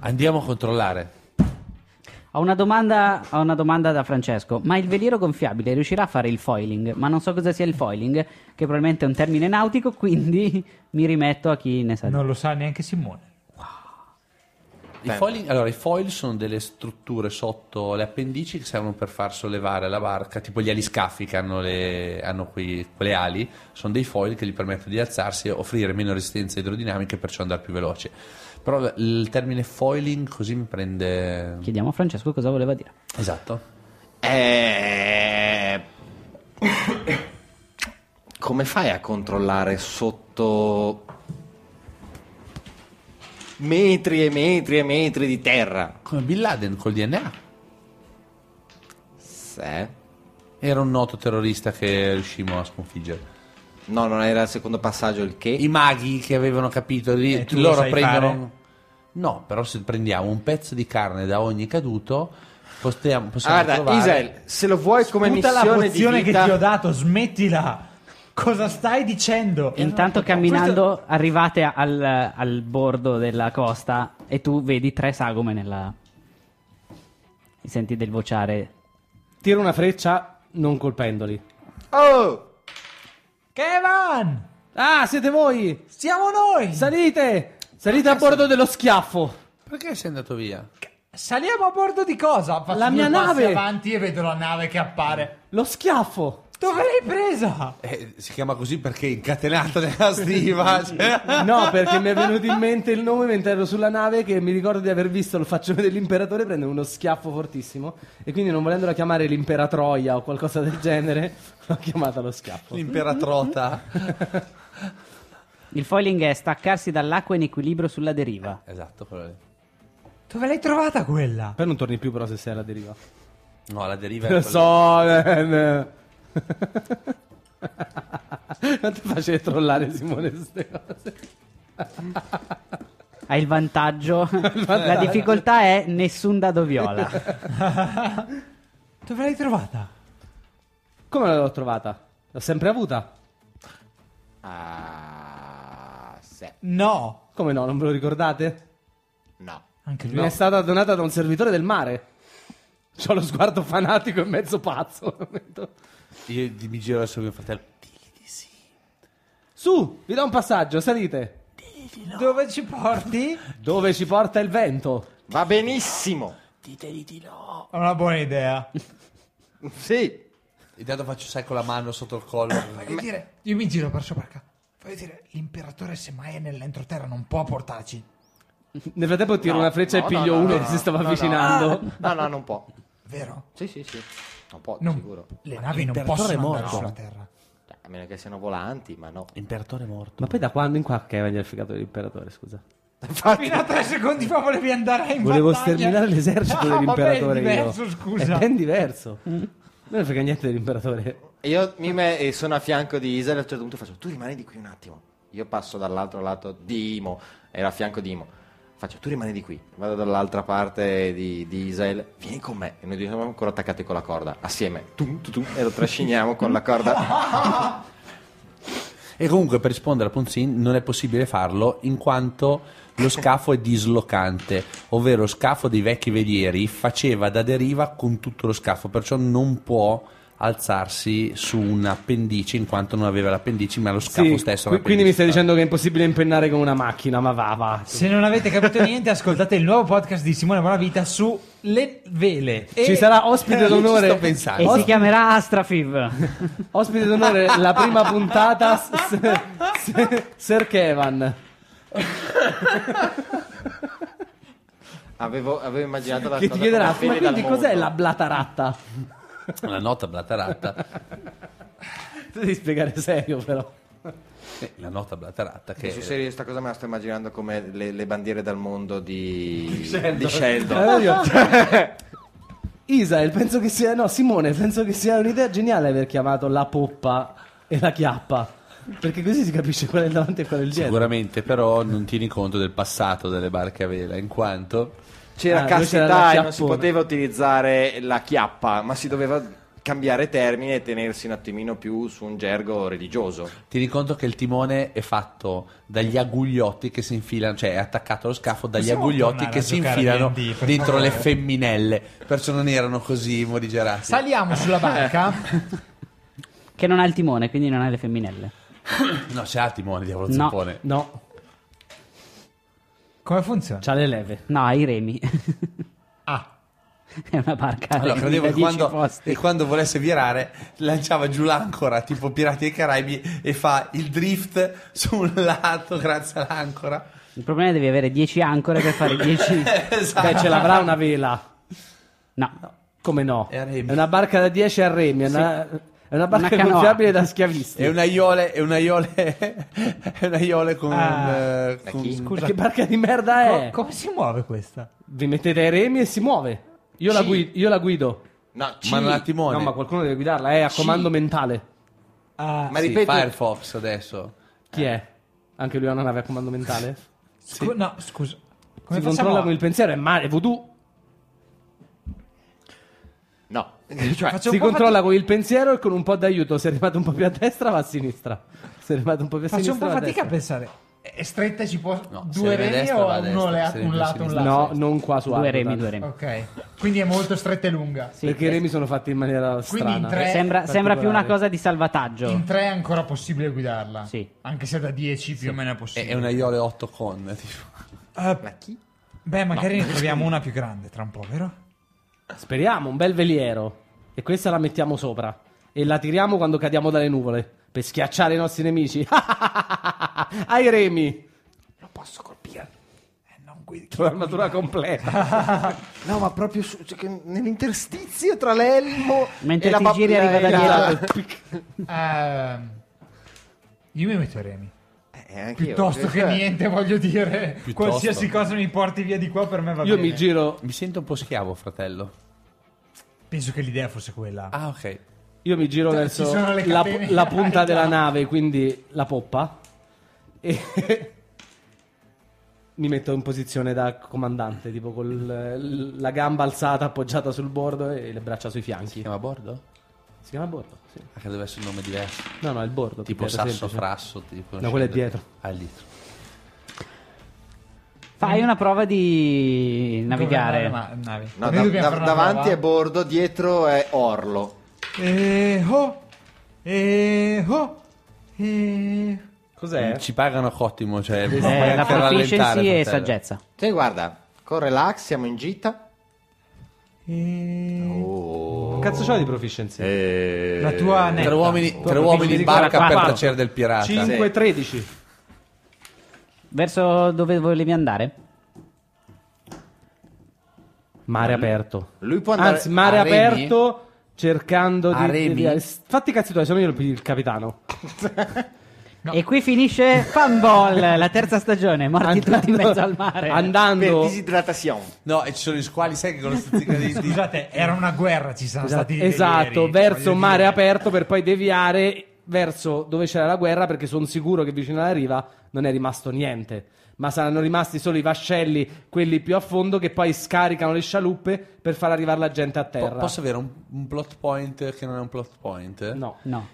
S4: Andiamo a controllare.
S1: Ho una, domanda, ho una domanda da Francesco. Ma il veliero gonfiabile riuscirà a fare il foiling? Ma non so cosa sia il foiling, che probabilmente è un termine nautico, quindi mi rimetto a chi ne sa. di-
S7: Non lo sa neanche Simone.
S4: I foil, allora, i foil sono delle strutture sotto le appendici che servono per far sollevare la barca, tipo gli aliscaffi che hanno, le, hanno qui, quelle ali, sono dei foil che gli permettono di alzarsi e offrire meno resistenza idrodinamica e perciò andare più veloce. Però il termine foiling così mi prende...
S1: Chiediamo a Francesco cosa voleva dire.
S4: Esatto.
S3: Eh... Come fai a controllare sotto metri e metri e metri di terra?
S4: Come Bin Laden col DNA.
S3: Se...
S4: Era un noto terrorista che riuscimmo a sconfiggere.
S3: No, non era il secondo passaggio il che.
S4: I maghi che avevano capito, lì-
S7: E Eh, tu lo
S4: loro
S7: sai
S4: prendono.
S7: fare?
S4: No, però se prendiamo un pezzo di carne da ogni caduto, possiamo, possiamo
S3: Ah, guarda,
S4: trovare.
S3: Israel, se lo vuoi come
S7: Tutta la
S3: missione di
S7: pozione
S3: vita...
S7: che ti ho dato, smettila. Cosa stai dicendo?
S5: Esatto,
S1: Intanto camminando arrivate al, al bordo della costa e tu vedi tre sagome nella... Senti del vociare.
S5: Tiro una freccia non colpendoli.
S3: Oh!
S7: Kevin!
S5: Ah, siete voi!
S7: Siamo noi!
S5: Salite! Salite a bordo dello schiaffo!
S4: Perché sei andato via?
S7: Saliamo a bordo di cosa? Faccio
S5: La
S7: due
S5: mia
S7: passi
S5: nave!
S7: avanti e vedo la nave che appare.
S5: Lo schiaffo!
S7: Dove l'hai presa?
S4: Eh, si chiama così perché è incatenato nella stiva. cioè.
S5: No, perché mi è venuto in mente il nome mentre ero sulla nave che mi ricordo di aver visto il faccione dell'imperatore prendere uno schiaffo fortissimo e quindi non volendola chiamare l'imperatroia o qualcosa del genere, l'ho chiamata lo schiaffo.
S4: L'imperatrota.
S1: Il foiling è staccarsi dall'acqua in equilibrio sulla deriva.
S4: esatto, quello lì.
S7: Dove l'hai trovata quella?
S5: Poi non torni più però se sei alla deriva.
S4: No, la deriva è
S5: Lo
S3: Certo,
S4: quella-
S5: so, eh, man. Quanto è facile trollare Simone queste cose.
S1: Hai il vantaggio. La difficoltà è nessun dado viola.
S2: Dove l'hai trovata?
S5: Come l'ho trovata? L'ho sempre avuta.
S3: Ah, se.
S2: No.
S5: Come no, non ve lo ricordate?
S3: No.
S2: Anche lui.
S5: Mi è stata donata da un servitore del mare. C'ho lo sguardo fanatico e mezzo pazzo.
S4: Io di- mi giro verso mio fratello.
S5: Su, vi do un passaggio, salite.
S2: Dove ci porti?
S5: Dove ci porta il vento?
S3: Va benissimo.
S2: È una buona idea.
S3: Sì.
S4: Intanto faccio sai con la mano sotto il collo.
S2: Voglio dire, io mi giro per sopra qua. Voglio dire, l'imperatore semmai è nell'entroterra, non può portarci.
S5: Nel frattempo tiro
S3: No,
S5: una freccia
S3: no,
S5: e
S3: no,
S5: piglio
S3: no,
S5: uno
S3: no,
S5: che
S3: no,
S5: si stava
S3: no, no.
S5: avvicinando.
S3: No, no, non può.
S2: Vero?
S3: Sì, sì, sì. Non può,
S2: Non-
S3: sicuro.
S2: le navi non
S4: l'imperatore
S2: possono
S4: è
S2: andare
S4: morto.
S2: sulla terra.
S3: Cioè, A meno che siano volanti, ma no.
S4: L'imperatore è morto.
S5: Ma poi da quando in qua che aveva figato l'imperatore, scusa?
S3: Infatti,
S2: Fino a tre secondi fa volevi andare in
S5: Volevo
S2: battaglia.
S5: sterminare l'esercito
S2: No,
S5: dell'imperatore
S2: Vabbè, è
S5: io.
S2: diverso, scusa.
S5: È ben diverso.
S1: Mm.
S5: Non ne frega niente dell'imperatore.
S3: io mi me- e sono a fianco di Isa e a un certo punto faccio, tu rimani di qui un attimo. Io passo dall'altro lato di Imo, era a fianco di Imo. Faccio, tu rimani di qui. Vado dall'altra parte di, di Isael, vieni con me. E noi due siamo ancora attaccati con la corda, assieme. Tum, tum, tum, e lo trasciniamo con la corda.
S4: E comunque per rispondere a Ponzin non è possibile farlo in quanto lo scafo è dislocante, ovvero lo scafo dei vecchi velieri faceva da deriva con tutto lo scafo, perciò non può alzarsi su un'appendice in quanto non aveva l'appendice ma lo scafo
S5: Sì,
S4: stesso.
S5: qui-
S4: aveva
S5: quindi mi
S4: l'appendice.
S5: stai dicendo che è impossibile impennare con una macchina, ma va, va.
S2: Se non avete capito niente, ascoltate il nuovo podcast di Simone Bonavita su le vele. E
S5: Ci sarà ospite d'onore.
S4: sto pensando.
S1: E si
S5: Os-
S1: chiamerà Astrafiv.
S5: ospite d'onore la prima puntata s- s- s- Sir Kevan.
S3: Avevo, avevo immaginato la
S5: Che
S3: cosa
S5: ti chiederà,
S3: come
S5: ma
S3: fede dal
S5: quindi cos'è
S3: mondo."
S5: la blataratta?
S4: Una nota blataratta.
S5: Tu devi spiegare serio però.
S4: Eh, La nota blataratta che...
S3: Su serio, sta cosa me la sto immaginando come le, le bandiere dal mondo di,
S5: Sheldon.
S3: di Sheldon.
S5: Allora io- Isael, penso che sia. No, Simone, penso che sia un'idea geniale aver chiamato la poppa e la chiappa. Perché così si capisce qual è il davanti e qual è il dietro.
S4: Sicuramente però non tieni conto del passato delle barche a vela in quanto...
S3: C'era
S5: Ah, dove c'era la
S3: castità e non si
S5: chiappona.
S3: poteva utilizzare la chiappa, ma si doveva cambiare termine e tenersi un attimino più su un gergo religioso.
S4: Tieni conto che il timone è fatto dagli aggugliotti che si infilano, cioè è attaccato allo scafo dagli
S2: Possiamo
S4: aggugliotti
S2: tornare
S4: che
S2: a
S4: si
S2: giocare a
S4: infilano
S2: D&D, per
S4: dentro
S2: favore?
S4: le femminelle, perciò non erano così morigerati.
S2: Saliamo sulla barca.
S1: Che non ha il timone, quindi non ha le femminelle.
S4: no, c'è il timone, diavolo
S1: No.
S4: zampone.
S5: No,
S2: Come funziona?
S5: c'ha le leve.
S1: No, ha i remi.
S2: Ah.
S1: È una barca.
S4: Allora,
S1: di
S4: credevo che
S1: 10
S4: quando,
S1: posti.
S4: e quando volesse virare lanciava giù l'ancora, tipo Pirati dei Caraibi, e fa il drift su un lato grazie all'ancora.
S1: Il problema è che devi avere 10 ancore per fare 10.
S5: Beh, ce l'avrà una vela.
S1: No.
S5: Come no?
S4: È a remi.
S5: È una barca da 10 a remi. È una, è una barca
S1: Una canoa.
S5: gonfiabile da schiavisti.
S4: È un aiole, è un aiole, è un aiole con...
S2: Ah,
S4: eh, con-
S5: Scusa, che barca di merda è?
S4: Eh.
S2: Co- come si muove questa?
S5: Vi mettete ai remi e si muove. Io, la,
S3: Sì.
S5: guid- io la guido.
S3: No, ci-
S4: ma non ha
S3: ma,
S4: timone.
S5: No, ma qualcuno deve guidarla. È a comando mentale.
S2: Ah,
S4: Sì,
S3: ripeto,
S4: Firefox adesso.
S5: Chi è? Anche lui ha una nave a comando mentale?
S2: scu- no, scusa. Come
S5: si
S2: facciamo?
S5: controlla
S2: a-
S5: con il pensiero, è male, è voodoo.
S3: no, cioè,
S2: Faccio
S5: Si
S2: un po'
S5: controlla con il pensiero e con un po' d'aiuto. Se arrivate un po' più a destra, va a sinistra. Se arrivate un po' più a
S2: fatica- Faccio
S5: sinistra,
S2: un po'
S5: va a
S2: fatica a
S5: destra.
S2: pensare. È stretta e ci può
S4: No, se
S2: due
S4: arriva a
S2: reni
S4: destra,
S2: o
S4: va a destra,
S2: uno le-
S4: se arriva
S2: un
S4: a
S2: lato un
S4: sinistra.
S2: lato?
S5: No, non qua su
S1: Due
S5: Argotan.
S1: remi, due remi.
S2: Ok. Quindi è molto stretta e lunga.
S1: Sì, eh.
S5: Perché i remi sono fatti in maniera
S2: Quindi in
S5: strana.
S2: tre-
S1: Sembra, sembra più una
S5: particolare.
S1: cosa di salvataggio.
S2: In tre è ancora possibile guidarla.
S1: Sì.
S2: Anche se da 10 più o meno è
S4: È,
S2: possibile.
S4: è una Iole 8 con. Tipo.
S2: Eh,
S3: chi?
S2: beh, magari ne troviamo una più grande tra un po', vero?
S5: Speriamo, un bel veliero. E questa la mettiamo sopra. E la tiriamo quando cadiamo dalle nuvole. Per schiacciare i nostri nemici. Ai remi.
S2: Lo posso colpire. Eh, non guidi.
S5: L'armatura completa.
S3: No, ma proprio su- cioè, che nell'interstizio tra l'elmo
S1: Mentre
S3: e la Eh,
S1: ti
S3: ba-
S1: giri arriva da
S3: e la-
S1: dietro.
S5: Esatto.
S2: Ehm, io mi metto a remi.
S3: Eh, anch'io,
S2: Piuttosto che
S3: cioè,
S2: niente, voglio dire. Qualsiasi cosa mi porti via di qua per me va
S5: Io
S2: bene.
S5: mi giro.
S4: Mi sento un po' schiavo, fratello.
S2: Penso che l'idea fosse quella.
S4: Ah, ok.
S5: Io mi giro
S2: Ci
S5: verso
S2: sono le
S5: la,
S2: catene.
S5: la punta
S2: Dai,
S5: della
S2: dai.
S5: nave, quindi la poppa. E, mi metto in posizione da comandante, tipo con l- la gamba alzata appoggiata sul bordo e le braccia sui
S4: Si
S5: fianchi.
S4: chiama bordo?
S5: Si chiama bordo? Sì.
S4: Anche deve essere un nome diverso.
S5: No, no, il bordo.
S4: Tipo
S5: perché era
S4: sasso
S5: semplice.
S4: frasso. Tipo,
S5: No, quello è dietro.
S4: Ah, è dietro.
S1: Fai una prova di navigare.
S7: Ma, navi.
S3: No,
S7: Noi
S3: da-
S7: dobbiamo
S3: da-
S7: fare una
S3: davanti
S7: prova.
S3: è bordo, dietro è orlo.
S7: Eh, oh. Eh, oh. Eh.
S5: Cos'è?
S4: Mm, Ci pagano cottimo, cioè
S1: Eh, la proficiency e saggezza.
S3: Cioè, guarda, con relax siamo in gita.
S7: eh.
S3: Oh. Eh,
S5: Che Cazzo c'ho di proficiency?
S7: La tua
S4: Tre
S7: netta.
S4: uomini, tre
S5: Porca
S4: uomini in
S5: miseria,
S4: barca per
S5: quattro.
S4: tacere del pirata.
S5: 5
S3: sì.
S5: 13.
S1: Verso dove volevi andare?
S5: Mare aperto.
S3: Lui può andare
S5: Anzi, mare
S3: a Remi?
S5: aperto cercando
S4: A
S5: di, di-
S4: Remi?
S5: di- Fatti i cazzi tuoi, sono io il, il capitano.
S1: E qui finisce Fanball, la terza stagione, morti tutti in mezzo al mare.
S3: per
S5: Andando
S3: disidratazione.
S4: No, e ci sono gli squali, sai che con la stuzzica di... di-
S7: Scusate, era una guerra, ci sono
S5: Esatto,
S7: stati
S5: esatto,
S7: ieri,
S5: verso
S7: voglio
S5: mare
S7: dire.
S5: aperto per poi deviare verso dove c'era la guerra perché sono sicuro che vicino alla riva non è rimasto niente, ma saranno rimasti solo i vascelli, quelli più a fondo che poi scaricano le scialuppe per far arrivare la gente a
S4: Po-
S5: terra.
S4: posso avere un, un plot point che non è un plot point?
S5: No.
S1: No,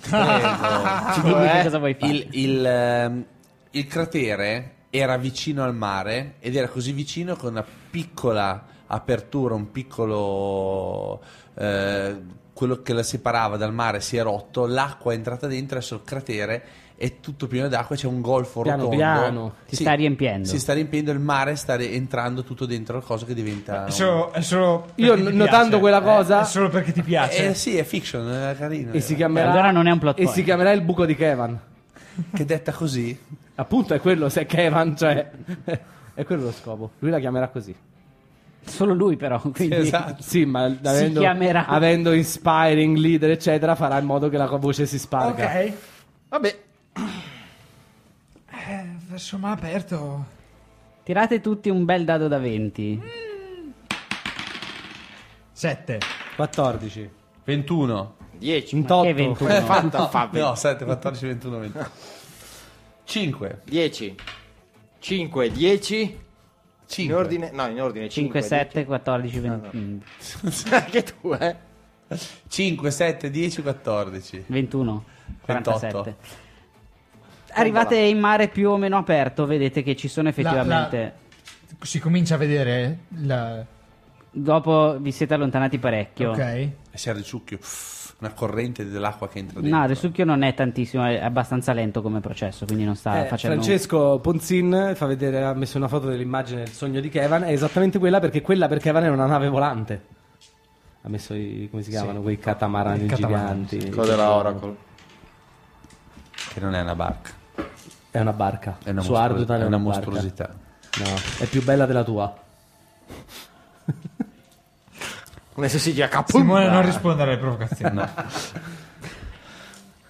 S4: Prego. Cioè,
S1: ci dimmi che cosa vuoi fare.
S4: il, il, ehm, il cratere era vicino al mare ed era così vicino che una piccola apertura, un piccolo... eh, quello che la separava dal mare si è rotto, l'acqua è entrata dentro adesso il cratere è tutto pieno d'acqua, c'è un golfo
S5: Piano,
S4: rotondo.
S5: piano.
S1: Ti sta riempiendo.
S4: Si sta riempiendo, il mare sta re- entrando tutto dentro la cosa che diventa...
S7: È
S4: un-
S7: solo, è solo perché
S5: Io
S7: ti
S5: n-
S7: piace.
S5: notando quella cosa
S7: È solo perché ti piace.
S4: Eh sì, è fiction, è carino.
S5: e si chiamerà
S1: Allora non è un plot
S5: e
S1: point.
S5: si chiamerà il buco di Kevan.
S4: Che detta così?
S5: Appunto è quello se è Kevan, cioè è quello lo scopo. Lui la chiamerà così.
S1: solo lui però, quindi
S4: Esatto.
S5: Sì, ma avendo,
S1: chiamerà-
S5: avendo inspiring leader eccetera farà in modo che la voce si sparga.
S7: ok.
S3: Vabbè,
S7: Eh, verso mare aperto.
S1: tirate tutti un bel dado da
S4: Mm,
S1: 20.
S7: 7.
S5: 14.
S4: 21.
S3: 10.
S5: Un totto.
S1: Che 21?
S3: Eh, Fatta, fa
S4: No, 7, 14, 21, 20. 5.
S3: 10. 5, 10. In
S4: 5.
S3: ordine, no, in ordine
S1: 5,
S3: 5,
S1: 7, 14, 20, mm,
S4: Esatto.
S3: Anche tu, eh.
S4: 5, 7, 10, 14.
S1: 21, 47.
S4: 28.
S1: Arrivate in mare più o meno aperto, vedete che ci sono effettivamente...
S7: Si comincia a vedere la...
S1: Dopo vi siete allontanati parecchio.
S7: Ok.
S4: E si il succhio. Una corrente dell'acqua che entra dentro.
S1: No, il succhio non è tantissimo, è abbastanza lento come processo, quindi non sta
S5: Eh,
S1: facendo...
S5: Francesco Ponzin fa vedere, ha messo una foto dell'immagine del sogno di Kevan. È esattamente quella perché quella per Kevan era una nave volante. Ha messo i, come si chiamano, quei catamarani
S7: i catamarani,
S5: giganti.
S3: Cosa era Oracle?
S4: Che non è una barca.
S5: È una barca.
S4: È una,
S5: Su
S4: mostru-
S5: Ardutan
S4: è una
S5: barca.
S4: mostruosità.
S5: No, è più bella della tua.
S3: Una SSG a capo.
S7: Simone non risponde alle provocazioni.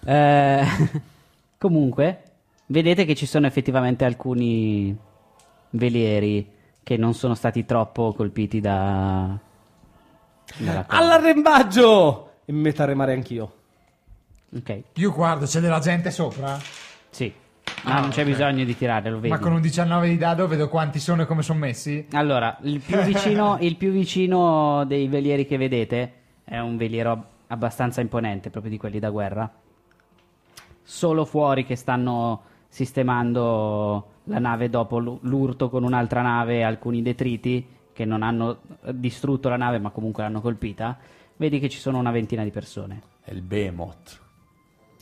S1: Eh, comunque, vedete che ci sono effettivamente alcuni velieri che non sono stati troppo colpiti da... dalla
S4: Ah.
S1: cosa.
S5: All'arrembaggio! E mi metto a remare anch'io.
S1: Ok,
S7: Io guardo, c'è della gente sopra.
S1: sì. No, non c'è bisogno di tirare, lo vedi.
S7: Ah, Ma con un 19 di dado vedo quanti sono e come sono messi.
S1: Allora, il più, vicino, il più vicino dei velieri che vedete è un veliero ab- abbastanza imponente, proprio di quelli da guerra. Solo fuori che stanno sistemando la nave dopo l'u- l'urto con un'altra nave e alcuni detriti che non hanno eh, distrutto la nave ma comunque l'hanno colpita. Vedi che ci sono una ventina di persone.
S4: È il Behemoth.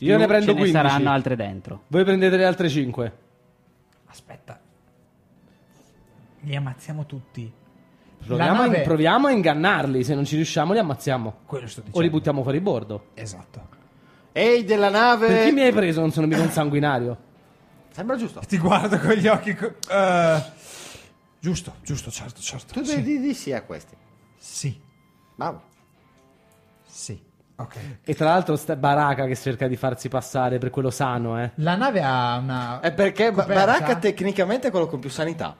S5: Io
S1: Più
S5: ne prendo
S1: ce ne
S5: 15.
S1: saranno altre dentro.
S5: Voi prendete le altre 5.
S7: Aspetta. Li ammazziamo tutti.
S5: Proviamo,
S7: La
S5: a-
S7: nave-
S5: proviamo a ingannarli. Se non ci riusciamo, li ammazziamo.
S7: Quello sto dicendo.
S5: O li buttiamo fuori bordo.
S7: Esatto.
S3: Ehi della nave.
S5: Per chi mi hai preso? Non sono mica un sanguinario.
S3: Sembra giusto.
S7: Ti guardo con gli occhi... co- eh, Giusto, giusto, certo, certo.
S3: Tu
S7: sì.
S3: devi dire di sì a questi.
S7: sì,
S3: Bravo.
S7: sì. Ok.
S5: E tra l'altro sta Baraka che cerca di farsi passare per quello sano, eh.
S7: La nave ha una...
S3: È Eh, perché Ba-
S7: coperta?
S3: Baracca tecnicamente è quello con più sanità.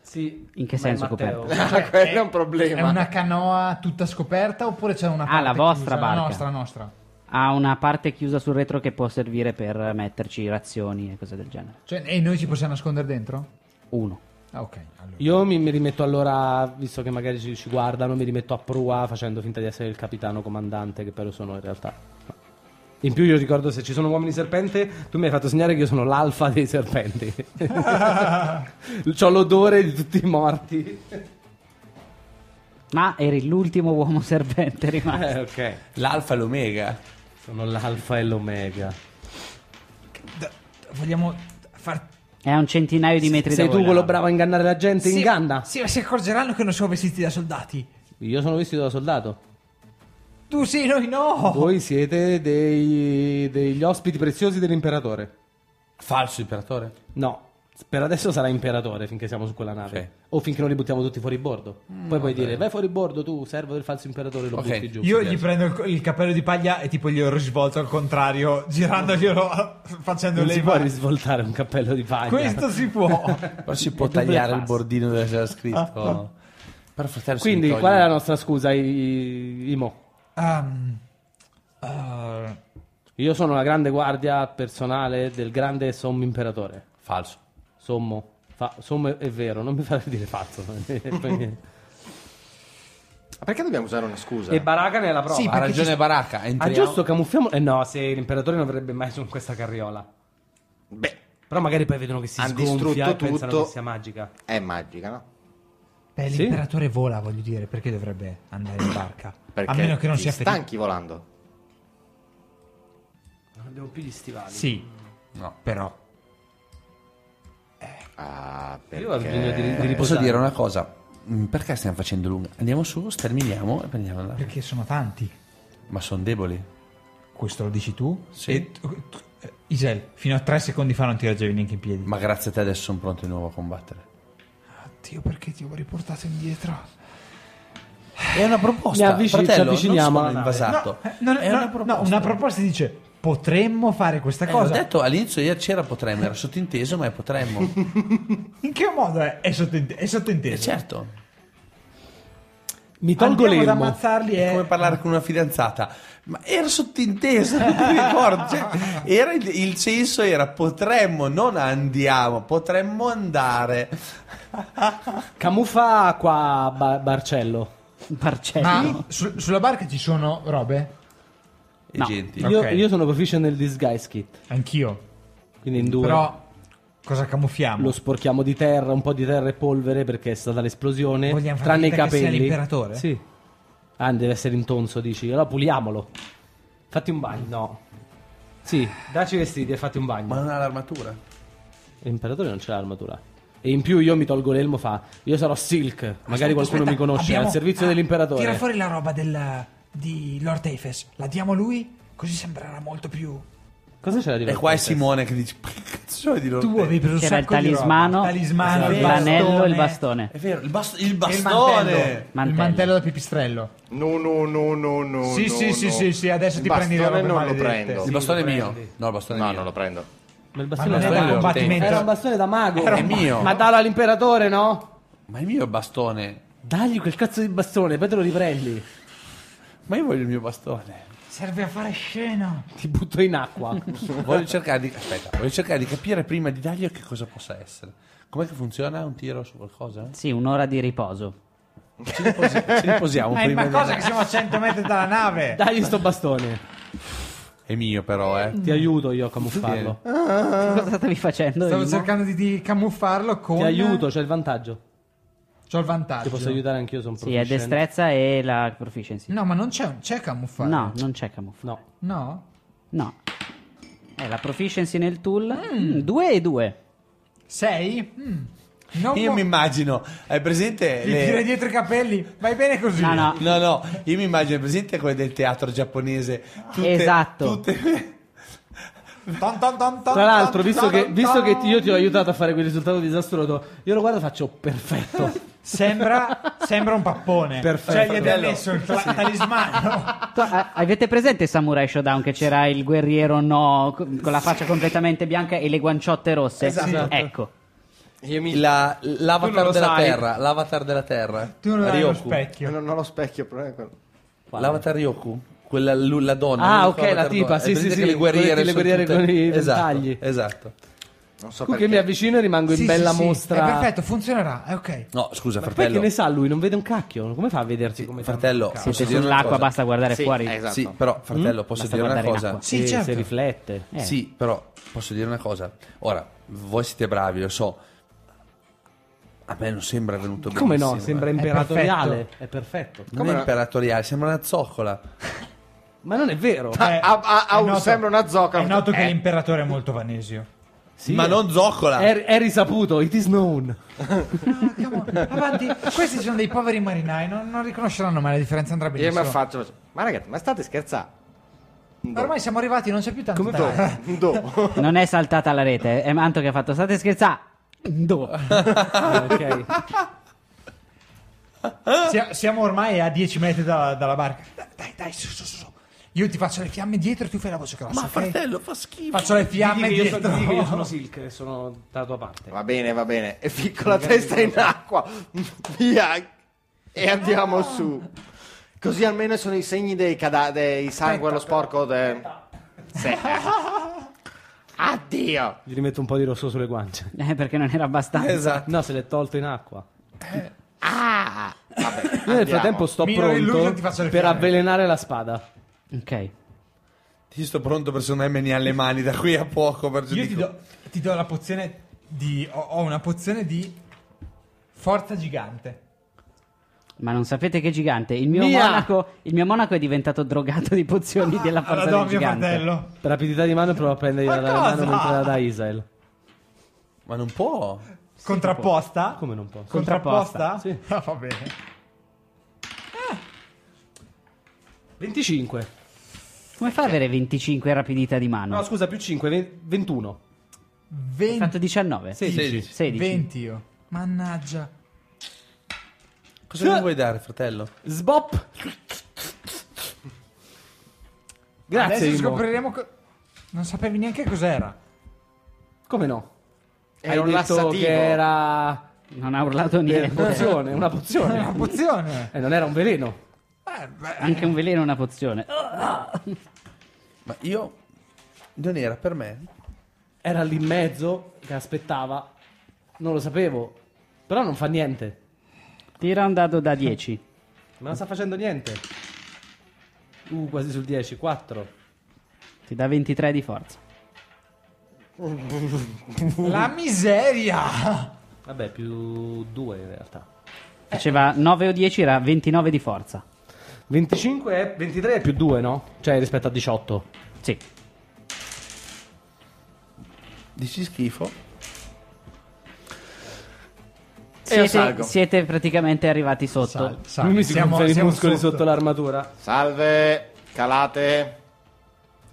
S5: Sì.
S1: In che senso coperto?
S3: Ah, quello è un problema.
S7: cioè, È una canoa tutta scoperta oppure c'è una
S1: Ah,
S7: parte
S1: la vostra
S7: chiusa?
S1: barca.
S7: La nostra, la nostra.
S1: Ha una parte chiusa sul retro che può servire per metterci razioni e cose del genere.
S7: Cioè, e noi ci possiamo nascondere dentro?
S1: 1.
S10: Ah, ok. Allora.
S5: Io mi, mi rimetto allora, visto che magari ci, ci guardano, mi rimetto a prua facendo finta di essere il capitano comandante, che però sono in realtà. In più io ricordo se ci sono uomini serpente, tu mi hai fatto segnare che io sono l'alfa dei serpenti. Ho l'odore di tutti i morti.
S1: Ma eri l'ultimo uomo serpente rimasto.
S5: Eh, ok.
S4: L'alfa e l'omega.
S5: Sono l'alfa e l'omega.
S2: Da- vogliamo far
S1: È a un centinaio di metri da
S5: Sei
S1: voi,
S5: tu quello
S1: là.
S5: bravo a ingannare la gente?
S2: Sì,
S5: Inganna.
S2: Sì, ma si accorgeranno che non siamo vestiti da soldati.
S5: Io sono vestito da soldato.
S2: Tu sì, noi no.
S5: Voi siete dei- degli ospiti preziosi dell'imperatore.
S4: Falso imperatore.
S5: No, per adesso sarà imperatore finché siamo su quella nave.
S4: Sì.
S5: O finché non li buttiamo tutti fuori bordo. Poi puoi dire, vai fuori bordo tu, servo del falso imperatore, lo
S4: Ok.
S5: butti giù.
S2: Io gli prendo il, co- il cappello di paglia e tipo glielo risvolto al contrario, girandoglielo, facendo
S5: non
S2: lei.
S5: si può risvoltare un cappello di paglia.
S2: Questo si può.
S4: Però si può
S5: E double
S4: tagliare
S5: pass.
S4: il bordino dove c'era scritto. Però fratello, se
S5: Quindi,
S4: mi togli-
S5: qual è la nostra scusa, I- Imo?
S2: Ehm, eh,
S5: Io sono la grande guardia personale del grande sommo imperatore.
S4: Falso.
S5: Sommo. Fa- sommo è vero, non mi fate dire fatto.
S3: Ma perché dobbiamo usare una scusa?
S5: e Barakan è la prova.
S4: ha ragione Baracca.
S5: Ah,
S4: Entriamo.
S5: giusto, camuffiamo. Eh no, se l'imperatore non verrebbe mai su questa carriola.
S3: Beh,
S5: Però magari poi vedono che si
S3: Han
S5: sgonfia e
S3: distrutto
S5: pensano
S3: tutto.
S5: che sia magica.
S3: è magica, no?
S2: beh,
S5: Sì.
S2: l'imperatore vola, voglio dire, perché dovrebbe andare in barca?
S3: Perché
S2: A meno che non
S3: ti
S2: sia ferito.
S3: stanchi volando.
S5: Non abbiamo più gli stivali.
S2: Sì.
S4: No.
S2: Però.
S3: Ah, perché...
S5: Io ho bisogno di, di
S4: Eh, Posso
S5: riposare.
S4: dire una cosa? Mm, Perché stiamo facendo lunga? Andiamo su, sterminiamo e prendiamo la...
S2: Perché sono tanti.
S4: Ma sono deboli.
S2: Questo lo dici tu?
S4: Sì.
S2: E tu- tu- eh, Isel, fino a tre secondi fa non ti reggevi neanche in piedi.
S4: Ma grazie a te adesso sono pronto di nuovo a combattere.
S2: Dio, perché ti ho riportato indietro?
S4: È una proposta.
S5: Mi avvici-
S4: fratello,
S5: ci avviciniamo
S4: Non sono
S5: alla nave.
S4: invasato.
S2: Eh, non-
S4: Esatto. è
S2: no,
S4: una proposta.
S2: no, una proposta dice: potremmo fare questa
S4: Eh,
S2: cosa.
S4: l'ho detto all'inizio ieri c'era potremmo, era sottinteso, ma è potremmo.
S2: In che modo è, è, sottinte- è sottinteso?
S4: Eh, certo.
S5: Mi tolgo
S2: Andiamo ad
S5: l'elmo.
S2: ammazzarli
S4: È
S2: e.
S4: come parlare con una fidanzata, ma era sottinteso, non mi ricordo. Cioè, era il, il senso era potremmo, non andiamo, potremmo andare.
S5: Camuffa qua ba- Barcello.
S1: Barcello.
S10: Ma
S2: Su- sulla barca ci sono robe?
S4: E
S1: No.
S4: gente,
S5: Io,
S2: Ok.
S5: io sono proficient nel disguise kit.
S2: Anch'io.
S5: Quindi in due.
S2: Però. Cosa camuffiamo?
S5: Lo sporchiamo di terra, un po' di terra e polvere perché è stata l'esplosione.
S2: Vogliamo far
S5: tranne i
S2: finta che sia
S5: capelli.
S2: l'imperatore?
S5: Sì. Ah, deve essere intonso, dici. Allora puliamolo. Fatti un bagno. No. Sì, dacci i vestiti e fatti un bagno.
S4: ma non ha l'armatura.
S5: L'imperatore non c'è l'armatura. E in più io mi tolgo l'elmo fa. Io sarò Silk. Magari qualcuno
S2: Aspetta,
S5: mi conosce.
S2: abbiamo-
S5: Al servizio
S2: ah,
S5: dell'imperatore.
S2: Tira fuori la roba del, di Lord Efes. La diamo a lui? Così sembrerà molto più.
S5: Cosa c'era di
S4: E
S5: Lord
S4: qua è
S5: Efes?
S4: Simone che dice: "Ma Che cazzo è di loro?
S2: Tu avevi preso un
S1: C'era il
S2: sacco di
S1: talismano,
S2: roba. Talismano,
S1: il l'anello e
S2: bastone.
S1: il bastone.
S4: È vero, il, bas- il
S2: E il
S4: bastone.
S2: mantello.
S1: Mantello.
S2: Il mantello da pipistrello.
S3: No, no, no, no, no.
S2: Sì,
S3: no,
S2: sì,
S3: no.
S2: sì, sì, sì, adesso
S3: Il
S2: ti prendi le
S3: bastone
S2: robe
S3: non lo
S2: maledette.
S3: prendo.
S4: Il
S2: Sì,
S4: bastone è
S2: lo
S4: mio.
S2: prendi.
S4: No, il bastone
S3: No,
S4: è mio.
S3: non lo prendo.
S5: Ma il
S2: Ma
S5: bastone
S2: non
S5: era,
S2: era un
S4: Quello-
S2: combattimento.
S5: era un bastone da mago.
S4: Era mio.
S5: Ma dallo all'imperatore, no?
S4: Ma è mio il bastone.
S5: Dagli quel cazzo di bastone, poi te lo riprendi.
S4: Ma io voglio il mio bastone.
S2: Serve a fare scena.
S5: Ti butto in acqua.
S4: Voglio cercare di. Aspetta, voglio cercare di capire prima di dargli che cosa possa essere. Com'è che funziona un tiro su qualcosa?
S1: Sì, un'ora di riposo.
S4: Ci, riposi- ci riposiamo
S2: Eh, Ma è
S4: prima.
S2: una
S4: di-
S2: cosa che siamo a 100 metri dalla nave.
S5: Dagli sto bastone.
S4: È mio, però, eh.
S5: Ti aiuto io a camuffarlo.
S1: Cosa stavi facendo?
S2: Stavo
S1: Immo?
S2: cercando di, di camuffarlo con.
S5: Ti aiuto, c'è il vantaggio.
S2: C'ho il
S5: Ti
S2: vantaggio.
S5: posso aiutare anch'io, sono
S1: Sì, è
S5: proficient.
S1: destrezza e la proficiency.
S2: No, ma non c'è, un- c'è camuffaggio.
S1: No, non c'è camuffo.
S5: No.
S2: No?
S1: No. È la proficiency nel tool. 2 e 2.
S2: Sei? Mm. Non
S4: Io
S2: mo-
S4: mi immagino, hai presente?
S2: Gli
S4: le-
S2: tira dietro i capelli. Vai bene così.
S1: No,
S5: Ah,
S1: no.
S4: No, no, io mi immagino, hai presente quelle del teatro giapponese? Tutte-
S1: Esatto.
S4: Tutte...
S2: Ton, ton, ton, ton,
S5: Tra
S2: ton,
S5: l'altro, visto
S2: ton,
S5: che,
S2: ton,
S5: visto che
S2: ton.
S5: io ti ho aiutato a fare quel risultato disastroso, io lo guardo e faccio perfetto.
S2: Sembra, sembra un pappone.
S5: Perfetto.
S2: Cioè, gli abbiamo
S4: Fratello.
S2: messo il cla- talismano.
S1: Tu- a- avete presente Samurai Shodown che c'era il guerriero no co- con la faccia completamente bianca e le guanciotte rosse?
S4: Esatto.
S1: Ecco.
S3: Io mi...
S4: La-
S5: Tu non
S4: l'avatar
S5: lo
S4: della
S5: sai.
S4: terra, l'avatar della terra.
S2: Tu non hai lo
S4: Ryoku.
S3: Io
S2: specchio.
S3: non ho lo specchio, però è quello.
S4: L'avatar Ryoku. Quella, lu- la donna.
S5: Ah,
S4: l'unico
S5: ok, la
S4: avatar
S5: tipa,
S4: donna.
S5: sì,
S4: Hai presente
S5: sì,
S4: che
S5: sì,
S4: Le guerriere,
S5: quelle- le
S4: sono
S5: guerriere
S4: tutte-
S5: con i
S4: esatto,
S5: ventagli.
S4: Esatto.
S3: Non so
S5: Tu
S3: perché.
S5: che mi avvicino e rimango in
S2: Sì,
S5: bella
S2: sì, sì.
S5: mostra.
S2: È perfetto, funzionerà. È ok.
S4: No, scusa,
S5: Ma poi
S4: fratello.
S5: che ne sa lui? Non vede un cacchio. Come fa a vederti come
S4: Fratello,
S5: Cazzo.
S4: posso
S1: Siete
S4: dire una
S1: sull'acqua,
S4: cosa?
S1: basta guardare
S3: Sì,
S1: fuori.
S3: esatto.
S4: Sì, eh, però,
S5: Mm?
S4: fratello, posso
S1: Basta
S4: dire una
S1: guardare in
S4: cosa?
S1: acqua.
S5: Sì,
S2: Sì, certo.
S5: si riflette.
S1: Eh.
S4: Sì, però posso dire una cosa. Ora, voi siete bravi, lo so. A me non sembra venuto bene.
S5: Come no? Sembra imperatoriale. È perfetto.
S4: Non eh. è imperatoriale, sembra una zoccola.
S5: Ma non è vero.
S3: Ah, ah, ah, ah,
S2: È noto-
S3: sembra una zocca.
S2: È noto che
S3: Eh,
S2: l'imperatore è molto vanesio.
S4: Ma non zoccola.
S5: È, Er-, è risaputo. It is known.
S2: Ah, Avanti, questi sono dei poveri marinai, non, non riconosceranno mai la differenza, andrà
S3: Io
S2: benissimo.
S3: mi faccio. faccio, Ma ragazzi, ma state scherzando?
S2: Ma Ormai siamo arrivati, non c'è più tanto.
S3: Come
S2: da-
S3: do? do.
S1: Non è saltata la rete, è Manto che ha fatto state scherzando. Do.
S5: ok. Eh?
S2: Sia- Siamo ormai a 10 metri da- dalla barca. Dai, dai, dai, su, su, su, su. Io ti faccio le fiamme dietro e tu fai la voce grossa.
S4: Ma
S2: ok?
S4: fratello, fa schifo.
S2: Faccio le
S5: Digli
S2: fiamme
S5: che, io
S2: dietro.
S5: sono, digli che io sono Silk e sono dalla tua parte.
S3: Va bene, va bene. E piccola testa in acqua. Via. E
S2: Ah.
S3: andiamo su. Così almeno sono i segni dei cada- dei sangue allo sporco. De... Sì. Addio.
S5: Gli rimetto un po' di rosso sulle guance.
S1: Eh, perché non era abbastanza.
S4: Esatto.
S5: No, se l'è tolto in acua.
S3: Ah. Vabbè,
S5: Io nel
S3: andiamo.
S5: frattempo sto
S2: Miro il luglio e ti faccio
S5: pronto
S2: le
S5: per
S2: fiamme.
S5: avvelenare la spada.
S1: Ok.
S4: Ti sto pronto per suonarmene alle mani da qui a poco. perché
S2: Io ti
S4: dico-
S2: do, ti do la pozione di. Ho, ho una pozione di. Forza gigante.
S1: Ma non sapete che gigante? Il mio,
S5: Mia!
S1: monaco, il mio monaco è diventato drogato di pozioni della
S2: Ah, la
S1: forza
S2: do a
S1: del
S2: mio
S1: gigante.
S2: fratello.
S5: Per rapidità di mano provo a prendergli
S2: Ma
S5: dalla mano
S2: cosa?
S5: mentre la dà a Israel.
S4: Ma non può.
S2: Contrapposta.
S5: Come non posso?
S2: Contrapposta?
S5: Sì.
S2: Ah, va bene.
S5: 25.
S1: Come fa ad avere 25 rapidità di
S5: No,
S1: mano?
S5: scusa, più 5, 21.
S1: Hai
S2: 20.
S1: fatto 19?
S4: 16.
S1: 16.
S2: 20 io. Mannaggia.
S5: Cioè-
S4: Cosa mi vuoi dare, fratello?
S5: Sbop! Grazie,
S2: Adesso
S5: Imo.
S2: scopriremo. co- non sapevi neanche cos'era.
S5: Come no?
S3: Era
S5: Hai
S3: un
S5: detto
S3: lassativo.
S5: che era
S1: Non ha urlato
S5: una
S1: niente.
S5: pozione, una
S2: È una
S5: pozione.
S2: pozione.
S5: E non era un veleno.
S2: Eh, beh,
S1: Anche un veleno è una pozione.
S4: Ma io. Non era per me.
S5: Era lì in mezzo che aspettava. Non lo sapevo. Però non fa niente.
S1: Tira un dado da 10.
S5: Ma non sta facendo niente. Uh, quasi sul 10, 4.
S1: Ti dà 23 di forza.
S2: la
S7: Ah,
S2: miseria.
S5: Vabbè, più 2 in realtà.
S1: Faceva 9 o 10, era 29 di forza.
S5: 25 è 23 è più 2, no? Cioè rispetto a 18.
S1: Sì.
S4: Dici schifo.
S1: Siete,
S3: salgo.
S1: siete praticamente arrivati sotto.
S5: Lui mi si gonfia i muscoli sotto.
S2: la
S5: l'armatura.
S3: Salve. Calate.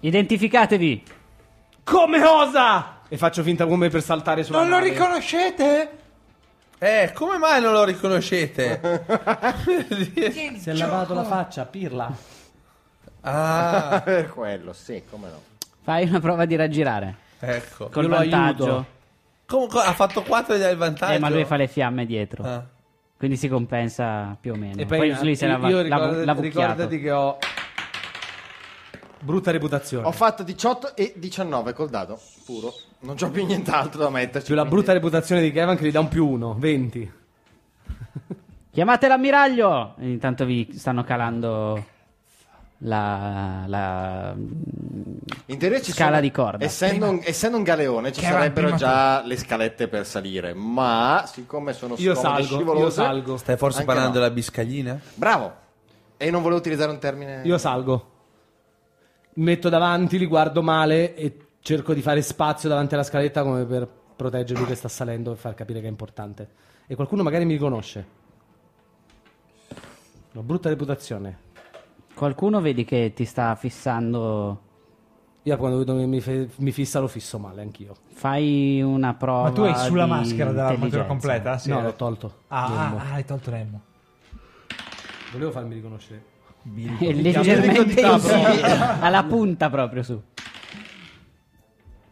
S1: Identificatevi.
S5: Come osa? E faccio finta come per saltare sulla
S2: Non lo
S5: nave.
S2: riconoscete?
S4: Eh, come mai non lo riconoscete?
S5: Si è lavato la faccia, pirla.
S4: ah,
S3: Per quello, sì, come no.
S1: Fai una prova di raggirare.
S4: ecco.
S1: Col
S5: Io lo
S1: vantaggio.
S5: aiuto.
S4: Comunque ha fatto 4 del vantaggio.
S1: Eh, ma lui fa le fiamme dietro.
S4: oh. Ah.
S1: Quindi si compensa più o meno.
S5: E
S1: poi, lui se l'ha,
S5: io
S1: l'ha-
S5: ricordati,
S1: l'ha bucchiato.
S5: ricordati che ho brutta reputazione.
S3: Ho fatto 18 e 19 col dado puro. Non c'ho più nient'altro da metterci.
S5: Più la
S3: quindi-
S5: brutta reputazione di Kevin che gli dà un più uno, 20.
S1: Chiamate l'ammiraglio! E Intanto vi stanno calando la, la-
S3: In teoria ci
S1: Scala
S3: sono-
S1: di corda.
S3: Essendo un, essendo un galeone ci
S2: Che era
S3: sarebbero
S2: prima
S3: già le scalette per salire, ma siccome sono
S5: Io
S3: scomode e
S5: salgo,
S3: scivolose,
S5: io salgo,
S4: Stai forse
S3: Anche
S4: parlando
S3: no.
S4: della biscaglina?
S3: Bravo. E non volevo utilizzare un termine
S5: io salgo. Mi metto davanti, li guardo male e cerco di fare spazio davanti alla scaletta come per proteggere lui che sta salendo e far capire che è importante. E qualcuno magari mi riconosce. Una brutta reputazione.
S1: Qualcuno vedi che ti sta fissando.
S5: Io quando vedo mi, mi- mi fissa lo fisso male anch'io.
S1: Fai una prova.
S2: Ma tu hai sulla
S1: di
S2: maschera dell'armatura
S1: intelligenza.
S2: completa? Sì.
S5: no, l'ho tolto.
S2: Ah,
S5: L'elmo.
S2: ah, hai tolto l'elmo.
S5: Volevo farmi riconoscere.
S1: È leggermente in su, alla punta proprio su.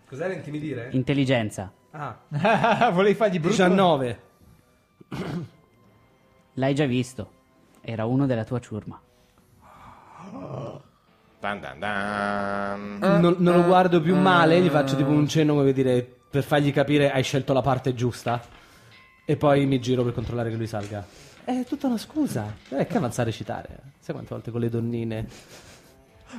S5: Cos'era intimidire?
S1: Intelligenza.
S5: Ah,
S2: Volevi fargli brutto.
S5: 19.
S1: L'hai già visto. Era uno della tua ciurma.
S3: Dan dan dan. Eh,
S5: Non, non lo guardo più male, gli faccio tipo un cenno come dire per fargli capire hai scelto la parte giusta. E poi mi giro per controllare che lui salga. È tutta una scusa. Non è che avanzare a recitare. Sai quante volte con le donnine.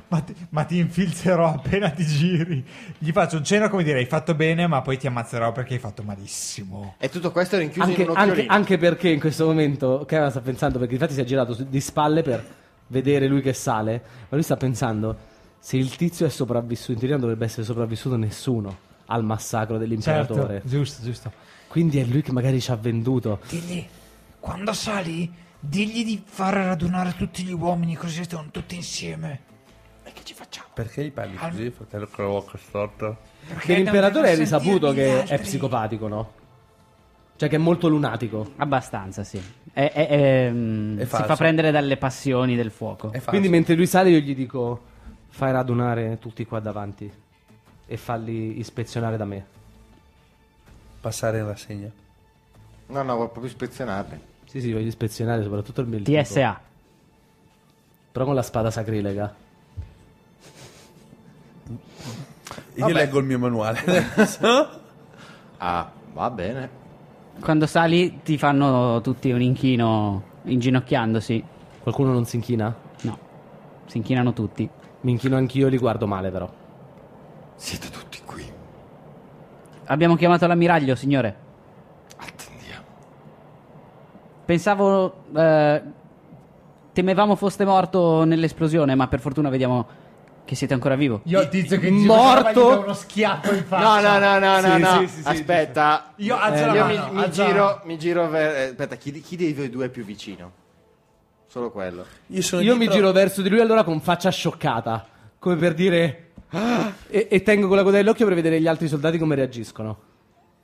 S7: Ma ti, ma ti infilzerò appena ti giri. Gli faccio un cenno come dire: Hai fatto bene, ma poi ti ammazzerò perché hai fatto malissimo.
S3: E tutto questo rinchiuso
S5: Anche,
S3: in un
S5: anche-
S3: occhiolino.
S5: anche perché in questo momento Kevin sta pensando, perché infatti si è girato su- di spalle per vedere lui che sale, ma lui sta pensando, se il tizio è sopravvissuto, in teoria non dovrebbe essere sopravvissuto nessuno al massacro dell'imperatore.
S3: Certo,
S7: giusto, giusto.
S5: Quindi è lui che magari ci ha venduto.
S7: Digli, quando sali, digli di far radunare tutti gli uomini così stanno tutti insieme. E che ci facciamo?
S4: Perché gli parli così, fratello con la bocca storta?
S5: Che l'imperatore è
S7: devono
S5: risaputo
S7: sentirli
S5: che
S7: gli
S5: è
S7: altri.
S5: psicopatico, no? Cioè che è molto lunatico.
S1: Abbastanza, sì. È- è- è, mm,
S4: È
S1: si
S4: falso.
S1: fa prendere dalle passioni del fuoco.
S4: È
S5: Quindi
S4: facile.
S5: mentre lui sale io gli dico, fai radunare tutti qua davanti e falli ispezionare da me.
S4: Passare in rassegna.
S3: No, no, vuol proprio spezionarli.
S5: Sì, sì, voglio ispezionare soprattutto il mio
S1: TSA.
S5: Però con la spada sacrilega.
S4: Io leggo il mio manuale.
S3: Ah, va bene.
S1: Quando sali ti fanno tutti un inchino inginocchiandosi.
S5: Qualcuno non si inchina?
S1: No, si inchinano tutti.
S5: Mi inchino anch'io, li guardo male però.
S3: Siete tutti qui.
S1: Abbiamo chiamato l'ammiraglio, signore.
S3: Attendiamo.
S1: Pensavo. eh, temevamo foste morto nell'esplosione, ma per fortuna vediamo che siete ancora vivo.
S7: Io ho il tizio che in giro
S5: Morto.
S7: gli do uno schiaffo in
S3: No,
S7: faccia.
S3: no, no, no, no,
S5: Sì,
S3: no.
S5: sì, sì, sì,
S3: Aspetta.
S7: Io alzo
S3: Eh,
S7: la
S3: io
S7: mano.
S3: mi, mi
S7: alzo la
S3: giro,
S7: mano.
S3: mi giro ver- eh, Aspetta, chi, chi dei voi due è più vicino? Solo quello.
S4: Io, sono
S5: Io mi
S4: dietro-
S5: giro verso di lui allora con faccia scioccata, come per dire... "Ah!" E, e tengo con la coda dell'occhio per vedere gli altri soldati come reagiscono.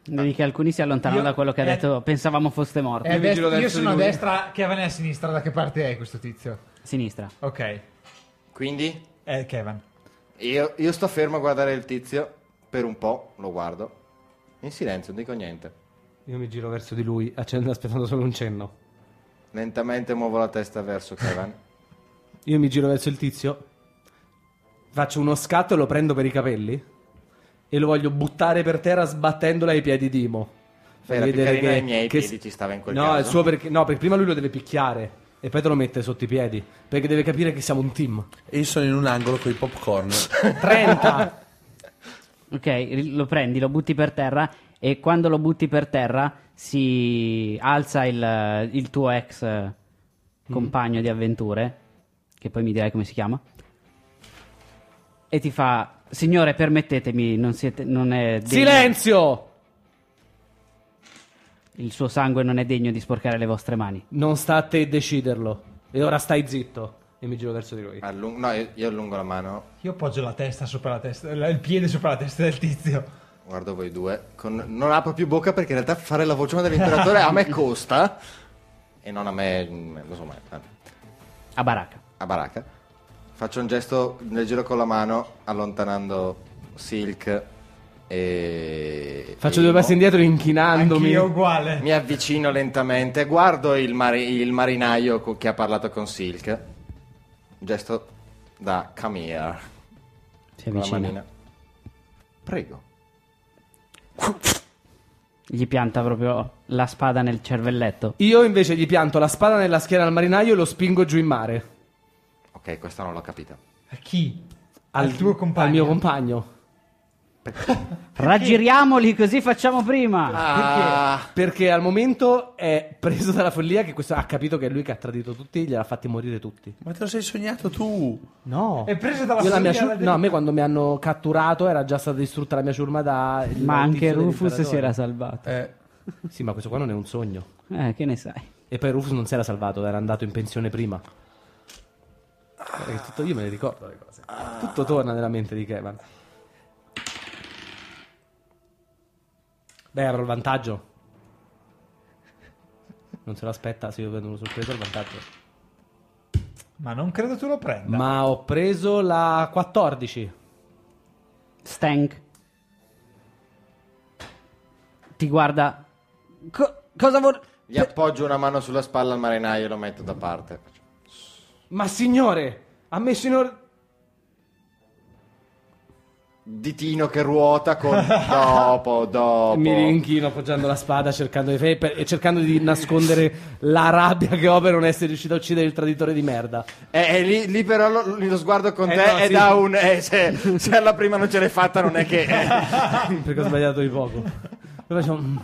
S1: Vedi che alcuni si allontanano
S7: Io-
S1: da quello che ha
S7: eh,
S1: detto. Pensavamo foste morto.
S4: eh.
S7: È a
S5: mi
S7: destra-
S5: giro verso
S7: io
S5: di
S7: sono a
S5: lui.
S7: destra, Kevin è a sinistra. Da che parte è questo tizio?
S1: Sinistra.
S7: Ok.
S3: Quindi
S7: È Kevin.
S3: io, io sto fermo a guardare il tizio per un po', lo guardo. In silenzio, non dico niente.
S5: Io mi giro verso di lui, accendo- aspettando solo un cenno.
S3: Lentamente muovo la testa verso Kevin.
S5: Io mi giro verso il tizio, faccio uno scatto e lo prendo per i capelli e lo voglio buttare per terra sbattendola ai piedi di Imo. Fai
S3: Era più
S5: vedere
S3: carino
S5: che-
S3: ai miei
S5: che-
S3: piedi, ci stava in quel
S5: no,
S3: caso.
S5: il suo perché, no, perché prima lui lo deve picchiare e poi te lo mette sotto i piedi perché deve capire che siamo un team.
S4: E io sono in un angolo con i popcorn.
S5: 30!
S1: Ok, ri- lo prendi, lo butti per terra. E quando lo butti per terra, si alza il, il tuo ex eh, compagno di avventure. Che poi mi dirai come si chiama. E ti fa: Signore, permettetemi, non siete. Non è degno-
S5: Silenzio!
S1: Il suo sangue non è degno di sporcare le vostre mani.
S5: Non sta a te deciderlo. E ora stai zitto. E mi giro verso di lui.
S3: Allung- no, io, io allungo la mano,
S7: Io appoggio la testa sopra la testa, la- il piede sopra la testa del tizio.
S3: guardo voi due. con- non apro più bocca perché in realtà fare la vociona dell'imperatore a me costa. E non a me, mm, lo so mai, eh,
S1: A baracca.
S3: a baracca. Faccio un gesto leggero con la mano, allontanando Silk e...
S5: Faccio
S3: e
S5: due
S3: Imo.
S5: passi indietro inchinandomi.
S7: Anch'io uguale.
S3: Mi avvicino lentamente, guardo il, mari- il marinaio co- che ha parlato con Silk. Un gesto da come here.
S1: Si
S3: Con la
S1: avvicina.
S3: manina. Prego.
S1: Gli pianta proprio la spada nel cervelletto.
S5: Io invece gli pianto la spada nella schiena al marinaio e lo spingo giù in mare.
S3: Ok, questa non l'ho capita.
S7: A chi?
S5: Al,
S7: tuo compagno?
S5: Al mio compagno.
S1: Raggiriamoli così facciamo prima.
S3: Ah,
S5: Perché al momento è preso dalla follia che questo ha capito che è lui che ha tradito tutti, li ha fatti morire tutti.
S4: Ma te lo sei sognato tu?
S5: No.
S7: È preso dalla
S5: Io la mia
S7: follia,
S5: ciur-
S7: l'ha
S5: No, a me
S7: detto.
S5: quando mi hanno catturato era già stata distrutta la mia ciurma da... il
S1: Ma anche
S5: tizio
S1: Rufus si
S5: dell'imperatore.
S1: era salvato.
S4: Eh,
S5: Sì, ma questo qua non è un sogno.
S1: Eh, che ne sai?
S5: E poi Rufus non si era salvato, era andato in pensione prima. Guarda che tutto- io me ne ricordo le cose. Tutto torna nella mente di Kevin. Beh, avrò il vantaggio. Non se lo aspetta, se io prendo uno sul preso il vantaggio.
S7: Ma non credo tu lo prenda.
S5: Ma ho preso la 14.
S1: Stank. Ti guarda. Co- cosa vuol.
S3: gli
S5: Cioè
S3: appoggio una mano sulla spalla al marinaio e lo metto da parte.
S5: Ma signore, ha messo in ordine...
S3: ditino che ruota con dopo, dopo.
S5: Mi rinchino appoggiando la spada cercando di, e per- e cercando di nascondere la rabbia che ho per non essere riuscito a uccidere il traditore di merda.
S3: Eh, eh, lì, lì però lo, lì lo sguardo con
S5: Eh
S3: te
S5: no,
S3: è
S5: sì.
S3: da un... eh, se, se alla prima non ce l'hai fatta non è che... eh.
S5: Perché ho sbagliato di poco. Però faccio, "Mm".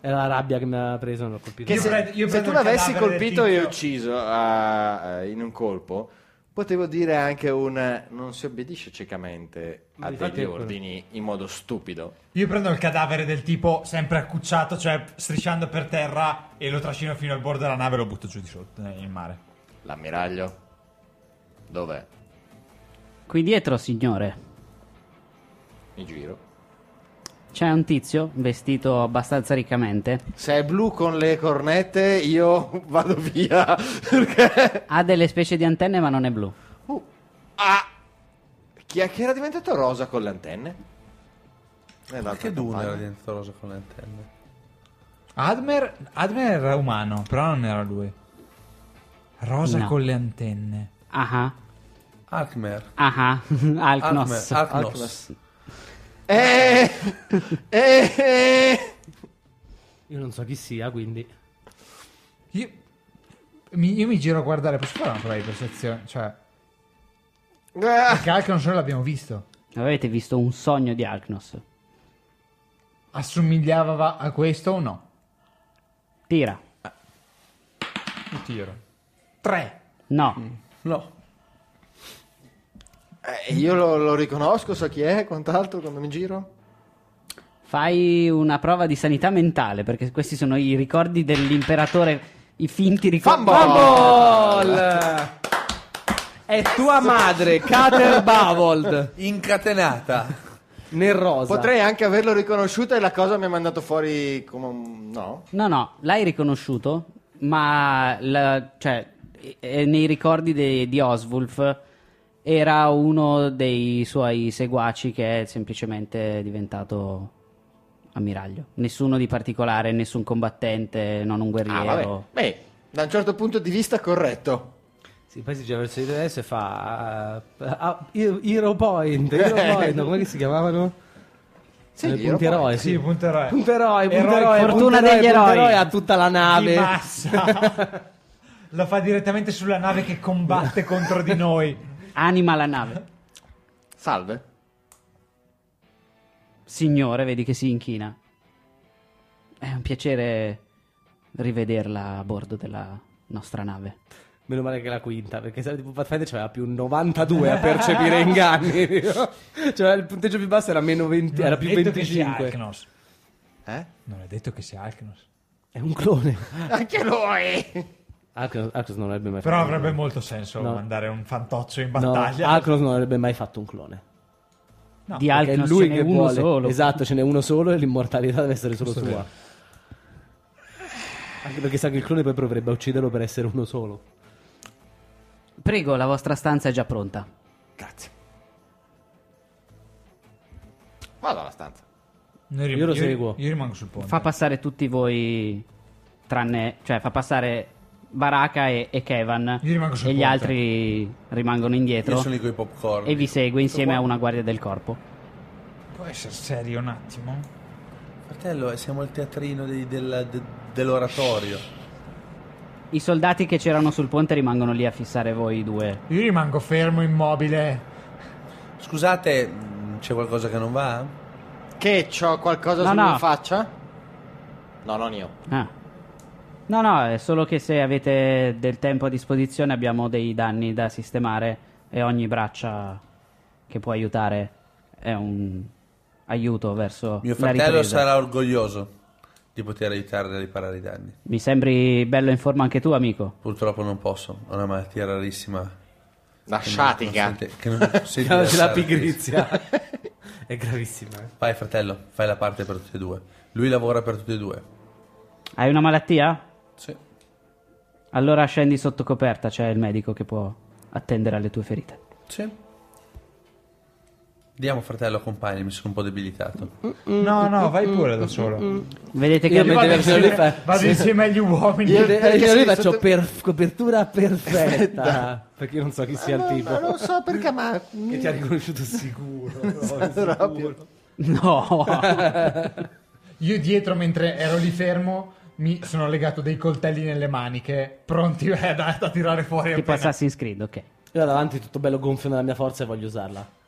S5: È la rabbia che mi ha preso, non l'ho colpito.
S3: Che
S7: Io
S3: se,
S7: prendo- io
S3: se tu
S7: prendo il
S3: l'avessi
S7: cadavere del
S3: colpito e
S7: tizio.
S3: ucciso ah, eh, in un colpo, potevo dire anche un eh, non si obbedisce ciecamente a
S5: infatti
S3: degli
S5: è quello.
S3: ordini in modo stupido.
S7: Io prendo il cadavere del tipo sempre accucciato, cioè strisciando per terra, e lo trascino fino al bordo della nave e lo butto giù di sotto, eh, in mare.
S3: L'ammiraglio? Dov'è?
S1: Qui dietro, signore,
S3: Mi giro.
S1: c'è un tizio vestito abbastanza riccamente.
S3: Se è blu con le cornette io vado via perché...
S1: Ha delle specie di antenne, ma non è blu.
S3: Uh, ah! Chi è che era diventato rosa con le antenne? Eh, l'altra
S4: Che Dune
S3: compagna.
S4: era dentro rosa con le antenne?
S7: Admer, Admer era umano, però non era lui. Rosa
S1: No.
S7: con le antenne.
S1: Ah
S4: Alkmer.
S1: ah, ah, Alknos.
S4: Alkmer. Alknos.
S3: Eh! eh.
S5: Io non so chi sia, quindi.
S7: Io mi, io mi giro a guardare, posso fare una prova di percezione? Cioè,
S3: Ah.
S7: perché anche non solo l'abbiamo visto.
S1: Avete visto un sogno di Alknos?
S7: Assomigliava a questo o no?
S1: Tira.
S7: Un tiro. Tre.
S1: No.
S4: No.
S3: Eh, io lo, lo riconosco, so chi è, quant'altro quando mi giro.
S1: Esatto. Fai una prova di sanità mentale, perché questi sono i ricordi dell'imperatore. I finti ricordi.
S3: Fumble!
S5: Bol! È tua madre, Cater Bavold,
S4: Incatenata.
S5: nel rosa.
S3: Potrei anche averlo riconosciuto e la cosa mi ha mandato fuori come un... no?
S1: No, no, l'hai riconosciuto, ma la- cioè, eh, nei ricordi de- di Oswulf era uno dei suoi seguaci che è semplicemente diventato ammiraglio. Nessuno di particolare, nessun combattente, non un
S3: Ah, vabbè.
S1: guerriero.
S3: Beh, da un certo punto di vista corretto.
S5: Sì, poi si gira verso di adesso e fa. ah, ah, Hero Point, Hero Point, no, come si chiamavano?
S3: Sì,
S5: Eh,
S3: gli
S5: punti
S3: ero-
S5: eroe,
S7: Sì,
S5: sì.
S7: punto eroe.
S5: Punto eroe, punto
S7: Eroi,
S5: eroe,
S1: fortuna
S5: punto eroe,
S1: degli
S5: punto
S1: eroi.
S5: a tutta la
S7: Di
S5: nave.
S7: massa. Lo fa direttamente sulla nave che combatte contro di noi.
S1: Anima la nave.
S3: Salve.
S1: Signore, vedi che si inchina. È un piacere rivederla a bordo della nostra nave.
S5: Meno male che la quinta, perché se era tipo Pathfinder c'aveva più un 92 a percepire inganni. cioè il punteggio più basso era meno 20, era più
S7: Non è detto che sia
S5: 25.
S7: Alknos.
S3: Eh?
S7: Non è detto che sia Alknos.
S5: È un clone.
S3: Anche lui!
S5: Alcros non avrebbe mai
S7: Però
S5: fatto.
S7: avrebbe molto senso
S5: No.
S7: mandare un fantoccio in
S5: No, Ah,
S7: battaglia.
S5: Alcros non avrebbe mai fatto un clone.
S7: No,
S1: di
S5: Perché è
S1: Alknos
S5: lui
S1: ce n'è
S5: che
S1: uno
S5: vuole.
S1: solo.
S5: Esatto, ce n'è uno solo e l'immortalità deve essere solo
S7: Questo è
S5: sua.
S7: vero.
S5: Anche perché sa che il clone poi proverebbe a ucciderlo per essere uno solo.
S1: Prego, la vostra stanza è già pronta.
S3: Grazie. Vado alla stanza.
S7: Noi rim-
S5: Io lo seguo.
S7: Io rimango sul ponte.
S1: Fa passare tutti voi, tranne, cioè fa passare Baraka e, e Kevan.
S7: Io rimango sul
S1: e gli
S7: ponte.
S1: altri rimangono
S4: Io
S1: indietro
S4: sono lì con i popcorn.
S1: e vi segue insieme a una guardia del corpo.
S7: Può essere serio un attimo?
S4: Fratello, eh, siamo al teatrino dei- del- de- dell'oratorio.
S1: I soldati che c'erano sul ponte rimangono lì a fissare voi due.
S7: Io rimango fermo, immobile.
S4: Scusate, mh, c'è qualcosa che non va?
S3: Che c'ho qualcosa
S1: No,
S3: sulla
S1: no.
S3: faccia? No, non io.
S1: Ah. No, no, è solo che se avete del tempo a disposizione abbiamo dei danni da sistemare e ogni braccia che può aiutare è un aiuto verso
S4: Mio
S1: la
S4: fratello
S1: ripresa.
S4: sarà orgoglioso di poter aiutare a riparare i danni.
S1: Mi sembri bello in forma anche tu, amico.
S4: Purtroppo non posso, ho una malattia rarissima.
S3: La
S4: che non-
S3: sciatica.
S4: non sente- Che non sente
S5: Chiamaci la
S4: versare.
S5: pigrizia. è gravissima. eh.
S4: Vai fratello, fai la parte per tutti e due. Lui lavora per tutti e due.
S1: Hai una malattia?
S4: Sì.
S1: Allora scendi sotto coperta, c'è il medico che può attendere alle tue ferite.
S4: Sì. Andiamo fratello, accompagnami, sono un po' debilitato.
S5: Mm.
S2: No, no, vai pure da solo.
S1: Vedete che
S5: Io
S1: avete
S5: vado
S1: verso-
S5: insieme-
S2: insieme,
S5: fa-
S2: vado
S5: Eh, sì.
S2: insieme agli uomini.
S5: Io,
S3: perché
S5: io
S3: sei
S5: arrivo e faccio
S3: sotto-
S5: per- copertura perfetta. perché io non so chi sia il tipo.
S3: Ma non so perché, ma
S5: Che ti ha riconosciuto sicuro.
S3: proprio.
S1: No,
S2: Io dietro, mentre ero lì fermo, mi sono legato dei coltelli nelle maniche, pronti eh, da, da tirare fuori.
S1: tipo
S2: appena-
S1: Assassin's Creed, ok.
S5: Io là davanti tutto bello gonfio nella mia forza e voglio usarla.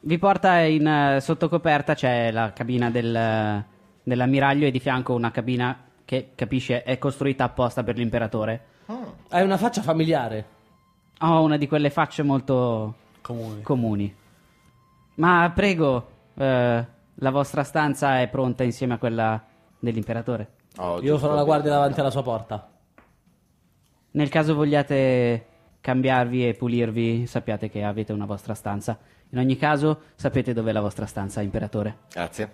S1: Vi porta in eh, sottocoperta, c'è la cabina del, eh, dell'ammiraglio e di fianco una cabina che, capisce, è costruita apposta per l'imperatore.
S5: Hai una faccia familiare.
S1: Ha una di quelle facce molto
S4: Comune.
S1: comuni. Ma prego, eh, la vostra stanza è pronta insieme a quella dell'imperatore.
S3: Oh,
S5: Io
S3: giusto.
S5: farò la guardia davanti alla sua porta.
S1: Nel caso vogliate cambiarvi e pulirvi, sappiate che avete una vostra stanza. In ogni caso, sapete dov'è la vostra stanza, imperatore.
S3: Grazie.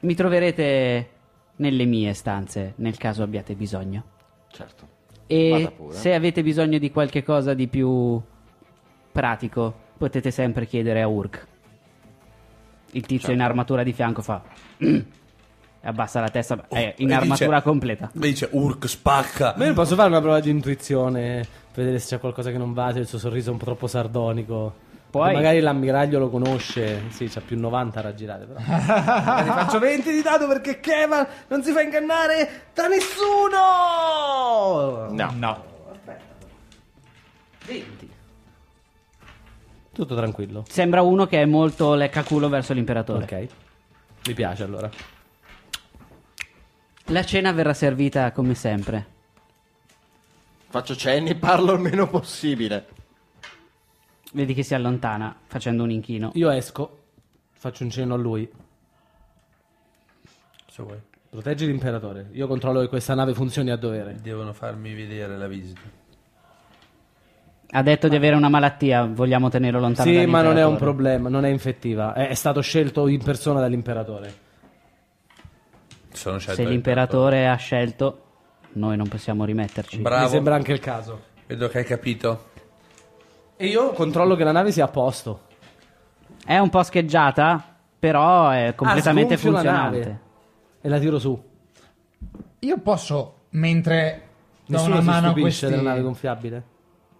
S1: Mi troverete nelle mie stanze, nel caso abbiate bisogno.
S3: Certo. Vada
S1: E
S3: pure.
S1: se avete bisogno di qualche cosa di più pratico, potete sempre chiedere a Urk. Il tizio in armatura di fianco fa. e abbassa la testa, è Eh, in
S4: E
S1: armatura
S4: dice-
S1: completa.
S4: E dice Urk spacca.
S5: Ma io posso fare una prova di intuizione, vedere se c'è qualcosa che non va, se il suo sorriso è un po' troppo sardonico.
S1: Poi-
S5: Perché Magari l'ammiraglio lo conosce. Sì, c'ha più 90 da girare, però. Magari faccio 20 di dado perché Kevan non si fa ingannare da nessuno!
S3: No.
S5: Tutto tranquillo.
S1: Sembra uno che è molto leccaculo verso l'imperatore.
S5: Ok. Mi piace allora.
S1: La cena verrà servita come sempre.
S3: Faccio cenni, parlo il meno possibile.
S1: Vedi che si allontana facendo un inchino.
S5: Io esco, faccio un cenno a lui.
S4: Se vuoi.
S5: Proteggi l'imperatore. Io controllo che questa nave funzioni a dovere.
S4: Devono farmi vedere la visita.
S1: Ha detto di avere una malattia, vogliamo tenerlo lontano
S5: Sì, ma non è un
S1: dall'imperatore.
S5: problema, non è infettiva. È, è stato scelto in persona dall'imperatore.
S4: Sono scelto
S1: Se l'imperatore ha scelto, noi non possiamo rimetterci.
S4: Bravo.
S5: Mi sembra anche il caso.
S4: Vedo che hai capito.
S5: E io controllo che la nave sia a posto.
S1: È un po' scheggiata, però è completamente
S5: Ah, sgonfio la nave.
S1: funzionante.
S5: E la tiro su.
S2: Io posso, mentre do
S5: Nessuno
S2: una
S5: si
S2: mano a
S5: stupisce
S2: questi...
S5: della nave gonfiabile.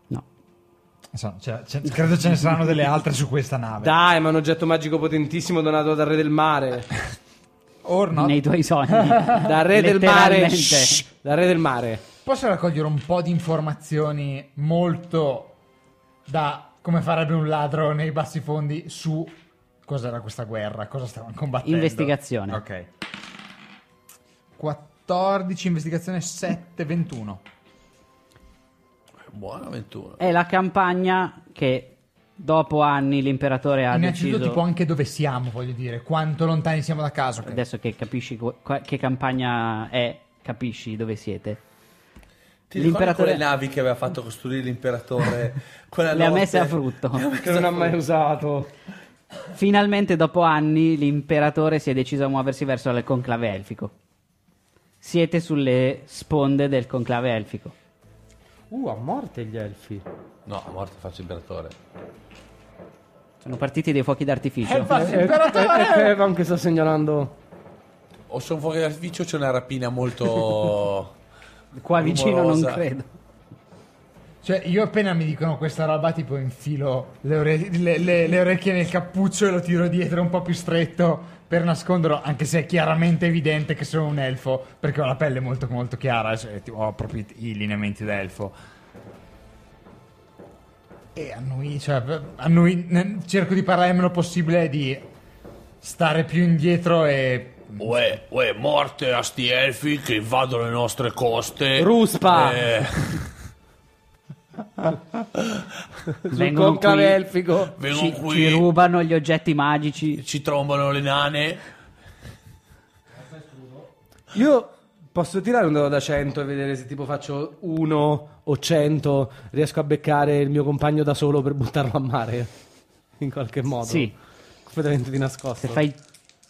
S1: No.
S2: Insomma, cioè, ce- credo ce ne saranno delle altre su questa nave.
S5: Dai, ma è un oggetto magico potentissimo donato dal re del mare.
S2: Or no.
S1: Nei tuoi sogni.
S5: Dal re del mare.
S1: Letteralmente.
S5: Shh, Dal re del mare.
S2: Posso raccogliere un po' di informazioni molto da come farebbe un ladro nei bassi fondi su cos'era questa guerra, cosa stavano combattendo.
S1: Investigazione.
S2: Ok. 14, investigazione 7, 21.
S4: Buona avventura.
S1: È la campagna che dopo anni l'imperatore ha
S2: Innanzitutto
S1: deciso...
S2: tipo anche dove siamo, voglio dire, quanto lontani siamo da casa. ok.
S1: Adesso che capisci qu- qua- che campagna è, capisci dove siete.
S4: Ti ricordi
S1: L'imperatore-
S4: quelle navi che aveva fatto costruire l'imperatore? Quella
S1: Le ha
S4: notte?
S1: messe a frutto.
S4: Le ha messe
S5: Che
S4: a
S5: non ha
S4: frutto.
S5: mai usato.
S1: Finalmente, dopo anni, l'imperatore si è deciso a muoversi verso il conclave elfico. Siete sulle sponde del conclave elfico.
S5: Uh, a morte gli elfi.
S4: No, a morte faccio imperatore.
S1: Sono partiti dei fuochi d'artificio.
S5: Imperatore! Eh, anche sto segnalando.
S4: O sono fuochi d'artificio o c'è una rapina molto...
S1: Qua vicino non
S4: rumorosa.
S1: credo.
S2: Cioè, io appena mi dicono questa roba, tipo infilo le, ore- le- le- le orecchie nel cappuccio e lo tiro dietro un po' più stretto per nasconderlo, anche se è chiaramente evidente che sono un elfo, perché ho la pelle molto molto chiara, cioè, tipo, ho proprio i- i lineamenti da elfo. E annui, cioè, annui, ne- cerco di parlare il meno possibile, di stare più indietro e...
S4: Uè, uè, morte a sti elfi che invadono le nostre coste.
S5: Ruspa!
S4: Eh,
S5: Sul
S1: Vengono
S5: conclave
S1: qui.
S5: elfico.
S4: vengono
S1: Ci,
S4: qui,
S1: ci rubano gli oggetti magici.
S4: ci trombano le nane.
S5: Io posso tirare un dado da 100 e vedere se tipo faccio 1 o 100, riesco a beccare il mio compagno da solo per buttarlo a mare. In qualche modo.
S1: Sì.
S5: Completamente di nascosto.
S1: Se fai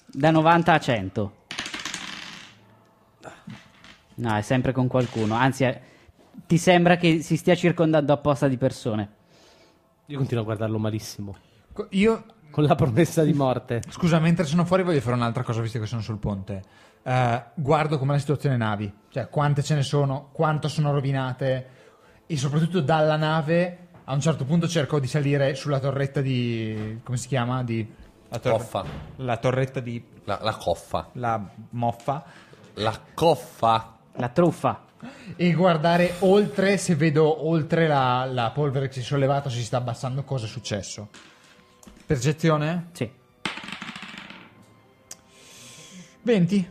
S1: da 90 a 100. No, è sempre con qualcuno. Anzi, è- ti sembra che si stia circondando apposta di persone.
S5: Io continuo a guardarlo malissimo.
S2: Co- Io,
S11: con la promessa di morte.
S2: scusa, mentre sono fuori voglio fare un'altra cosa visto che sono sul ponte. Eh, guardo com'è la situazione navi, cioè quante ce ne sono, quanto sono rovinate e soprattutto dalla nave a un certo punto cerco di salire sulla torretta di... come si chiama? Di... La,
S4: Coffa.
S7: La torretta di...
S4: La, la coffa.
S7: la moffa
S4: La coffa.
S1: La truffa.
S2: e guardare oltre se vedo oltre la, la polvere che si è sollevata se si sta abbassando cosa è successo percezione
S1: Sì.
S2: 20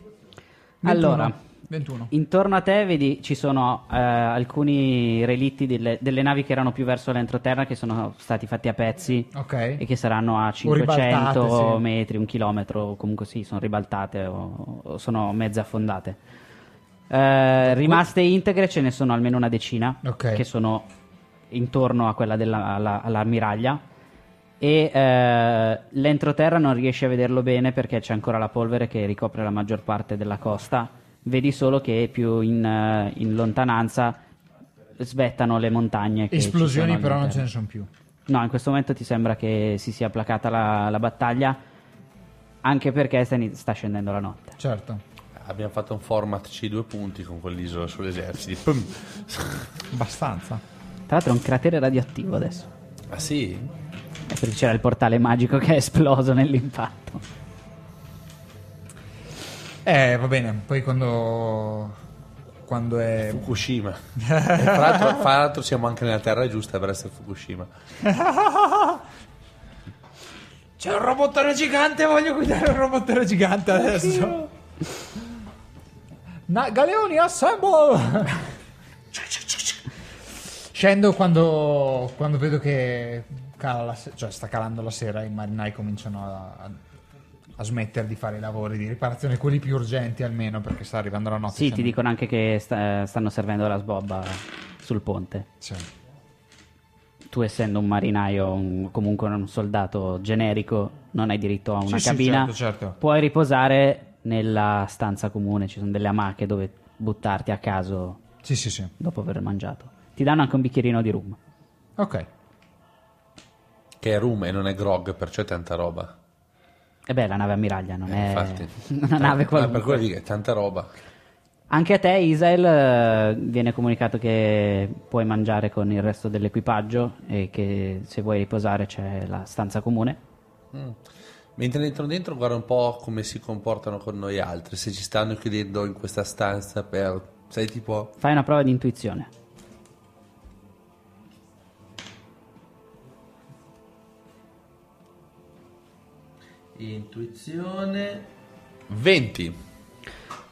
S2: 21.
S1: Allora.
S2: 21
S1: Intorno a te vedi ci sono eh, alcuni relitti delle, delle navi che erano più verso l'entroterra che sono stati fatti a pezzi
S2: ok
S1: e che saranno a
S2: O ribaltate,
S1: 500
S2: sì.
S1: metri, un chilometro, o comunque sì, sono ribaltate o, o sono mezze affondate. Eh, rimaste integre ce ne sono almeno una decina
S2: Ok.
S1: che sono intorno a quella della, alla- all'ammiraglia e eh, l'entroterra non riesci a vederlo bene perché c'è ancora la polvere che ricopre la maggior parte della costa vedi solo che più in, eh, in lontananza svettano le montagne
S5: Eh,
S1: che ci
S2: esplosioni
S1: sono
S2: però non ce
S1: all'interno.
S2: ne sono più
S1: No, in questo momento ti sembra che si sia placata la, la battaglia, anche perché sta, ini- sta scendendo la notte.
S2: certo
S4: Abbiamo fatto un format C2 punti con quell'isola sull'esercito. Pum.
S2: abbastanza
S1: Tra l'altro è un cratere radioattivo adesso.
S4: Ah sì?
S1: È perché c'era il portale magico che è esploso nell'impatto.
S2: eh va bene poi quando quando è
S4: Fukushima. E tra l'altro, fra l'altro siamo anche nella terra giusta per essere Fukushima.
S7: c'è un robottone gigante voglio guidare un robottone gigante adesso
S2: Na- Galeoni assemble scendo quando, quando vedo che cala la se- cioè sta calando la sera i marinai cominciano a, a, a smettere di fare i lavori di riparazione quelli più urgenti almeno perché sta arrivando la notte cioè
S1: Sì, ti
S2: Scendo-
S1: dicono anche che sta- stanno servendo la sbobba sul ponte.
S2: Sì.
S1: Tu essendo un marinaio, un- comunque un soldato generico, non hai diritto a una
S2: Sì, sì,
S1: cabina.
S2: certo, certo.
S1: Puoi riposare nella stanza comune, ci sono delle amache dove buttarti a caso
S2: sì sì sì
S1: dopo aver mangiato. Ti danno anche un bicchierino di rum.
S2: ok
S4: Che è rum e non è grog, perciò è tanta roba.
S1: E beh, la nave ammiraglia non
S4: Eh,
S1: è
S4: infatti.
S1: una nave
S4: Ma per quello
S1: qualunque.
S4: dico, è tanta roba.
S1: Anche a te, Isael, eh, viene comunicato che puoi mangiare con il resto dell'equipaggio e che se vuoi riposare c'è la stanza comune.
S4: Mentre entro dentro guardo un po' come si comportano con noi altri, se ci stanno chiudendo in questa stanza per... Sai tipo...
S1: Fai una prova di intuizione.
S4: 20.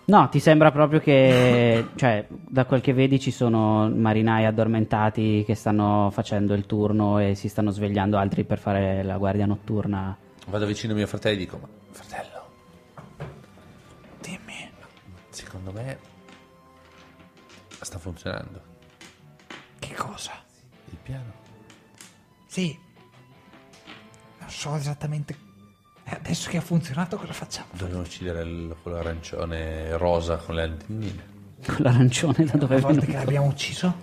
S1: No, ti sembra proprio che, cioè, da quel che vedi ci sono marinai addormentati che stanno facendo il turno e si stanno svegliando altri per fare la guardia notturna.
S4: Vado vicino a mio fratello e dico, ma fratello... Dimmi. Secondo me... Sta funzionando.
S7: che cosa
S4: Il piano.
S7: sì non so esattamente Eh, adesso che ha funzionato cosa facciamo
S4: Dobbiamo uccidere il- quello arancione rosa con le antennine.
S1: Con l'arancione da dove è
S7: una volta che
S1: venuto.
S7: l'abbiamo ucciso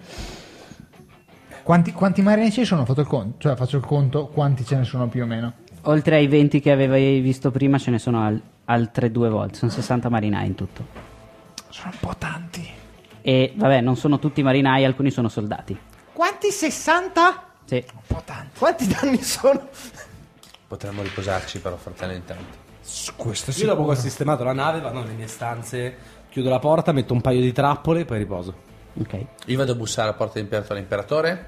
S2: quanti, quanti marinai ci sono fatto il conto cioè faccio il conto quanti ce ne sono più o meno
S1: Oltre ai 20 che avevi visto prima, ce ne sono al- altre due volte. Sono 60 marinai in tutto.
S7: sono un po' tanti
S1: E vabbè, non sono tutti marinai, alcuni sono soldati.
S6: Quanti 60?
S1: Sì.
S7: un po' tanti
S6: Quanti danni sono?
S4: Potremmo riposarci però, fratello, intanto.
S7: questo
S11: Io dopo che ho sistemato la nave vado nelle mie stanze, chiudo la porta, metto un paio di trappole e poi riposo.
S1: Ok.
S4: Io vado a bussare alla porta dell'imperatore. Imperatore?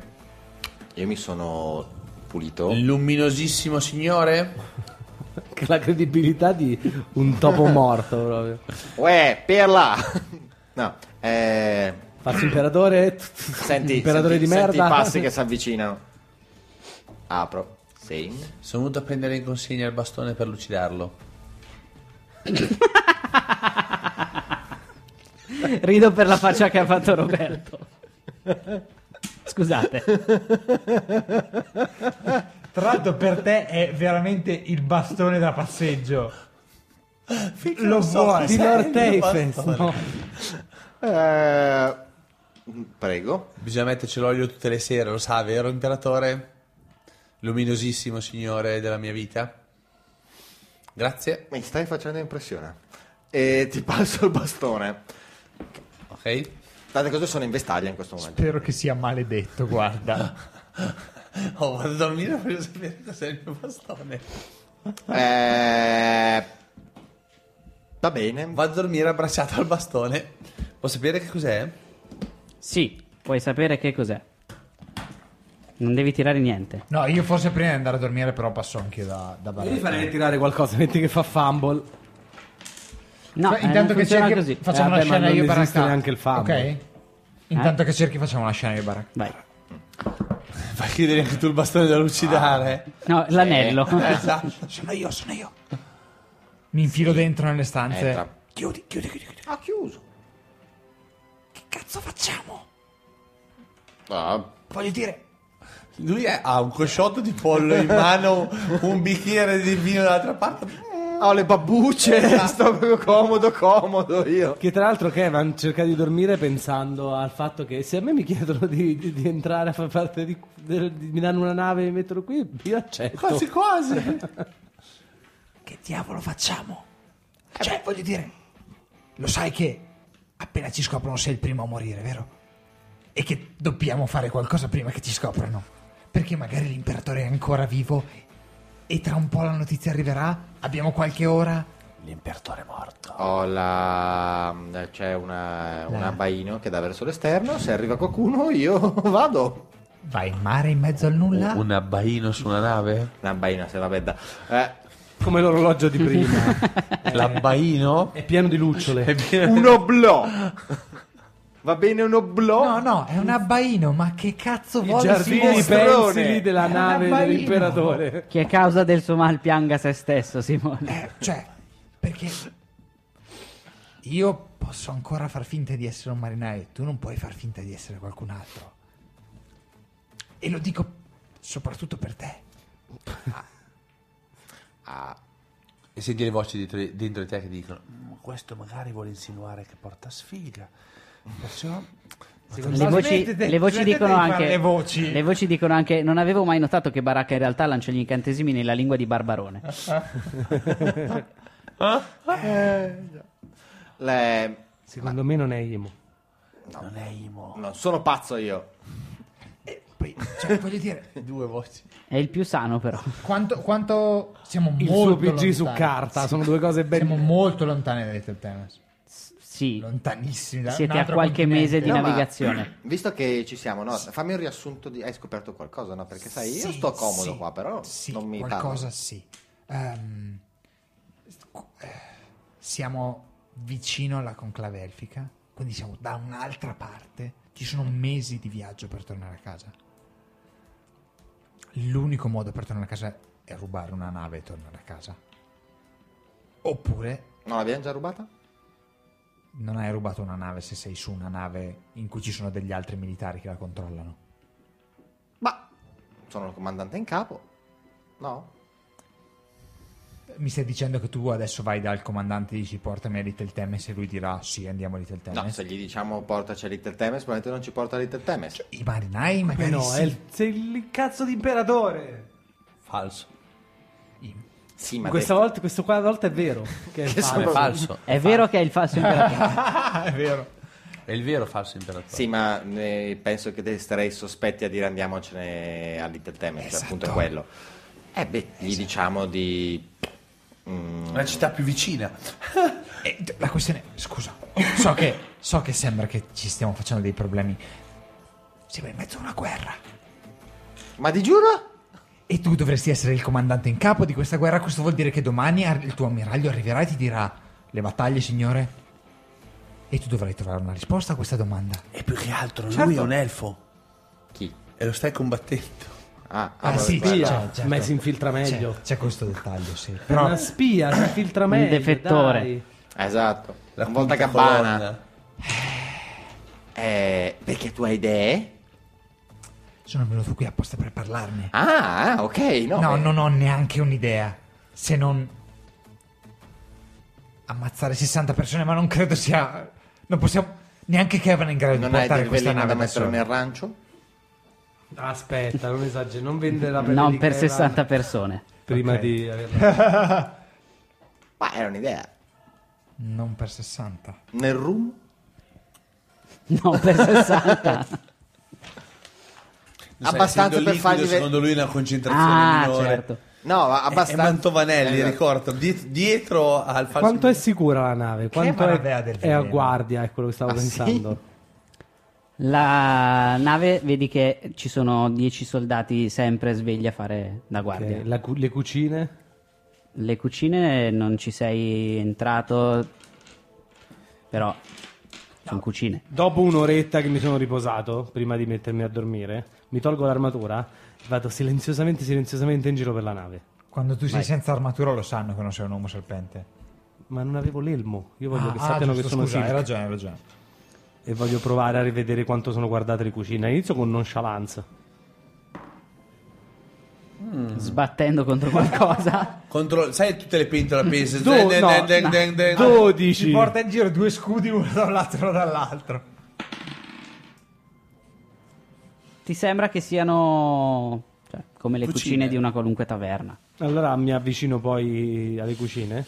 S3: Io mi sono
S4: Oh.
S3: pulito.
S4: Luminosissimo signore?
S11: Che La credibilità di un topo morto proprio.
S3: Uè, perla! no, eh,
S11: Faccio imperatore,
S3: senti,
S11: imperatore
S3: senti-
S11: di merda.
S3: senti i passi che si avvicinano. Apro. Sì.
S4: Sono venuto a prendere in consegna il bastone per lucidarlo.
S1: Rido per la faccia che ha fatto Roberto. Scusate.
S7: tra l'altro per te è veramente il bastone da passeggio lo vuoi
S11: Di Lord Teifes, no?
S3: Eh, prego.
S4: Bisogna metterci l'olio tutte le sere, lo sa, vero, imperatore? luminosissimo signore della mia vita. Grazie,
S3: Mi stai facendo impressione. E ti passo il bastone.
S4: ok?
S3: Tante cose sono in vestaglia in questo momento.
S7: Spero che sia maledetto, guarda.
S4: Oh, vado a dormire voglio sapere cos'è il mio bastone.
S3: Eh, va bene.
S4: Vado a dormire abbracciato al bastone. Vuoi sapere che cos'è?
S1: Sì, puoi sapere che cos'è. Non devi tirare niente.
S7: No, io forse prima di andare a dormire, però passo anche da, da
S5: Io gli
S7: baretta.
S5: farei tirare qualcosa, metti che fa fumble.
S1: No,
S7: Cioè,
S1: eh, non funziona
S7: cerchi,
S1: così.
S5: Eh,
S7: facciamo una
S5: vabbè, ma
S7: scena
S5: non
S7: io
S5: esiste
S7: baraccata.
S5: neanche il fumble. Eh?
S7: Ok. Intanto che cerchi, facciamo una scena io baracca.
S1: Eh, Vai.
S4: Fai chiedere anche tu il bastone da lucidare.
S1: No, l'anello.
S7: Eh,
S4: Esatto.
S12: Sono io, sono io.
S7: Mi infilo dentro nelle stanze.
S3: Entra.
S12: Chiudi, chiudi, chiudi, chiudi.
S3: Ha chiuso.
S12: Che cazzo facciamo?
S3: Ah,
S12: Voglio dire,
S4: Lui è- ha un cosciotto di pollo in mano, un bicchiere di vino dall'altra parte.
S3: ho le babbucce. Sto proprio comodo, comodo io.
S5: Che tra l'altro Kevin cerca di dormire pensando al fatto che se a me mi chiedono di, di- di entrare a far parte di, del- di- mi danno una nave e mi mettono qui, io accetto.
S4: Quasi quasi.
S12: che diavolo facciamo? Cioè, voglio dire,
S2: Lo sai che appena ci scoprono sei il primo a morire, vero? E che dobbiamo fare qualcosa prima che ci scoprano. Perché magari l'imperatore è ancora vivo e tra un po' la notizia arriverà. Abbiamo qualche ora.
S12: L'imperatore è morto.
S3: Ho la. C'è una, un
S2: Eh.
S3: abbaino che dà verso l'esterno. Se arriva qualcuno, io vado.
S2: Vai in mare in mezzo al nulla.
S4: Un abbaino su una nave?
S3: Un abbaino, se la vedda. Eh,
S5: Come l'orologio di prima.
S4: L'abbaino?
S5: È pieno di lucciole.
S3: un oblò. Va bene un
S2: No,
S3: oblò?
S2: no, è un abbaino, ma che cazzo
S5: I
S2: vuole?
S5: giardini
S3: mostrone.
S5: pensili della nave
S2: abbaino.
S5: dell'imperatore.
S1: che a causa del suo mal pianga se stesso, Simone.
S2: Eh, cioè, perché io posso ancora far finta di essere un marinaio, tu non puoi far finta di essere qualcun altro. E lo dico soprattutto per te.
S4: E senti le voci dentro, dentro di te che dicono: "Mm, Questo magari vuole insinuare che porta sfiga. Perciò.
S1: Le voci, le voci dicono anche.
S7: le voci.
S1: le voci dicono anche. Non avevo mai notato che Baracca in realtà lancia gli incantesimi nella lingua di Barbarone.
S3: Le-
S5: Secondo me non è Imo.
S4: Non è Imo.
S3: Non sono pazzo io.
S2: E poi, cioè, voglio dire,
S4: "Eh, Due voci.
S1: È il più sano, però.
S7: Quanto, quanto siamo
S5: Il
S7: molto
S5: suo PG
S7: lontani.
S5: su carta, sono due cose ben
S7: Siamo molto lontani da Little Tennis.
S1: Sì,
S7: Lontanissimi. da- un
S1: siete a
S7: altro
S1: qualche
S7: continente.
S1: mese di
S3: No, ma-
S1: navigazione.
S3: Visto che ci siamo, no? fammi un riassunto di... Hai scoperto qualcosa, no? Perché sai, io
S2: Sì,
S3: sto comodo
S2: sì,
S3: qua, però
S2: sì,
S3: non mi
S2: qualcosa
S3: parlo.
S2: sì. Ehm, qu- eh, siamo vicino alla conclave elfica, quindi siamo da un'altra parte. Ci sono mesi di viaggio per tornare a casa. L'unico modo per tornare a casa è rubare una nave e tornare a casa. Oppure
S3: No, l'abbiamo già rubata?
S2: non hai rubato una nave se sei su una nave in cui ci sono degli altri militari che la controllano.
S3: Ma sono il comandante in capo. No?
S2: Mi stai dicendo che tu adesso vai dal comandante e dici portami a Little Temes e lui dirà sì andiamo a Little
S3: No,
S2: Temes.
S3: se gli diciamo portaci a Little Temes, probabilmente non ci porta a Little Temes.
S2: I marinai magari
S5: Eh no,
S2: sì.
S5: è il, sei il cazzo di imperatore.
S4: Falso.
S3: sì, ma
S5: Questa
S3: detto-
S5: volta, questo qua a volta è vero. Che è
S3: Che
S5: falso.
S3: sono-
S4: Falso.
S1: È vero che è il falso imperatore.
S7: È vero.
S4: È il vero falso imperatore.
S3: Sì, ma eh, penso che te starei sospetti a dire andiamocene a Little Temes, cioè, appunto è quello. Eh beh, gli diciamo di...
S4: La città più vicina.
S2: Eh, d- la questione scusa, so che, so che sembra che ci stiamo facendo dei problemi. Siamo in mezzo a una guerra
S3: Ma ti giuro?
S2: e tu dovresti essere il comandante in capo di questa guerra. Questo vuol dire che domani ar- il tuo ammiraglio arriverà e ti dirà le battaglie, signore. E tu dovrai trovare una risposta a questa domanda.
S4: E più che altro, lui è un elfo.
S3: Chi?
S4: E lo stai combattendo.
S3: Ah,
S2: Ah,
S3: vabbè,
S2: sì,
S3: guarda.
S5: Spia,
S2: Certo, certo.
S5: ma si infiltra meglio.
S2: C'è, c'è questo dettaglio, sì.
S5: È
S2: Però
S5: Una spia si infiltra
S1: Un
S5: meglio.
S1: defettore.
S5: dai.
S3: Esatto.
S4: La
S3: Una volta
S4: quinta
S3: campana.
S4: colonna.
S3: Eh, perché tu hai idee?
S2: sono venuto qui apposta per parlarne.
S3: Ah, ah, ok, no.
S2: No,
S3: beh.
S2: non ho neanche un'idea. Se non ammazzare 60 persone, ma non credo sia. Non possiamo. Neanche Kevin è in grado di
S3: Non hai
S2: portare
S3: del
S2: questa
S3: veleno
S2: nave
S3: da
S2: da
S3: mettere
S2: solo.
S3: nel rancio?
S5: Aspetta, non esagero, non venderla per
S1: Non
S5: le
S1: per
S5: liquide,
S1: 60 persone.
S5: Prima
S13: Ok.
S5: di averla.
S3: Ma era un'idea.
S2: Non per 60.
S3: Nel room?
S1: Non per 60.
S4: Sai,
S3: Abbastanza
S4: essendo
S3: per
S4: liquido,
S3: fargli ve-
S4: Secondo lui è una concentrazione
S1: ah,
S4: minore.
S1: certo.
S3: No, ma
S4: È- È
S3: abbastanza.
S4: Mantovanelli,
S3: Eh, no.
S4: ricordo, diet- dietro al falso
S5: Quanto è sicura la nave? Quanto
S2: maravea del
S5: è, è a
S2: veleno.
S5: guardia? È quello che stavo
S3: Ah, sì?
S5: pensando.
S1: La nave, vedi che ci sono 10 soldati sempre svegli a fare da guardia.
S5: Ok, la cu- le cucine?
S1: Le cucine non ci sei entrato, però sono cucine.
S5: Dopo un'oretta che mi sono riposato, prima di mettermi a dormire, mi tolgo l'armatura, vado silenziosamente, silenziosamente in giro per la nave.
S2: Quando tu sei senza armatura lo sanno che non sei un uomo serpente.
S5: Ma non avevo l'elmo, io voglio
S2: Ah,
S5: che
S2: ah,
S5: sappiano che
S2: giusto,
S5: sono
S2: scusa,
S5: silk
S2: hai ragione, hai ragione.
S5: e voglio provare a rivedere quanto sono guardate le cucine. Inizio con nonchalance.
S1: Sbattendo contro qualcosa,
S4: Contro, sai tutte le pentole appese?
S5: Do-
S4: Den- den-
S5: no,
S4: den-
S5: no.
S4: den- den-
S2: Ci
S5: 12!
S2: porta in giro due scudi uno da un lato e uno dall'altro.
S1: ti sembra che siano cioè, come le
S4: Cucine.
S1: cucine. di una qualunque taverna.
S5: Allora mi avvicino poi alle cucine,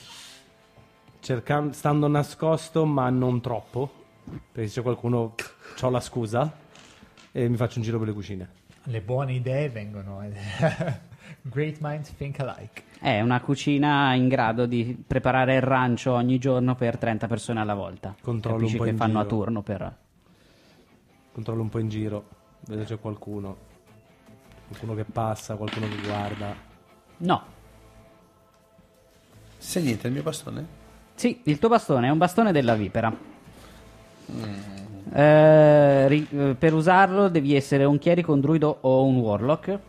S5: cercando, stando nascosto ma non troppo, perché se c'è qualcuno ho la scusa e mi faccio un giro per le cucine.
S2: Le buone idee vengono. eh. Great minds think alike.
S1: È una cucina in grado di preparare il rancio ogni giorno per 30 persone alla volta.
S5: Controllo
S1: Capisci
S5: un po'
S1: che
S5: in
S1: fanno a
S5: giro.
S1: turno per...
S5: Controllo un po' in giro, vedo se c'è qualcuno. Qualcuno che passa, qualcuno che guarda.
S1: No.
S4: Sai niente, il mio bastone?
S1: Sì, il tuo bastone è un bastone della vipera.
S5: Mm.
S1: Eh, ri- eh, per usarlo devi essere un chierico, un druido o un warlock.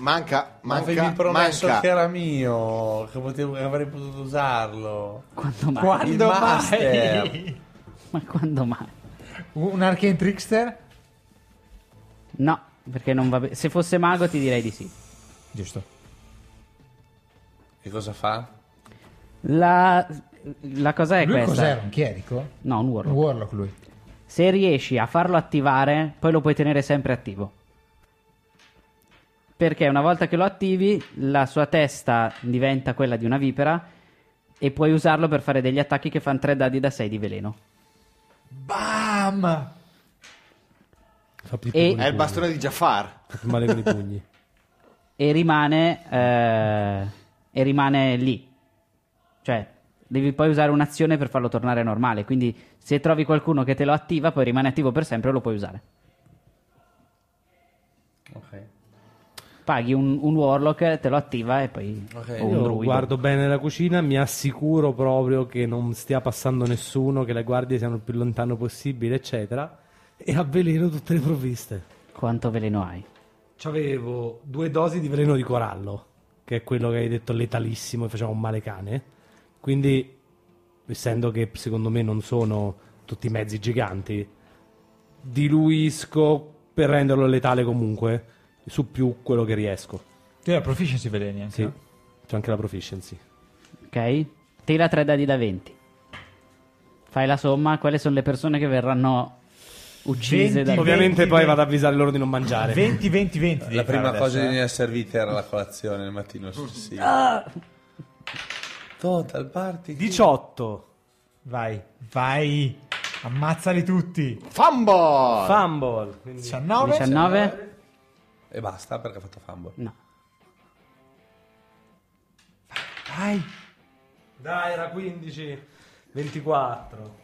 S3: Manca,
S4: Ma
S3: manca,
S4: avevi promesso
S3: manca.
S4: che era mio, che, potevo- che avrei potuto usarlo.
S1: Quando mai?
S4: Il master.
S1: Ma quando mai?
S2: Un arcane trickster?
S1: No, perché non va bene. Se fosse mago ti direi di sì.
S2: Giusto.
S4: Che cosa fa?
S1: La, la cosa è
S2: Lui
S1: questa.
S2: cos'era? Un chierico?
S1: No, un
S2: Un
S1: warlock.
S2: warlock lui.
S1: Se riesci a farlo attivare, poi lo puoi tenere sempre attivo. Perché una volta che lo attivi, la sua testa diventa quella di una vipera e puoi usarlo per fare degli attacchi che fanno 3 dadi da 6 di veleno.
S2: Bam!
S5: Fa più
S1: E-
S5: con i
S3: È il bastone di Jafar.
S5: pugni, fa più male con i pugni.
S1: E rimane, eh, e rimane lì. Cioè, devi poi usare un'azione per farlo tornare normale. Quindi, se trovi qualcuno che te lo attiva, poi rimane attivo per sempre e lo puoi usare.
S4: Ok.
S1: Paghi un, un warlock, te lo attiva e poi.
S4: Ok.
S1: o un
S5: Io
S1: druido.
S5: guardo bene la cucina, mi assicuro proprio che non stia passando nessuno, che le guardie siano il più lontano possibile, eccetera. E avveleno tutte le provviste.
S1: Quanto veleno hai?
S5: C'avevo due dosi di veleno di corallo, che è quello che hai detto letalissimo e faceva un male cane. Quindi, essendo che secondo me non sono tutti mezzi giganti, diluisco per renderlo letale comunque, su più quello che riesco.
S2: Tu hai proficiency veleni anche.
S5: Sì, c'è anche la proficiency.
S1: Ok? Tira 3 dadi da 20. Fai la somma, quelle sono le persone che verranno
S2: 20,
S1: uccise da
S2: 20,
S5: Ovviamente poi
S2: 20.
S5: vado ad avvisare loro di non mangiare.
S2: 20, 20, 20.
S4: La
S2: devi
S4: prima
S2: fare
S4: cosa che
S2: adesso,
S4: mi
S2: eh.
S4: era servita era la colazione il mattino successivo. Total party.
S5: 18.
S2: Vai, vai. Ammazzali tutti.
S3: Fumble!
S5: Fumble. quindi-
S2: 19.
S1: 19?
S4: E basta perché ha fatto fumble.
S1: No.
S2: Vai.
S5: Dai, era 15. 24.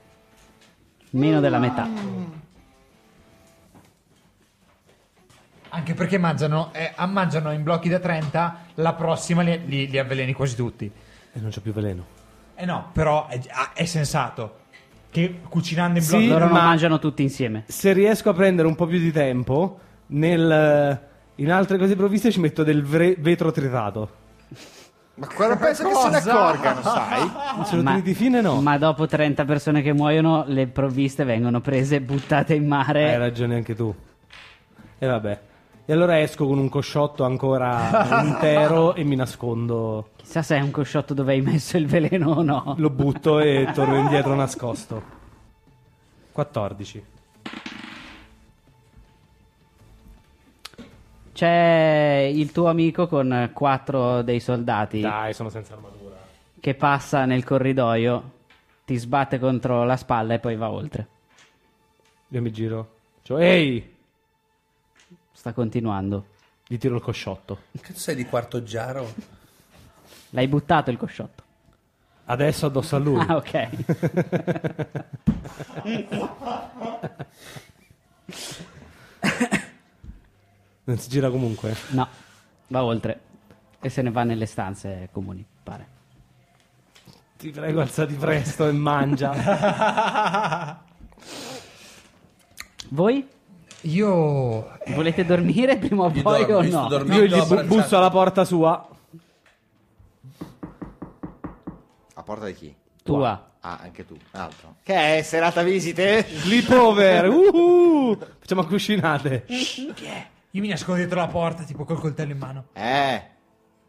S1: Meno della metà.
S2: Anche perché mangiano, eh, mangiano in blocchi da 30, la prossima li, li- li avveleni quasi tutti.
S5: E non c'è più veleno.
S2: Eh no, però è, ah, è sensato che cucinando in blocchi...
S5: Sì,
S1: Loro non
S5: ma-
S1: mangiano tutti insieme.
S5: Se riesco a prendere un po' più di tempo, nel, eh, in altre cose provviste ci metto del vre- vetro tritato.
S3: Ma quello penso che se ne accorgano, sai?
S5: Se lo tieni di fine, no.
S1: Ah. ma dopo 30 persone che muoiono, le provviste vengono prese e buttate in mare.
S5: Hai ragione anche tu. E vabbè. E allora esco con un cosciotto ancora intero e mi nascondo.
S1: Chissà se è un cosciotto dove hai messo il veleno o no.
S5: Lo butto e torno indietro nascosto. 14.
S1: C'è il tuo amico con eh, quattro dei soldati
S5: Dai, sono senza armatura.
S1: che passa nel corridoio, ti sbatte contro la spalla e poi va oltre.
S5: Io mi giro. Cioè, ehi!
S1: Sta continuando.
S5: Gli tiro il cosciotto.
S4: Cazzo sei di quarto giaro?
S1: L'hai buttato il cosciotto.
S5: Adesso addosso a lui.
S1: Ah, ok.
S5: Non si gira comunque.
S1: No, va oltre. E se ne va nelle stanze comuni, pare.
S5: Ti prego, alzati presto e mangia.
S1: Voi
S7: Io
S1: volete dormire prima o
S4: Io
S1: poi
S4: dormo, io
S1: o no?
S4: sto dormendo
S5: Io gli bu-
S4: abbracciato.
S5: busso alla porta sua.
S3: A porta di chi?
S1: Tua.
S3: Ah, anche tu. Un altro. Che è serata visite?
S5: Sleepover. uhuh. Facciamo cucinate.
S7: Io mi nascondo dietro la porta, tipo col coltello in mano.
S3: Eh.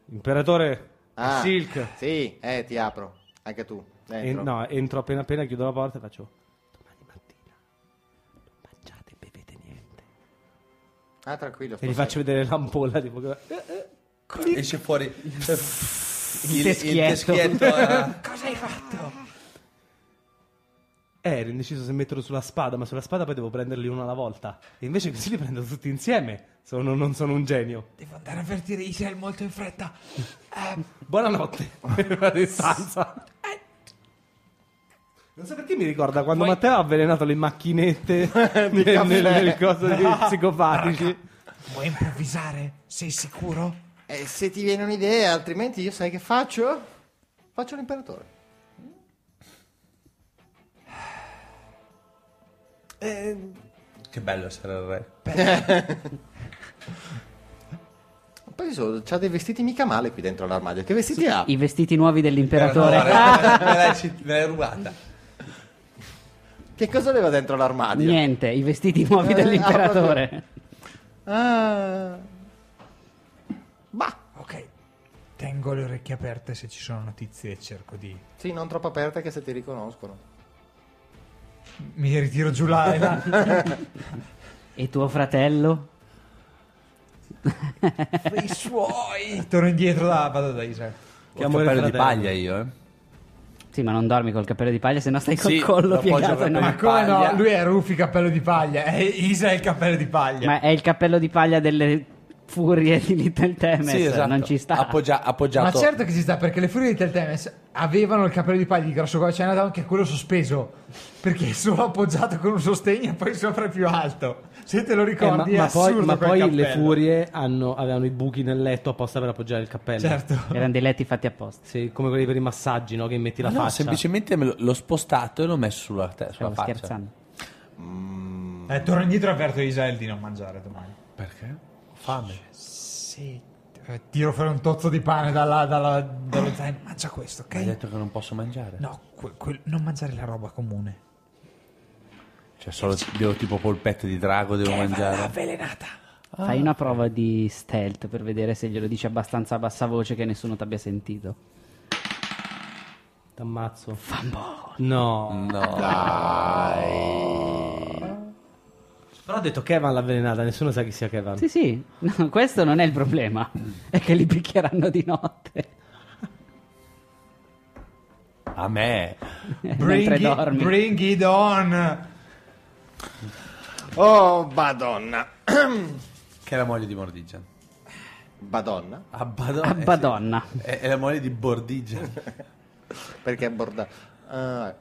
S5: Imperatore.
S3: Ah.
S5: Silk.
S3: Sì, eh, ti apro. Anche tu.
S5: E-
S3: Dentro.
S5: no, entro appena appena, chiudo la porta e faccio.
S14: Domani mattina non mangiate e bevete niente.
S3: Ah, tranquillo.
S5: E gli
S3: forse-
S5: faccio vedere l'ampolla. Tipo, che- eh,
S4: Esce fuori il, il
S1: teschietto.
S4: teschietto, eh.
S5: eh, ero indeciso se metterlo sulla spada, ma sulla spada poi devo prenderli uno alla volta. E invece così li prendo tutti insieme. Sono- non sono un genio.
S7: Devo andare a avvertire Israel molto in fretta.
S5: Ehm, Buonanotte. a distanza. Non so perché mi ricorda quando Matteo ha avvelenato le macchinette nel, nel, nel coso di psicopatici.
S7: Vuoi improvvisare? Sei sicuro?
S3: Eh, se ti viene un'idea, altrimenti io sai che faccio? Faccio l'imperatore.
S4: Che bello essere il re.
S3: Poi so, c'ha dei vestiti mica male qui dentro l'armadio. Che vestiti ha?
S1: I vestiti nuovi dell'imperatore.
S4: Imperatore, me, l'hai, cit- me l'hai rubata.
S3: Che cosa aveva dentro l'armadio?
S1: Niente, i vestiti
S4: Eh, ah,
S1: nuovi dell'imperatore.
S3: Ah. Bah.
S7: Ok. Tengo le orecchie aperte se ci sono notizie e cerco di...
S3: Sì, non troppo aperte che se ti riconoscono.
S7: Mi ritiro giù là e là.
S1: E tuo fratello?
S7: I suoi! Torno indietro da... Vado da Israel.
S4: Che
S5: amore
S4: cappello di
S5: fratello.
S4: paglia io, eh.
S1: Sì, ma non dormi col cappello di paglia, se no stai col
S4: Sì,
S1: collo
S4: lo appoggio
S1: piegato.
S4: proprio
S1: no?
S4: in
S2: Ma come
S4: Paglia.
S2: no? Lui è Rufy cappello di paglia. È Isa è il cappello di paglia.
S1: Ma è il cappello di paglia delle furie di Little Temes,
S4: Sì, esatto.
S1: non ci sta.
S4: Appoggia-
S2: Ma
S5: Esatto.
S4: appoggiato.
S2: certo che si sta, perché le furie di Teltemes avevano il cappello di paglia di grosso come Chinatown, che è quello sospeso, perché è solo appoggiato con un sostegno e poi sopra è più alto. Se te lo
S5: Eh, ma,
S2: ricordi, è
S5: ma poi,
S2: assurdo
S5: ma
S2: quel
S5: poi le
S2: cappello.
S5: furie hanno- avevano i buchi nel letto apposta per appoggiare il cappello.
S2: Certo.
S1: Erano dei letti fatti apposta.
S5: Sì, come quelli per i massaggi, no? Che metti la
S4: No,
S5: faccia.
S4: semplicemente me lo- l'ho spostato e l'ho messo sulla, te-
S1: Stavo
S4: sulla faccia.
S1: scherzando.
S7: Eh, torno indietro e avverto Israel di non mangiare domani.
S4: Perché? Ho fame.
S7: Sì. eh, Tiro fuori un tozzo di pane dalla, dalla, dallo zaino. Mangia questo,
S4: Hai
S7: ok?
S4: detto che non posso mangiare.
S7: No, que- quel- non mangiare la roba comune.
S4: Cioè, solo devo tipo polpette di drago devo mangiare.
S7: Avvelenata.
S1: Fai una prova di stealth per vedere se glielo dici abbastanza a bassa voce che nessuno ti abbia sentito.
S5: T'ammazzo. No. Però ho detto Kevan l'avvelenata, nessuno sa chi sia Kevan.
S1: Sì, sì, no, questo non è il problema, è che li picchieranno di notte
S4: A me.
S2: Bring
S1: mentre
S2: it,
S1: dormi.
S2: bring it on. Ah,
S3: Oh, madonna.
S4: Che è la moglie di Mordigian.
S3: Madonna?
S4: Abbadonna.
S1: Ah,
S4: eh sì.
S1: Madonna.
S4: È, è la moglie di Bordigian.
S3: Perché è borda... Ah,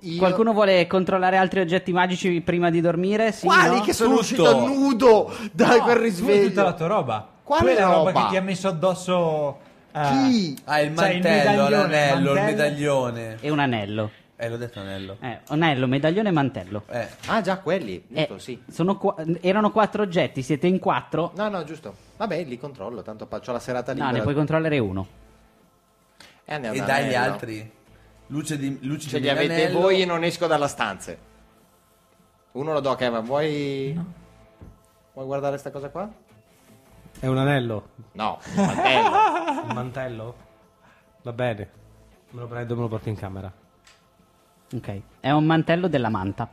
S3: io-
S1: Qualcuno vuole controllare altri oggetti magici prima di dormire? Sì,
S3: Quali
S1: no?
S3: che sono
S4: Tutto.
S3: uscito nudo da quel
S7: tu hai tutta la
S3: risveglio?
S7: tua roba.
S3: Quale
S7: Quella roba?
S3: roba?
S7: che ti ha messo addosso. eh,
S3: Chi?
S4: Ah, il
S7: Cioè, il
S4: mantello,
S7: medaglione,
S4: l'anello, il
S7: mantello.
S4: medaglione.
S1: E un anello.
S4: Eh, l'ho detto anello.
S1: Eh, anello, medaglione e mantello.
S4: Eh,
S3: Ah, già, quelli.
S1: Eh,
S3: Giusto, sì.
S1: sono qua- erano quattro oggetti, siete in quattro?
S3: No, no, giusto. Vabbè, li controllo, tanto faccio la serata
S1: No,
S3: libera.
S1: ne puoi controllare uno.
S3: Eh, ne ho
S4: e
S3: un
S4: dai gli
S3: anello.
S4: altri. Luce di luce
S3: Ce
S4: di
S3: li avete
S4: Milanello.
S3: voi e non esco dalla stanza. Uno lo do a Kevin, vuoi... Vuoi guardare sta cosa qua?
S5: È un anello.
S3: No, un mantello.
S5: Il mantello? Va bene. Me lo prendo e me lo porto in camera.
S1: Ok, è un mantello della manta,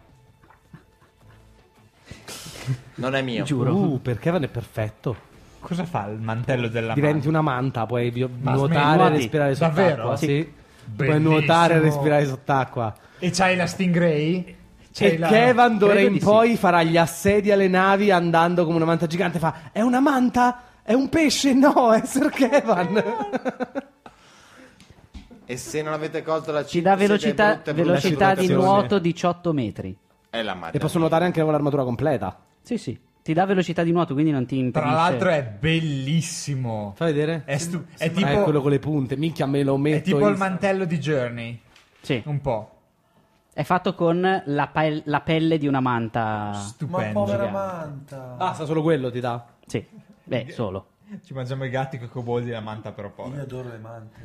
S3: non è mio.
S1: giuro.
S5: Uh, per Kevan è perfetto.
S2: Cosa fa il mantello della
S5: diventi una manta, puoi vi-
S2: Ma
S5: nuotare e
S2: smetti,
S5: respirare sott'acqua.
S2: davvero?
S5: Sì. Puoi
S2: Bellissimo.
S5: nuotare e respirare sott'acqua.
S2: mano? E c'hai la Stingray? C'hai
S5: E
S2: la...
S5: Kevan d'ora
S1: credo
S5: in
S1: di sì.
S5: poi farà gli assedi alle navi andando come una manta gigante. Fa: È una manta? È un pesce? No, è Sir Kevan.
S3: E se non avete colto la
S1: Ci
S3: città,
S1: dà velocità, velocità di nuoto 18 metri.
S3: È la madre.
S5: e posso nuotare anche con l'armatura completa.
S1: Sì, sì. Ti dà velocità di nuoto, quindi non ti impedisce.
S2: Tra l'altro è bellissimo.
S5: Fai vedere?
S2: È, stu- è
S5: Ah,
S2: tipo,
S5: è quello con le punte. Minchia, me lo
S2: è
S5: metto.
S2: tipo
S5: in-
S2: il mantello di Journey.
S1: Sì.
S2: Un po'.
S1: È fatto con la, pe- la pelle di una manta.
S4: Ma
S2: Stupendo.
S4: povera
S1: Gigante.
S4: manta.
S5: Basta, solo quello ti dà.
S1: Sì. Beh, solo.
S2: Ci mangiamo i gatti con i coboldi e la manta però
S4: Io
S2: povera.
S4: adoro le mante.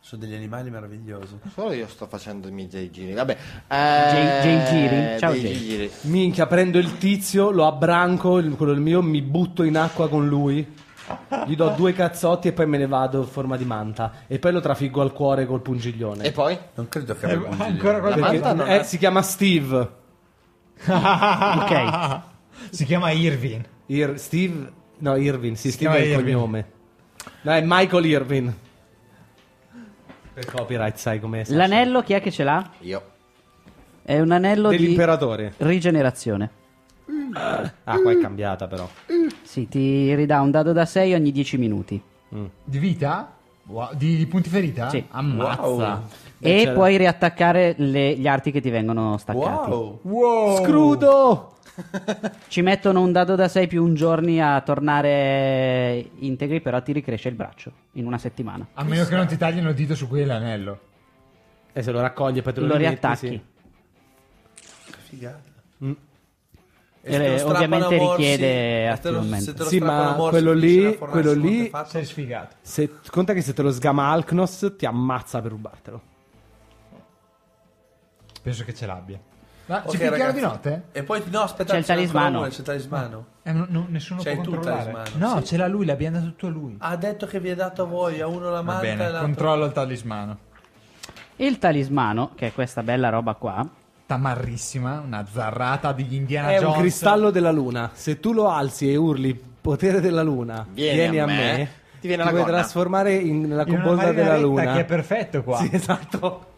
S4: Sono degli animali meravigliosi.
S3: Solo io sto facendo i miei dei giri. Vabbè, Eh,
S1: Jay- Jay giri? Ciao,
S3: dei
S1: Jay.
S3: giri.
S5: Minchia, prendo il tizio, lo abbranco, il- quello del mio, mi butto in acqua con lui. Gli do due cazzotti e poi me ne vado in forma di manta. E poi lo trafiggo al cuore col pungiglione.
S3: E poi?
S4: Non credo che abbia
S2: Ancora
S3: La
S2: qualcosa.
S5: Perché-
S3: manta non
S5: eh,
S3: è-
S5: si chiama Steve.
S2: Ah,
S1: Ok.
S2: Si chiama Irvin.
S5: Ir- Steve, no, Irvin, sì, Steve è
S2: chiama
S5: il
S2: Irvin.
S5: cognome. No, è Michael Irvin. Per copyright, sai com'è. Sasha.
S1: L'anello chi è che ce l'ha?
S3: Io.
S1: È un anello di
S5: dell'imperatore.
S1: rigenerazione.
S5: Ah, qua è cambiata però.
S1: Sì, ti ridà un dado da 6 ogni 10 minuti.
S2: Di vita? Wow, Di, di punti ferita?
S1: Sì.
S2: Ah, Ammazza.
S1: E
S5: c'era.
S1: puoi riattaccare le- gli arti che ti vengono staccati.
S3: Oh!
S4: Wow.
S2: Wow.
S5: Scrudo!
S1: Ci mettono un dado da 6 più un giorni a tornare integri, però ti ricresce il braccio in una settimana.
S2: A meno che non ti taglino il dito su cui è l'anello.
S5: E se lo raccoglie poi te lo,
S1: Lo
S5: rimetti,
S1: riattacchi.
S5: sì.
S4: Figata.
S1: E
S4: se te lo strappano
S1: ovviamente
S4: a morsi,
S1: richiede
S4: e te lo-
S1: azione.
S4: se te lo
S5: Sì,
S4: strappano
S5: ma
S4: a morsi,
S5: quello
S4: finisce
S5: lì-
S4: la fornace,
S5: quello
S4: come
S5: lì-
S4: ti fa?
S2: Sei sfigato.
S5: Se, conta che se te lo sgama Alknos ti ammazza per rubartelo.
S2: Penso che ce l'abbia. Ma
S4: Ok,
S2: ci picchiano
S4: ragazzi.
S2: di notte?
S4: E poi no, aspetta,
S1: C'è il
S4: ce n'è ancora
S1: talismano.
S4: uno, C'è il talismano.
S2: Eh, no- no- nessuno
S4: C'hai
S2: può
S4: tu il
S2: controllare.
S4: talismano,
S2: no,
S4: sì.
S2: ce l'ha lui, l'abbiamo dato tutto a lui.
S4: Ha detto che vi è dato a voi, a uno la
S2: Va
S4: manta e
S2: bene,
S4: l'altro.
S2: controllo il talismano.
S1: Il talismano, che è questa bella roba qua,
S2: Tamarrissima, una zarrata di Indiana
S5: È
S2: Jones.
S5: un cristallo della luna. Se tu lo alzi e urli potere della luna,
S3: Vieni
S5: vieni,
S3: a
S5: a
S3: me",
S5: me,
S3: ti viene la
S5: puoi
S3: gonna.
S5: trasformare in- nella
S2: In una
S5: cobolda della
S2: marinaretta
S5: luna.
S2: che è perfetto qua.
S5: Sì, esatto.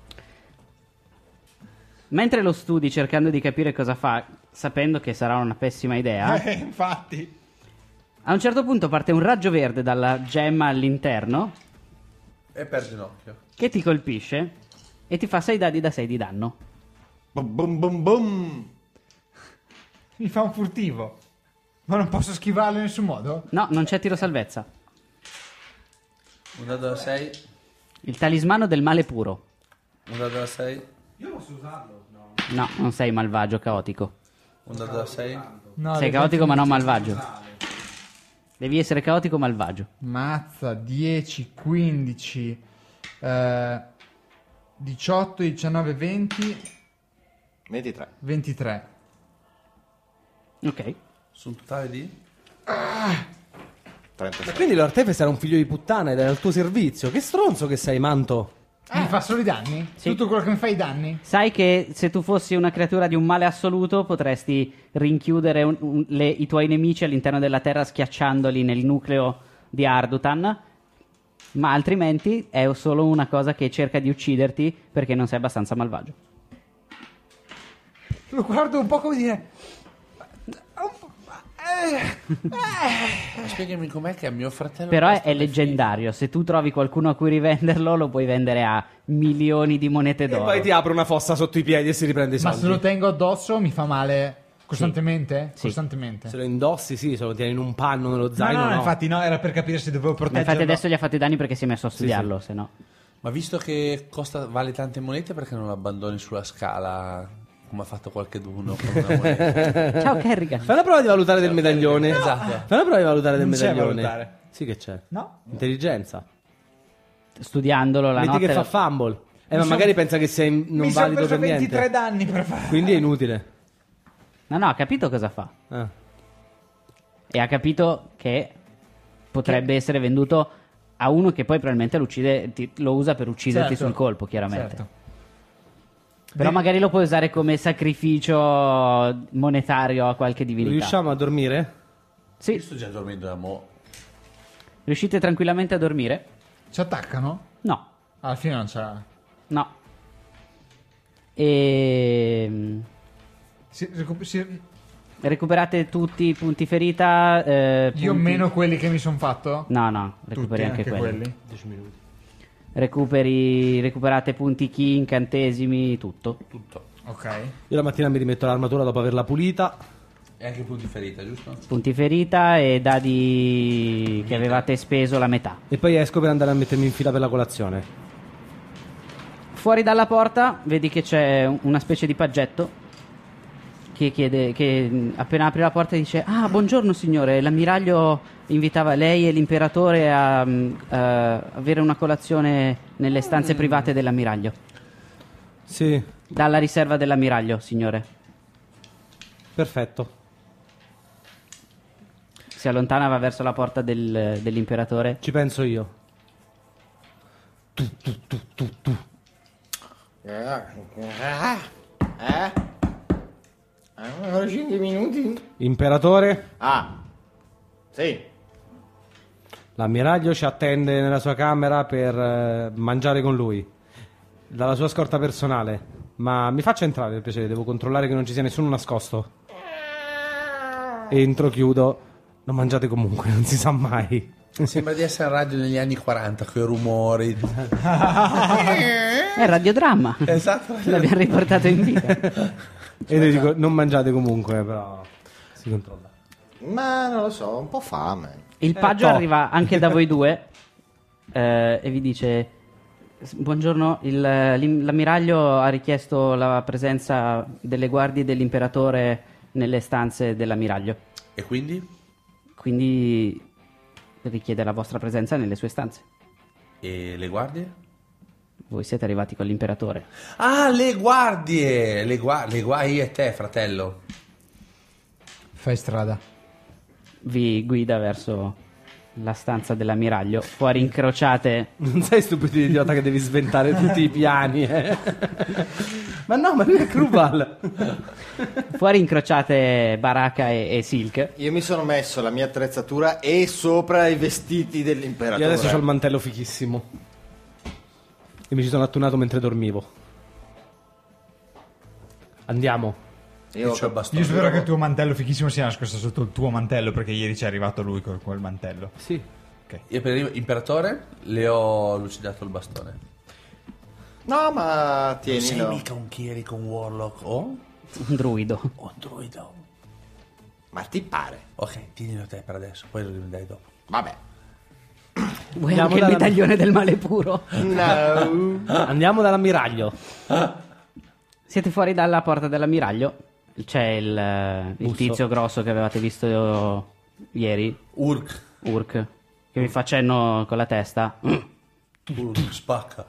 S1: mentre lo studi cercando di capire cosa fa, sapendo che sarà una pessima idea,
S2: Eh, infatti.
S1: a un certo punto parte un raggio verde dalla gemma all'interno
S4: E per ginocchio.
S1: che ti colpisce e ti fa 6 dadi da 6 di danno.
S3: Bum bum bum bum.
S2: Mi fa un furtivo. Ma non posso schivarlo in nessun modo?
S1: No, non c'è tiro salvezza.
S4: Un dado da 6,
S1: Il talismano del male puro.
S4: un dado da 6,
S1: No, non sei malvagio, caotico.
S4: un dado da 6.
S2: No,
S1: sei
S2: le-
S1: caotico ma non malvagio. Devi essere caotico malvagio.
S2: Mazza, 10, 15, eh, 18, 19, 20,
S3: 23.
S2: 23.
S1: Ok.
S4: Su un totale di?
S3: 36.
S5: Quindi l'Ortefes era un figlio di puttana ed era al tuo servizio. Che stronzo che sei, Manto.
S2: Mi fa solo i danni?
S1: Sì.
S2: Tutto quello che mi fa i danni?
S1: Sai che se tu fossi una creatura di un male assoluto potresti rinchiudere un- un- le- i tuoi nemici all'interno della Terra schiacciandoli nel nucleo di Ardutan, ma altrimenti è solo una cosa che cerca di ucciderti perché non sei abbastanza malvagio.
S2: Lo guardo un po' come dire...
S4: Ma spiegami com'è che a mio fratello...
S1: Però è,
S4: costa
S1: è
S4: le
S1: leggendario, se tu trovi qualcuno a cui rivenderlo lo puoi vendere a milioni di monete
S5: E
S1: d'oro.
S5: poi ti apre una fossa sotto i piedi e si riprende i
S2: Ma
S5: soldi.
S2: se lo tengo addosso mi fa male costantemente?
S1: Sì.
S2: Costantemente.
S5: Se lo indossi, sì, se lo tieni in un panno nello zaino. no.
S2: no, era per capire se dovevo
S1: Ma infatti adesso gli ha fatto i danni perché si è messo a studiarlo, se no.
S4: fi- Ma visto che costa, vale tante monete, perché non lo abbandoni sulla scala come ha fatto qualcheduno con una moneta?
S1: Ciao Kerrigan.
S5: Fai una prova di valutare del medaglione.
S4: Esatto.
S5: Fai una prova di valutare del
S2: Non c'è
S5: medaglione.
S2: valutare.
S5: Sì che c'è.
S2: No.
S5: Intelligenza.
S1: Studiandolo la
S5: Metti
S1: notte.
S5: che
S1: lo-
S5: fa fumble. Eh, ma magari pensa che sia in- non
S2: mi sono
S5: valido
S2: preso
S5: per
S2: 23
S5: niente.
S2: danni per fare...
S5: Quindi è inutile.
S1: No, no, ha capito cosa fa.
S5: Ah.
S1: e ha capito che potrebbe essere venduto a uno che poi probabilmente lo, uccide- ti- lo usa per ucciderti
S2: Certo.
S1: sul colpo, chiaramente.
S2: Certo.
S1: Però magari lo puoi usare come sacrificio monetario a qualche divinità.
S5: Riusciamo a dormire?
S4: Io
S1: Sì,
S4: sto già dormendo da mo'.
S1: Riuscite tranquillamente a dormire?
S7: Ci attaccano?
S1: No,
S7: Alla fine non c'era.
S1: no. E
S7: Si- recu- si-
S1: recuperate tutti i punti ferita. eh,
S7: io
S1: punti-
S7: meno quelli che mi sono fatto?
S1: No, no,
S7: Tutti,
S1: recuperi anche, quelli.
S7: quelli.
S1: Recuperi, recuperate punti chi, incantesimi, tutto.
S7: Ok.
S5: Io la mattina mi rimetto l'armatura dopo averla pulita.
S4: E anche punti ferita, giusto?
S1: Punti ferita e dadi che avevate speso la metà.
S5: E poi esco per andare a mettermi in fila per la colazione.
S1: Fuori dalla porta vedi che c'è un- una specie di paggetto che chiede, che mh, appena apre la porta dice Ah, buongiorno signore, l'ammiraglio invitava lei e l'imperatore a mh, eh, avere una colazione nelle stanze private dell'ammiraglio.
S5: Sì,
S1: Dalla riserva dell'ammiraglio, signore.
S5: perfetto.
S1: Si allontana, va verso la porta del- dell'imperatore.
S5: Ci penso io.
S3: Eh? Eh?
S1: Eh,
S3: Ancora 5 minuti?
S5: Imperatore,
S3: Ah, sì.
S5: l'ammiraglio ci attende nella sua camera per eh, mangiare con lui. Dalla sua scorta personale. Ma mi faccia entrare per piacere, devo controllare che non ci sia nessuno nascosto. Entro, chiudo. Non mangiate comunque, non si sa mai.
S4: Sembra di essere a radio negli anni 40 con i rumori.
S1: È il radiodramma.
S4: esatto.
S1: L'abbiamo riportato in vita.
S5: E io dico, non mangiate comunque, però si controlla.
S3: Ma non lo so, ho un po' fame.
S1: Il paggio
S5: toh.
S1: arriva anche da voi due eh, e vi dice: "S- Buongiorno, il, eh, l'im- l'ammiraglio ha richiesto la presenza delle guardie dell'imperatore nelle stanze dell'ammiraglio.
S4: E quindi?
S1: Quindi richiede la vostra presenza nelle sue stanze.
S4: E le guardie?
S1: Voi siete arrivati con l'imperatore.
S4: Ah, le guardie! Le, gua- le guai e te, fratello.
S2: Fai strada.
S1: Vi guida verso la stanza dell'ammiraglio. Fuori incrociate.
S5: Non sei stupido idiota che devi sventare tutti i piani, eh. ma no, ma lui è Krubal.
S1: Fuori incrociate Baraka e, e Silk.
S3: Io mi sono messo la mia attrezzatura e sopra i vestiti dell'imperatore.
S5: Io adesso ho il mantello fichissimo. E mi ci sono attunato mentre dormivo. Andiamo.
S3: Io-
S4: C'ho il bastone.
S7: Io spero che il tuo mantello fichissimo sia nascosto sotto il tuo mantello perché ieri ci è arrivato lui con quel mantello.
S5: Sì.
S4: Io per il- imperatore le ho lucidato il bastone.
S3: No, ma tienilo.
S4: un chierico, un warlock o
S1: Un druido.
S4: un druido?
S3: Ma ti pare?
S4: Ok, tienilo te per adesso, poi lo dai dopo.
S3: Vabbè.
S1: Vuoi
S5: Andiamo
S1: anche il
S5: dalla-
S1: medaglione del male puro?
S3: No.
S7: Ah.
S5: Andiamo dall'ammiraglio.
S1: Siete fuori dalla porta dell'ammiraglio. C'è il, eh, il tizio grosso che avevate visto ieri,
S4: Urk,
S1: Urk, che vi fa cenno con la testa.
S4: Urk, spacca.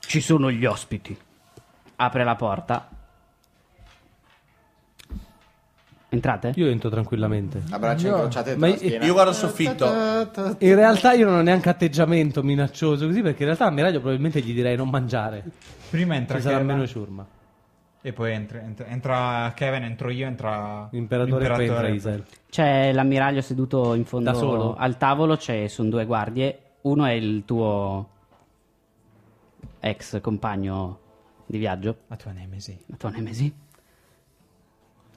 S1: Ci sono gli ospiti. Apre la porta. Entrate?
S5: Io entro tranquillamente.
S3: A braccia incrociate
S5: Ma
S3: sulla
S5: io-
S3: schiena.
S4: Io guardo il soffitto.
S3: Ah,
S5: In realtà io non ho neanche atteggiamento minaccioso così, perché in realtà l'ammiraglio probabilmente gli direi non mangiare.
S7: Prima entra
S5: Ci sarà
S7: Kevin
S5: meno ciurma.
S7: e poi entra, entra, entra Kevin, entro io, entra
S5: L'imperatore e poi entra
S7: l'imperatore.
S5: Israel.
S1: C'è l'ammiraglio seduto in
S5: Da solo?
S1: fondo al tavolo, c'è, sono due guardie. Uno è il tuo ex compagno di viaggio,
S7: La tua nemesi.
S1: la tua nemesi.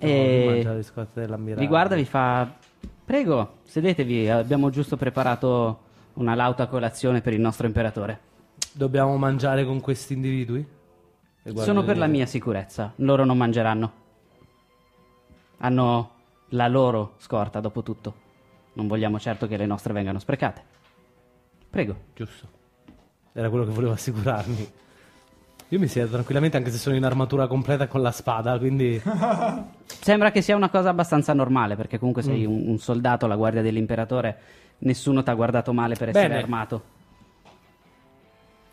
S1: Eh,
S5: Non
S1: E
S5: mangia le scorte dell'ammiraglio.
S1: vi guarda e vi fa: Prego, sedetevi, abbiamo giusto preparato una lauta colazione per il nostro imperatore.
S5: Dobbiamo mangiare con questi individui? E guarda eh,
S1: Sono per la
S5: lì.
S1: mia sicurezza, loro non mangeranno. Hanno la loro scorta, dopo tutto. Non vogliamo certo che le nostre vengano sprecate. Prego.
S5: Giusto. Era quello che volevo assicurarmi. Io mi siedo tranquillamente anche se sono in armatura completa con la spada, quindi...
S1: Sembra che sia una cosa abbastanza normale, perché comunque sei
S3: Mm.
S1: un, un soldato, la guardia dell'imperatore, nessuno ti ha guardato male per essere
S5: Bene.
S1: armato.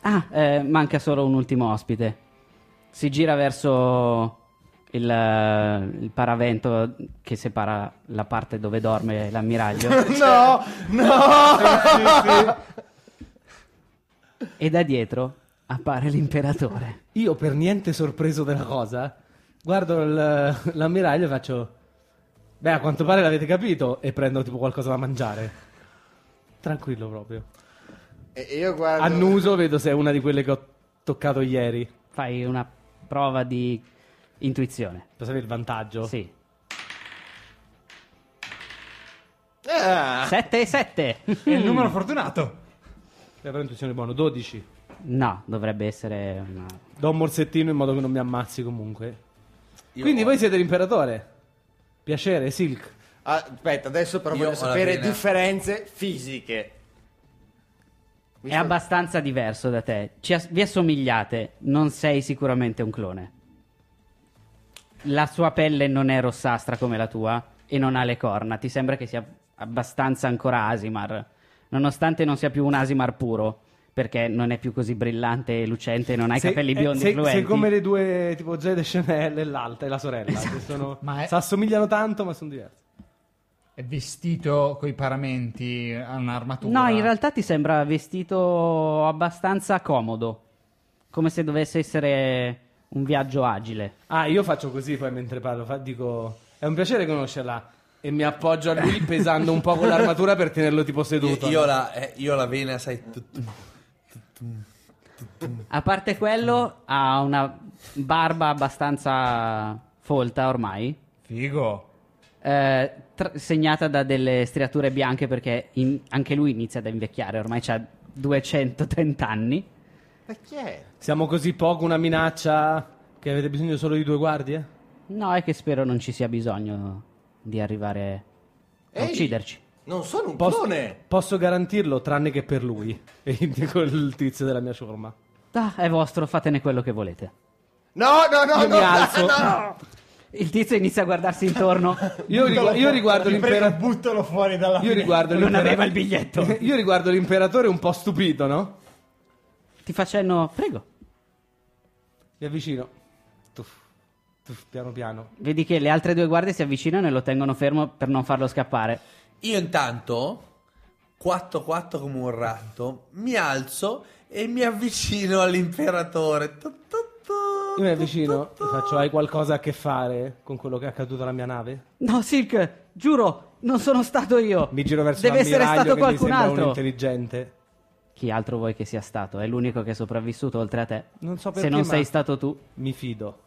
S1: Ah, eh, manca solo un ultimo ospite. Si gira verso il, eh, il paravento che separa la parte dove dorme l'ammiraglio.
S3: No,
S1: e da dietro appare l'imperatore.
S5: Io per niente sorpreso della cosa, guardo il- l'ammiraglio e faccio... Beh, a quanto pare l'avete capito e prendo tipo qualcosa da mangiare.
S11: Tranquillo proprio.
S3: E e io guardo.
S5: Annuso, vedo se è una di quelle che ho toccato ieri.
S1: Fai una prova di intuizione.
S11: Per sapere il vantaggio.
S1: Sì.
S3: Ah!
S1: 7 e 7.
S7: È il numero fortunato.
S5: Per avere intuizione buono, 12.
S1: No, dovrebbe essere una...
S5: Do un morsettino in modo che non mi ammazzi comunque. Quindi voi siete l'imperatore. Piacere, Silk.
S3: Ah, aspetta, adesso però
S4: Io
S3: voglio
S4: ho la
S3: sapere
S4: vena.
S3: differenze fisiche. Mi
S1: È
S3: sono-
S1: abbastanza diverso da te. Ci as- vi assomigliate, non sei sicuramente un clone. La sua pelle non è rossastra come la tua e non ha le corna. Ti sembra che sia abbastanza ancora Asimar, nonostante non sia più un Asimar puro, perché non è più così brillante e lucente, non ha i
S5: Se-
S1: capelli
S5: eh,
S1: biondi
S5: se-
S1: e fluenti.
S5: Se come le due, tipo Jade Chanel e l'altra e la sorella.
S1: Esatto.
S5: che sono-
S7: Ma è-
S5: Si assomigliano tanto, ma sono diverse.
S7: È vestito coi paramenti, ha un'armatura.
S1: No, in realtà ti sembra vestito abbastanza comodo, come se dovesse essere un viaggio agile.
S5: Ah, io faccio così poi mentre parlo. fa- dico, è un piacere conoscerla. E mi appoggio a lui pesando un po' con l'armatura per tenerlo tipo seduto.
S4: Io, io la, eh, io la vena, sai. tut- tut-
S1: A parte quello, ha una barba abbastanza folta ormai,
S7: Figo.
S1: eh, tr- segnata da delle striature bianche perché in- anche lui inizia ad invecchiare, ormai ha 230 anni.
S3: Perché?
S5: Siamo così poco una minaccia che avete bisogno solo di due guardie?
S1: No, è che spero non ci sia bisogno di arrivare a
S3: Ehi!
S1: ucciderci.
S3: Non sono un
S5: Posso,
S3: clone!
S5: posso garantirlo, tranne che per lui. E gli dico il tizio della mia ciurma.
S1: Ah, è vostro, fatene quello che volete.
S3: No, no, no,
S5: Io
S3: no,
S5: mi alzo.
S3: no!
S1: Il tizio inizia a guardarsi intorno.
S5: Io, rigu- io riguardo
S7: Ti prego,
S5: l'imperatore.
S7: buttalo fuori dalla
S5: Io riguardo
S1: Non
S5: l'impera-
S1: aveva il biglietto.
S5: Io riguardo l'imperatore un po' stupito, no?
S1: Ti facendo, prego.
S5: Mi avvicino. Tuff, tuff, piano piano.
S1: Vedi che le altre due guardie si avvicinano e lo tengono fermo per non farlo scappare.
S4: Io intanto, 4-4 come un ratto, mi alzo e mi avvicino all'imperatore. Tu, tu, tu,
S5: Io mi
S4: tu,
S5: avvicino
S4: tu,
S5: e
S4: tu.
S5: faccio: Hai qualcosa a che fare con quello che è accaduto alla mia nave?
S1: No, Silk, giuro, non sono stato io.
S5: Mi giro verso
S1: Deve essere
S5: l'ammiraglio
S1: stato
S5: che mi
S1: qualcun
S5: sembra
S1: altro.
S5: un intelligente.
S1: Chi altro vuoi che sia stato? È l'unico che è sopravvissuto oltre a te.
S5: Non so
S1: Se
S5: perché,
S1: non
S5: ma-
S1: sei stato tu.
S5: Mi fido.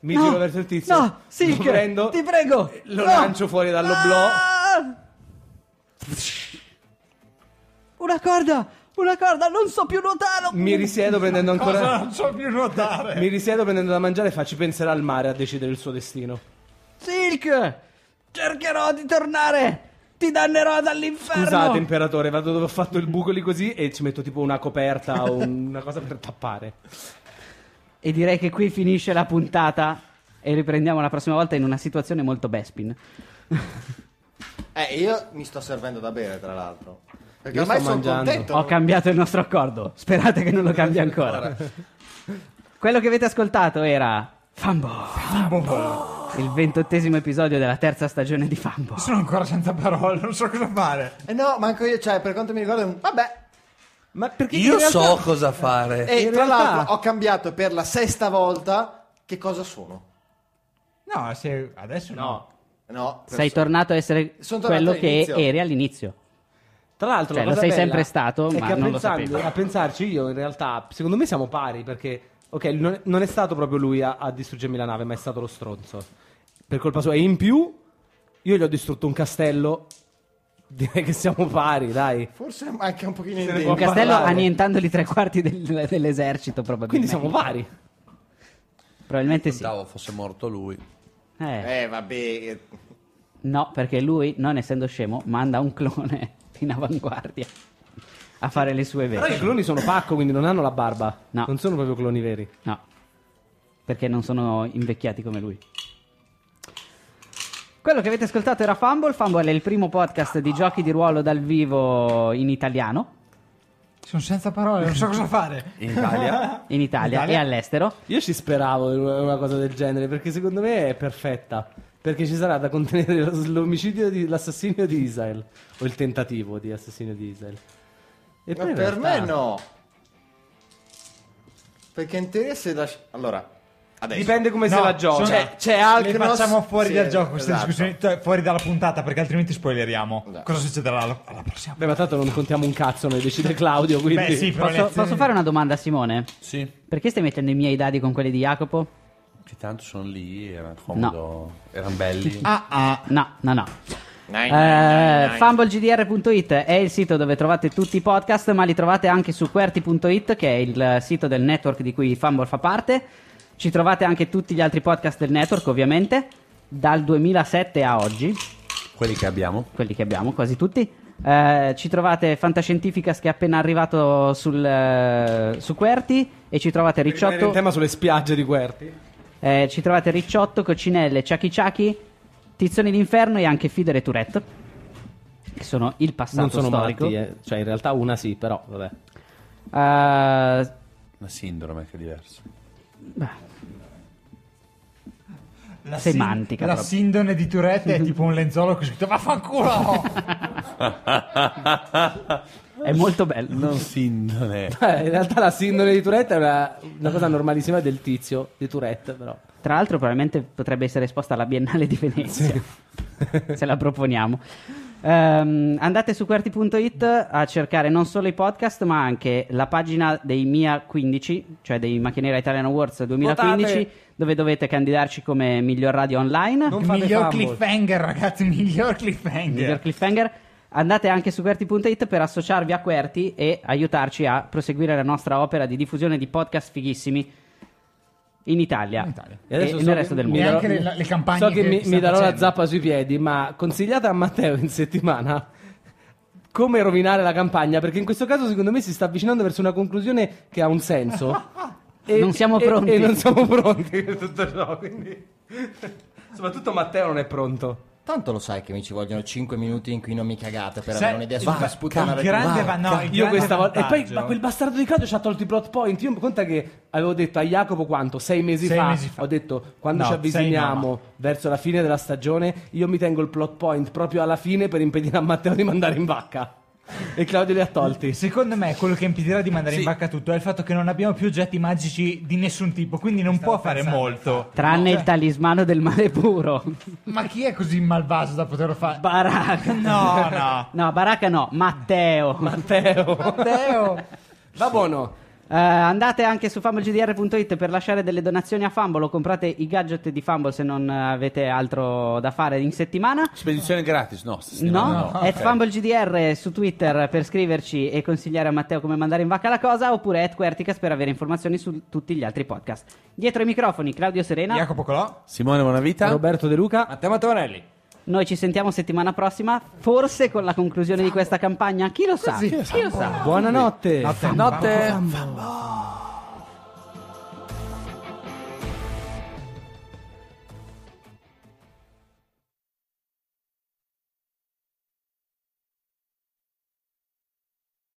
S5: Mi
S1: No,
S5: giro verso il tizio.
S1: No, Silk,
S5: lo prendo,
S1: ti prego.
S5: lo
S1: no.
S5: lancio fuori dall'oblò.
S1: Ah! Una corda, una corda, non so più nuotare.
S5: Mi risiedo prendendo
S7: Cosa
S5: ancora.
S7: non so più nuotare.
S5: Mi risiedo prendendo da mangiare e faccio pensare al mare a decidere il suo destino.
S1: Silk, cercherò di tornare. Ti dannerò dall'inferno.
S5: Scusate, imperatore, vado dove ho fatto il buco lì così e ci metto tipo una coperta o un- una cosa per tappare.
S1: E direi che qui finisce la puntata. E riprendiamo la prossima volta in una situazione molto Bespin.
S3: Eh, io mi sto servendo da bere, tra l'altro. Perché
S5: Io
S3: ormai
S5: sto
S3: sono
S5: mangiando.
S3: contento.
S1: Ho cambiato il nostro accordo. Sperate che non lo cambi ancora. Quello che avete ascoltato era Fambo, il ventottesimo episodio della terza stagione di Fambo.
S7: Sono ancora senza parole, non so cosa fare.
S3: Eh no, manco io, cioè, per quanto mi riguarda, è un- vabbè.
S5: Ma perché
S4: Io
S5: in realtà- Eh,
S4: so cosa fare.
S3: E
S5: in
S3: tra
S5: realtà-
S3: l'altro ho cambiato per la sesta volta che cosa sono.
S7: No, se adesso no.
S3: No, per-
S1: Sei tornato a essere
S3: Sono tornato
S1: quello che
S3: all'inizio.
S1: eri all'inizio.
S5: Tra l'altro,
S1: Cioè,
S5: la
S1: lo
S5: cosa
S1: sei
S5: bella
S1: sempre stato,
S5: è
S1: ma
S5: che a,
S1: non lo
S5: pensarmi-
S1: sapevi.
S5: a pensarci, io in realtà, secondo me siamo pari perché, ok, non, non è stato proprio lui a, a distruggermi la nave, ma è stato lo stronzo. Per colpa sua, e in più, io gli ho distrutto un castello. Direi che siamo pari, dai.
S3: Forse anche un pochino in
S5: ne
S3: dentro.
S1: Un
S5: può
S1: castello
S5: parlare.
S1: annientandoli tre quarti del- dell'esercito,
S5: Quindi
S1: probabilmente.
S5: siamo pari.
S1: Probabilmente sì.
S4: Pensavo fosse morto lui.
S1: Eh,
S3: Eh, vabbè. eh,
S1: no, perché lui, non essendo scemo, manda un clone in avanguardia a fare le sue
S5: Però i
S1: vere.
S5: cloni sono pacco, quindi non hanno la barba.
S1: No.
S5: Non sono proprio cloni veri.
S1: No, perché non sono invecchiati come lui. Quello che avete ascoltato era Fumble. Fumble è il primo podcast di giochi di ruolo dal vivo in italiano,
S7: Sono senza parole, non so cosa fare.
S4: In Italia.
S1: in Italia,
S7: Italia?
S1: e all'estero.
S5: Io ci speravo in una una cosa del genere, perché secondo me è perfetta. Perché ci sarà da contenere lo- l'omicidio di l'assassinio di Israel. O il tentativo di assassinio di Israel. E
S3: ma
S5: poi in
S3: per me
S5: realtà-
S3: no. Perché in teoria se lasci... Allora, adesso.
S5: Dipende come se
S7: No,
S5: la gioca.
S7: sono-
S3: C'è, c'è Alcnos.
S7: Le facciamo fuori
S3: Sì,
S7: dal gioco queste
S3: esatto.
S7: discussioni, t- fuori dalla puntata, perché altrimenti spoileriamo.
S3: Esatto.
S7: Cosa succederà alla, alla prossima?
S5: Beh, ma tanto non contiamo un cazzo, noi decide Claudio, quindi...
S7: Beh, sì, però le
S1: Posso,
S7: azioni-
S1: posso fare una domanda a Simone?
S4: Sì.
S1: Perché stai mettendo i miei dadi con quelli di Jacopo?
S4: Che tanto sono lì, era comodo, erano belli.
S7: Ah, ah.
S1: No, no, no.
S3: Nine,
S1: Eh,
S3: nine, nine, nine.
S1: fumblegdr.it è il sito dove trovate tutti i podcast, ma li trovate anche su QWERTY.it, che è il eh, sito del network di cui Fumble fa parte. Ci trovate anche tutti gli altri podcast del network, ovviamente, dal 2007 a oggi,
S4: Quelli che abbiamo.
S1: quelli che abbiamo quasi tutti. Eh, ci trovate Fantascientificas che è appena arrivato sul, eh, su QWERTY e ci trovate
S5: Rimane Il
S1: Ricciotto
S5: tema sulle spiagge di Querti.
S1: eh, ci trovate Ricciotto, Coccinelle, Ciachi Ciachi, Tizzoni d'Inferno e anche Fidere Tourette. Che sono il passato
S5: Non sono
S1: storico.
S5: malattie, cioè in realtà una sì, però vabbè.
S1: Eh,
S4: Una sindrome che è diversa.
S7: La
S1: Semantica,
S7: La
S1: proprio.
S7: sindone di Tourette è tipo un lenzuolo che ho scritto vaffanculo!
S1: è molto bello.
S4: Non sindone.
S5: Eh, in realtà la sindrome di Tourette è una, una cosa normalissima del tizio di Tourette, però.
S1: Tra l'altro, probabilmente potrebbe essere esposta alla Biennale di Venezia. se la proponiamo. Ehm, andate su QWERTY.it a cercare non solo i podcast, ma anche la pagina dei Mia 15, cioè dei Macchinera Italian Awards 2015,
S5: Votate!
S1: dove dovete candidarci come miglior radio online.
S5: Non fate
S7: miglior
S5: fumble.
S7: cliffhanger, ragazzi, miglior cliffhanger.
S1: miglior cliffhanger. Andate anche su QWERTY.it per associarvi a QWERTY e aiutarci a proseguire la nostra opera di diffusione di podcast fighissimi in Italia, e,
S5: adesso so
S1: nel
S5: che
S1: resto del
S5: mi
S1: mondo.
S5: darò-
S7: Neanche le- le campagne
S5: So che,
S7: che
S5: mi,
S7: stiamo
S5: mi darò la
S7: facendo.
S5: zappa sui piedi, ma consigliate a Matteo in settimana come rovinare la campagna, perché in questo caso secondo me si sta avvicinando verso una conclusione che ha un senso.
S1: Non siamo
S5: e-
S1: pronti.
S5: E, non siamo pronti per tutto ciò, quindi... Soprattutto Matteo non è pronto.
S15: Tanto lo sai che mi ci vogliono 5 minuti in cui non mi cagate per
S7: Sai-
S15: avere un'idea su
S7: Cioè, va-
S15: come sputtanare
S7: il grande va- no, il
S5: Io
S7: grande
S5: questa volta. E poi
S7: vantaggio-
S5: ma quel bastardo di Claudio ci ha tolto i plot point. Io conta che avevo detto a Jacopo quanto? Sei mesi,
S7: Sei
S5: fa,
S7: mesi fa.
S5: Ho detto quando
S7: No,
S5: ci
S7: sei
S5: avviciniamo
S7: no, ma-
S5: verso la fine della stagione, io mi tengo il plot point proprio alla fine per impedire a Matteo di mandare in vacca. E Claudio li ha tolti.
S7: Secondo me quello che impedirà di mandare
S4: Sì.
S7: in vacca tutto è il fatto che non abbiamo più oggetti magici di nessun tipo, quindi non può fare molto.
S1: Tranne il talismano del male puro.
S7: Ma chi è così malvaso da poterlo fare?
S1: Baracca.
S7: No, no.
S1: No, Baracca no, Matteo.
S5: Matteo. Matteo. Va buono.
S1: Eh, andate anche su fumblegdr.it per lasciare delle donazioni a Fumble o comprate i gadget di Fumble se non eh, avete altro da fare in settimana.
S4: Spedizione gratis, no? stasera
S1: No,
S4: no.
S1: at FumbleGDR su Twitter per scriverci e consigliare a Matteo come mandare in vacca la cosa, oppure at Querticas per avere informazioni su tutti gli altri podcast. Dietro i microfoni, Claudio Serena.
S7: Jacopo Colò?
S4: Simone Buonavita.
S5: Roberto De Luca.
S15: Matteo Tavanelli.
S1: Noi ci sentiamo settimana prossima, forse con la esatto. conclusione di questa campagna. Chi lo sa? Chi lo sa?
S5: Buonanotte.
S7: Notte.
S5: Notte.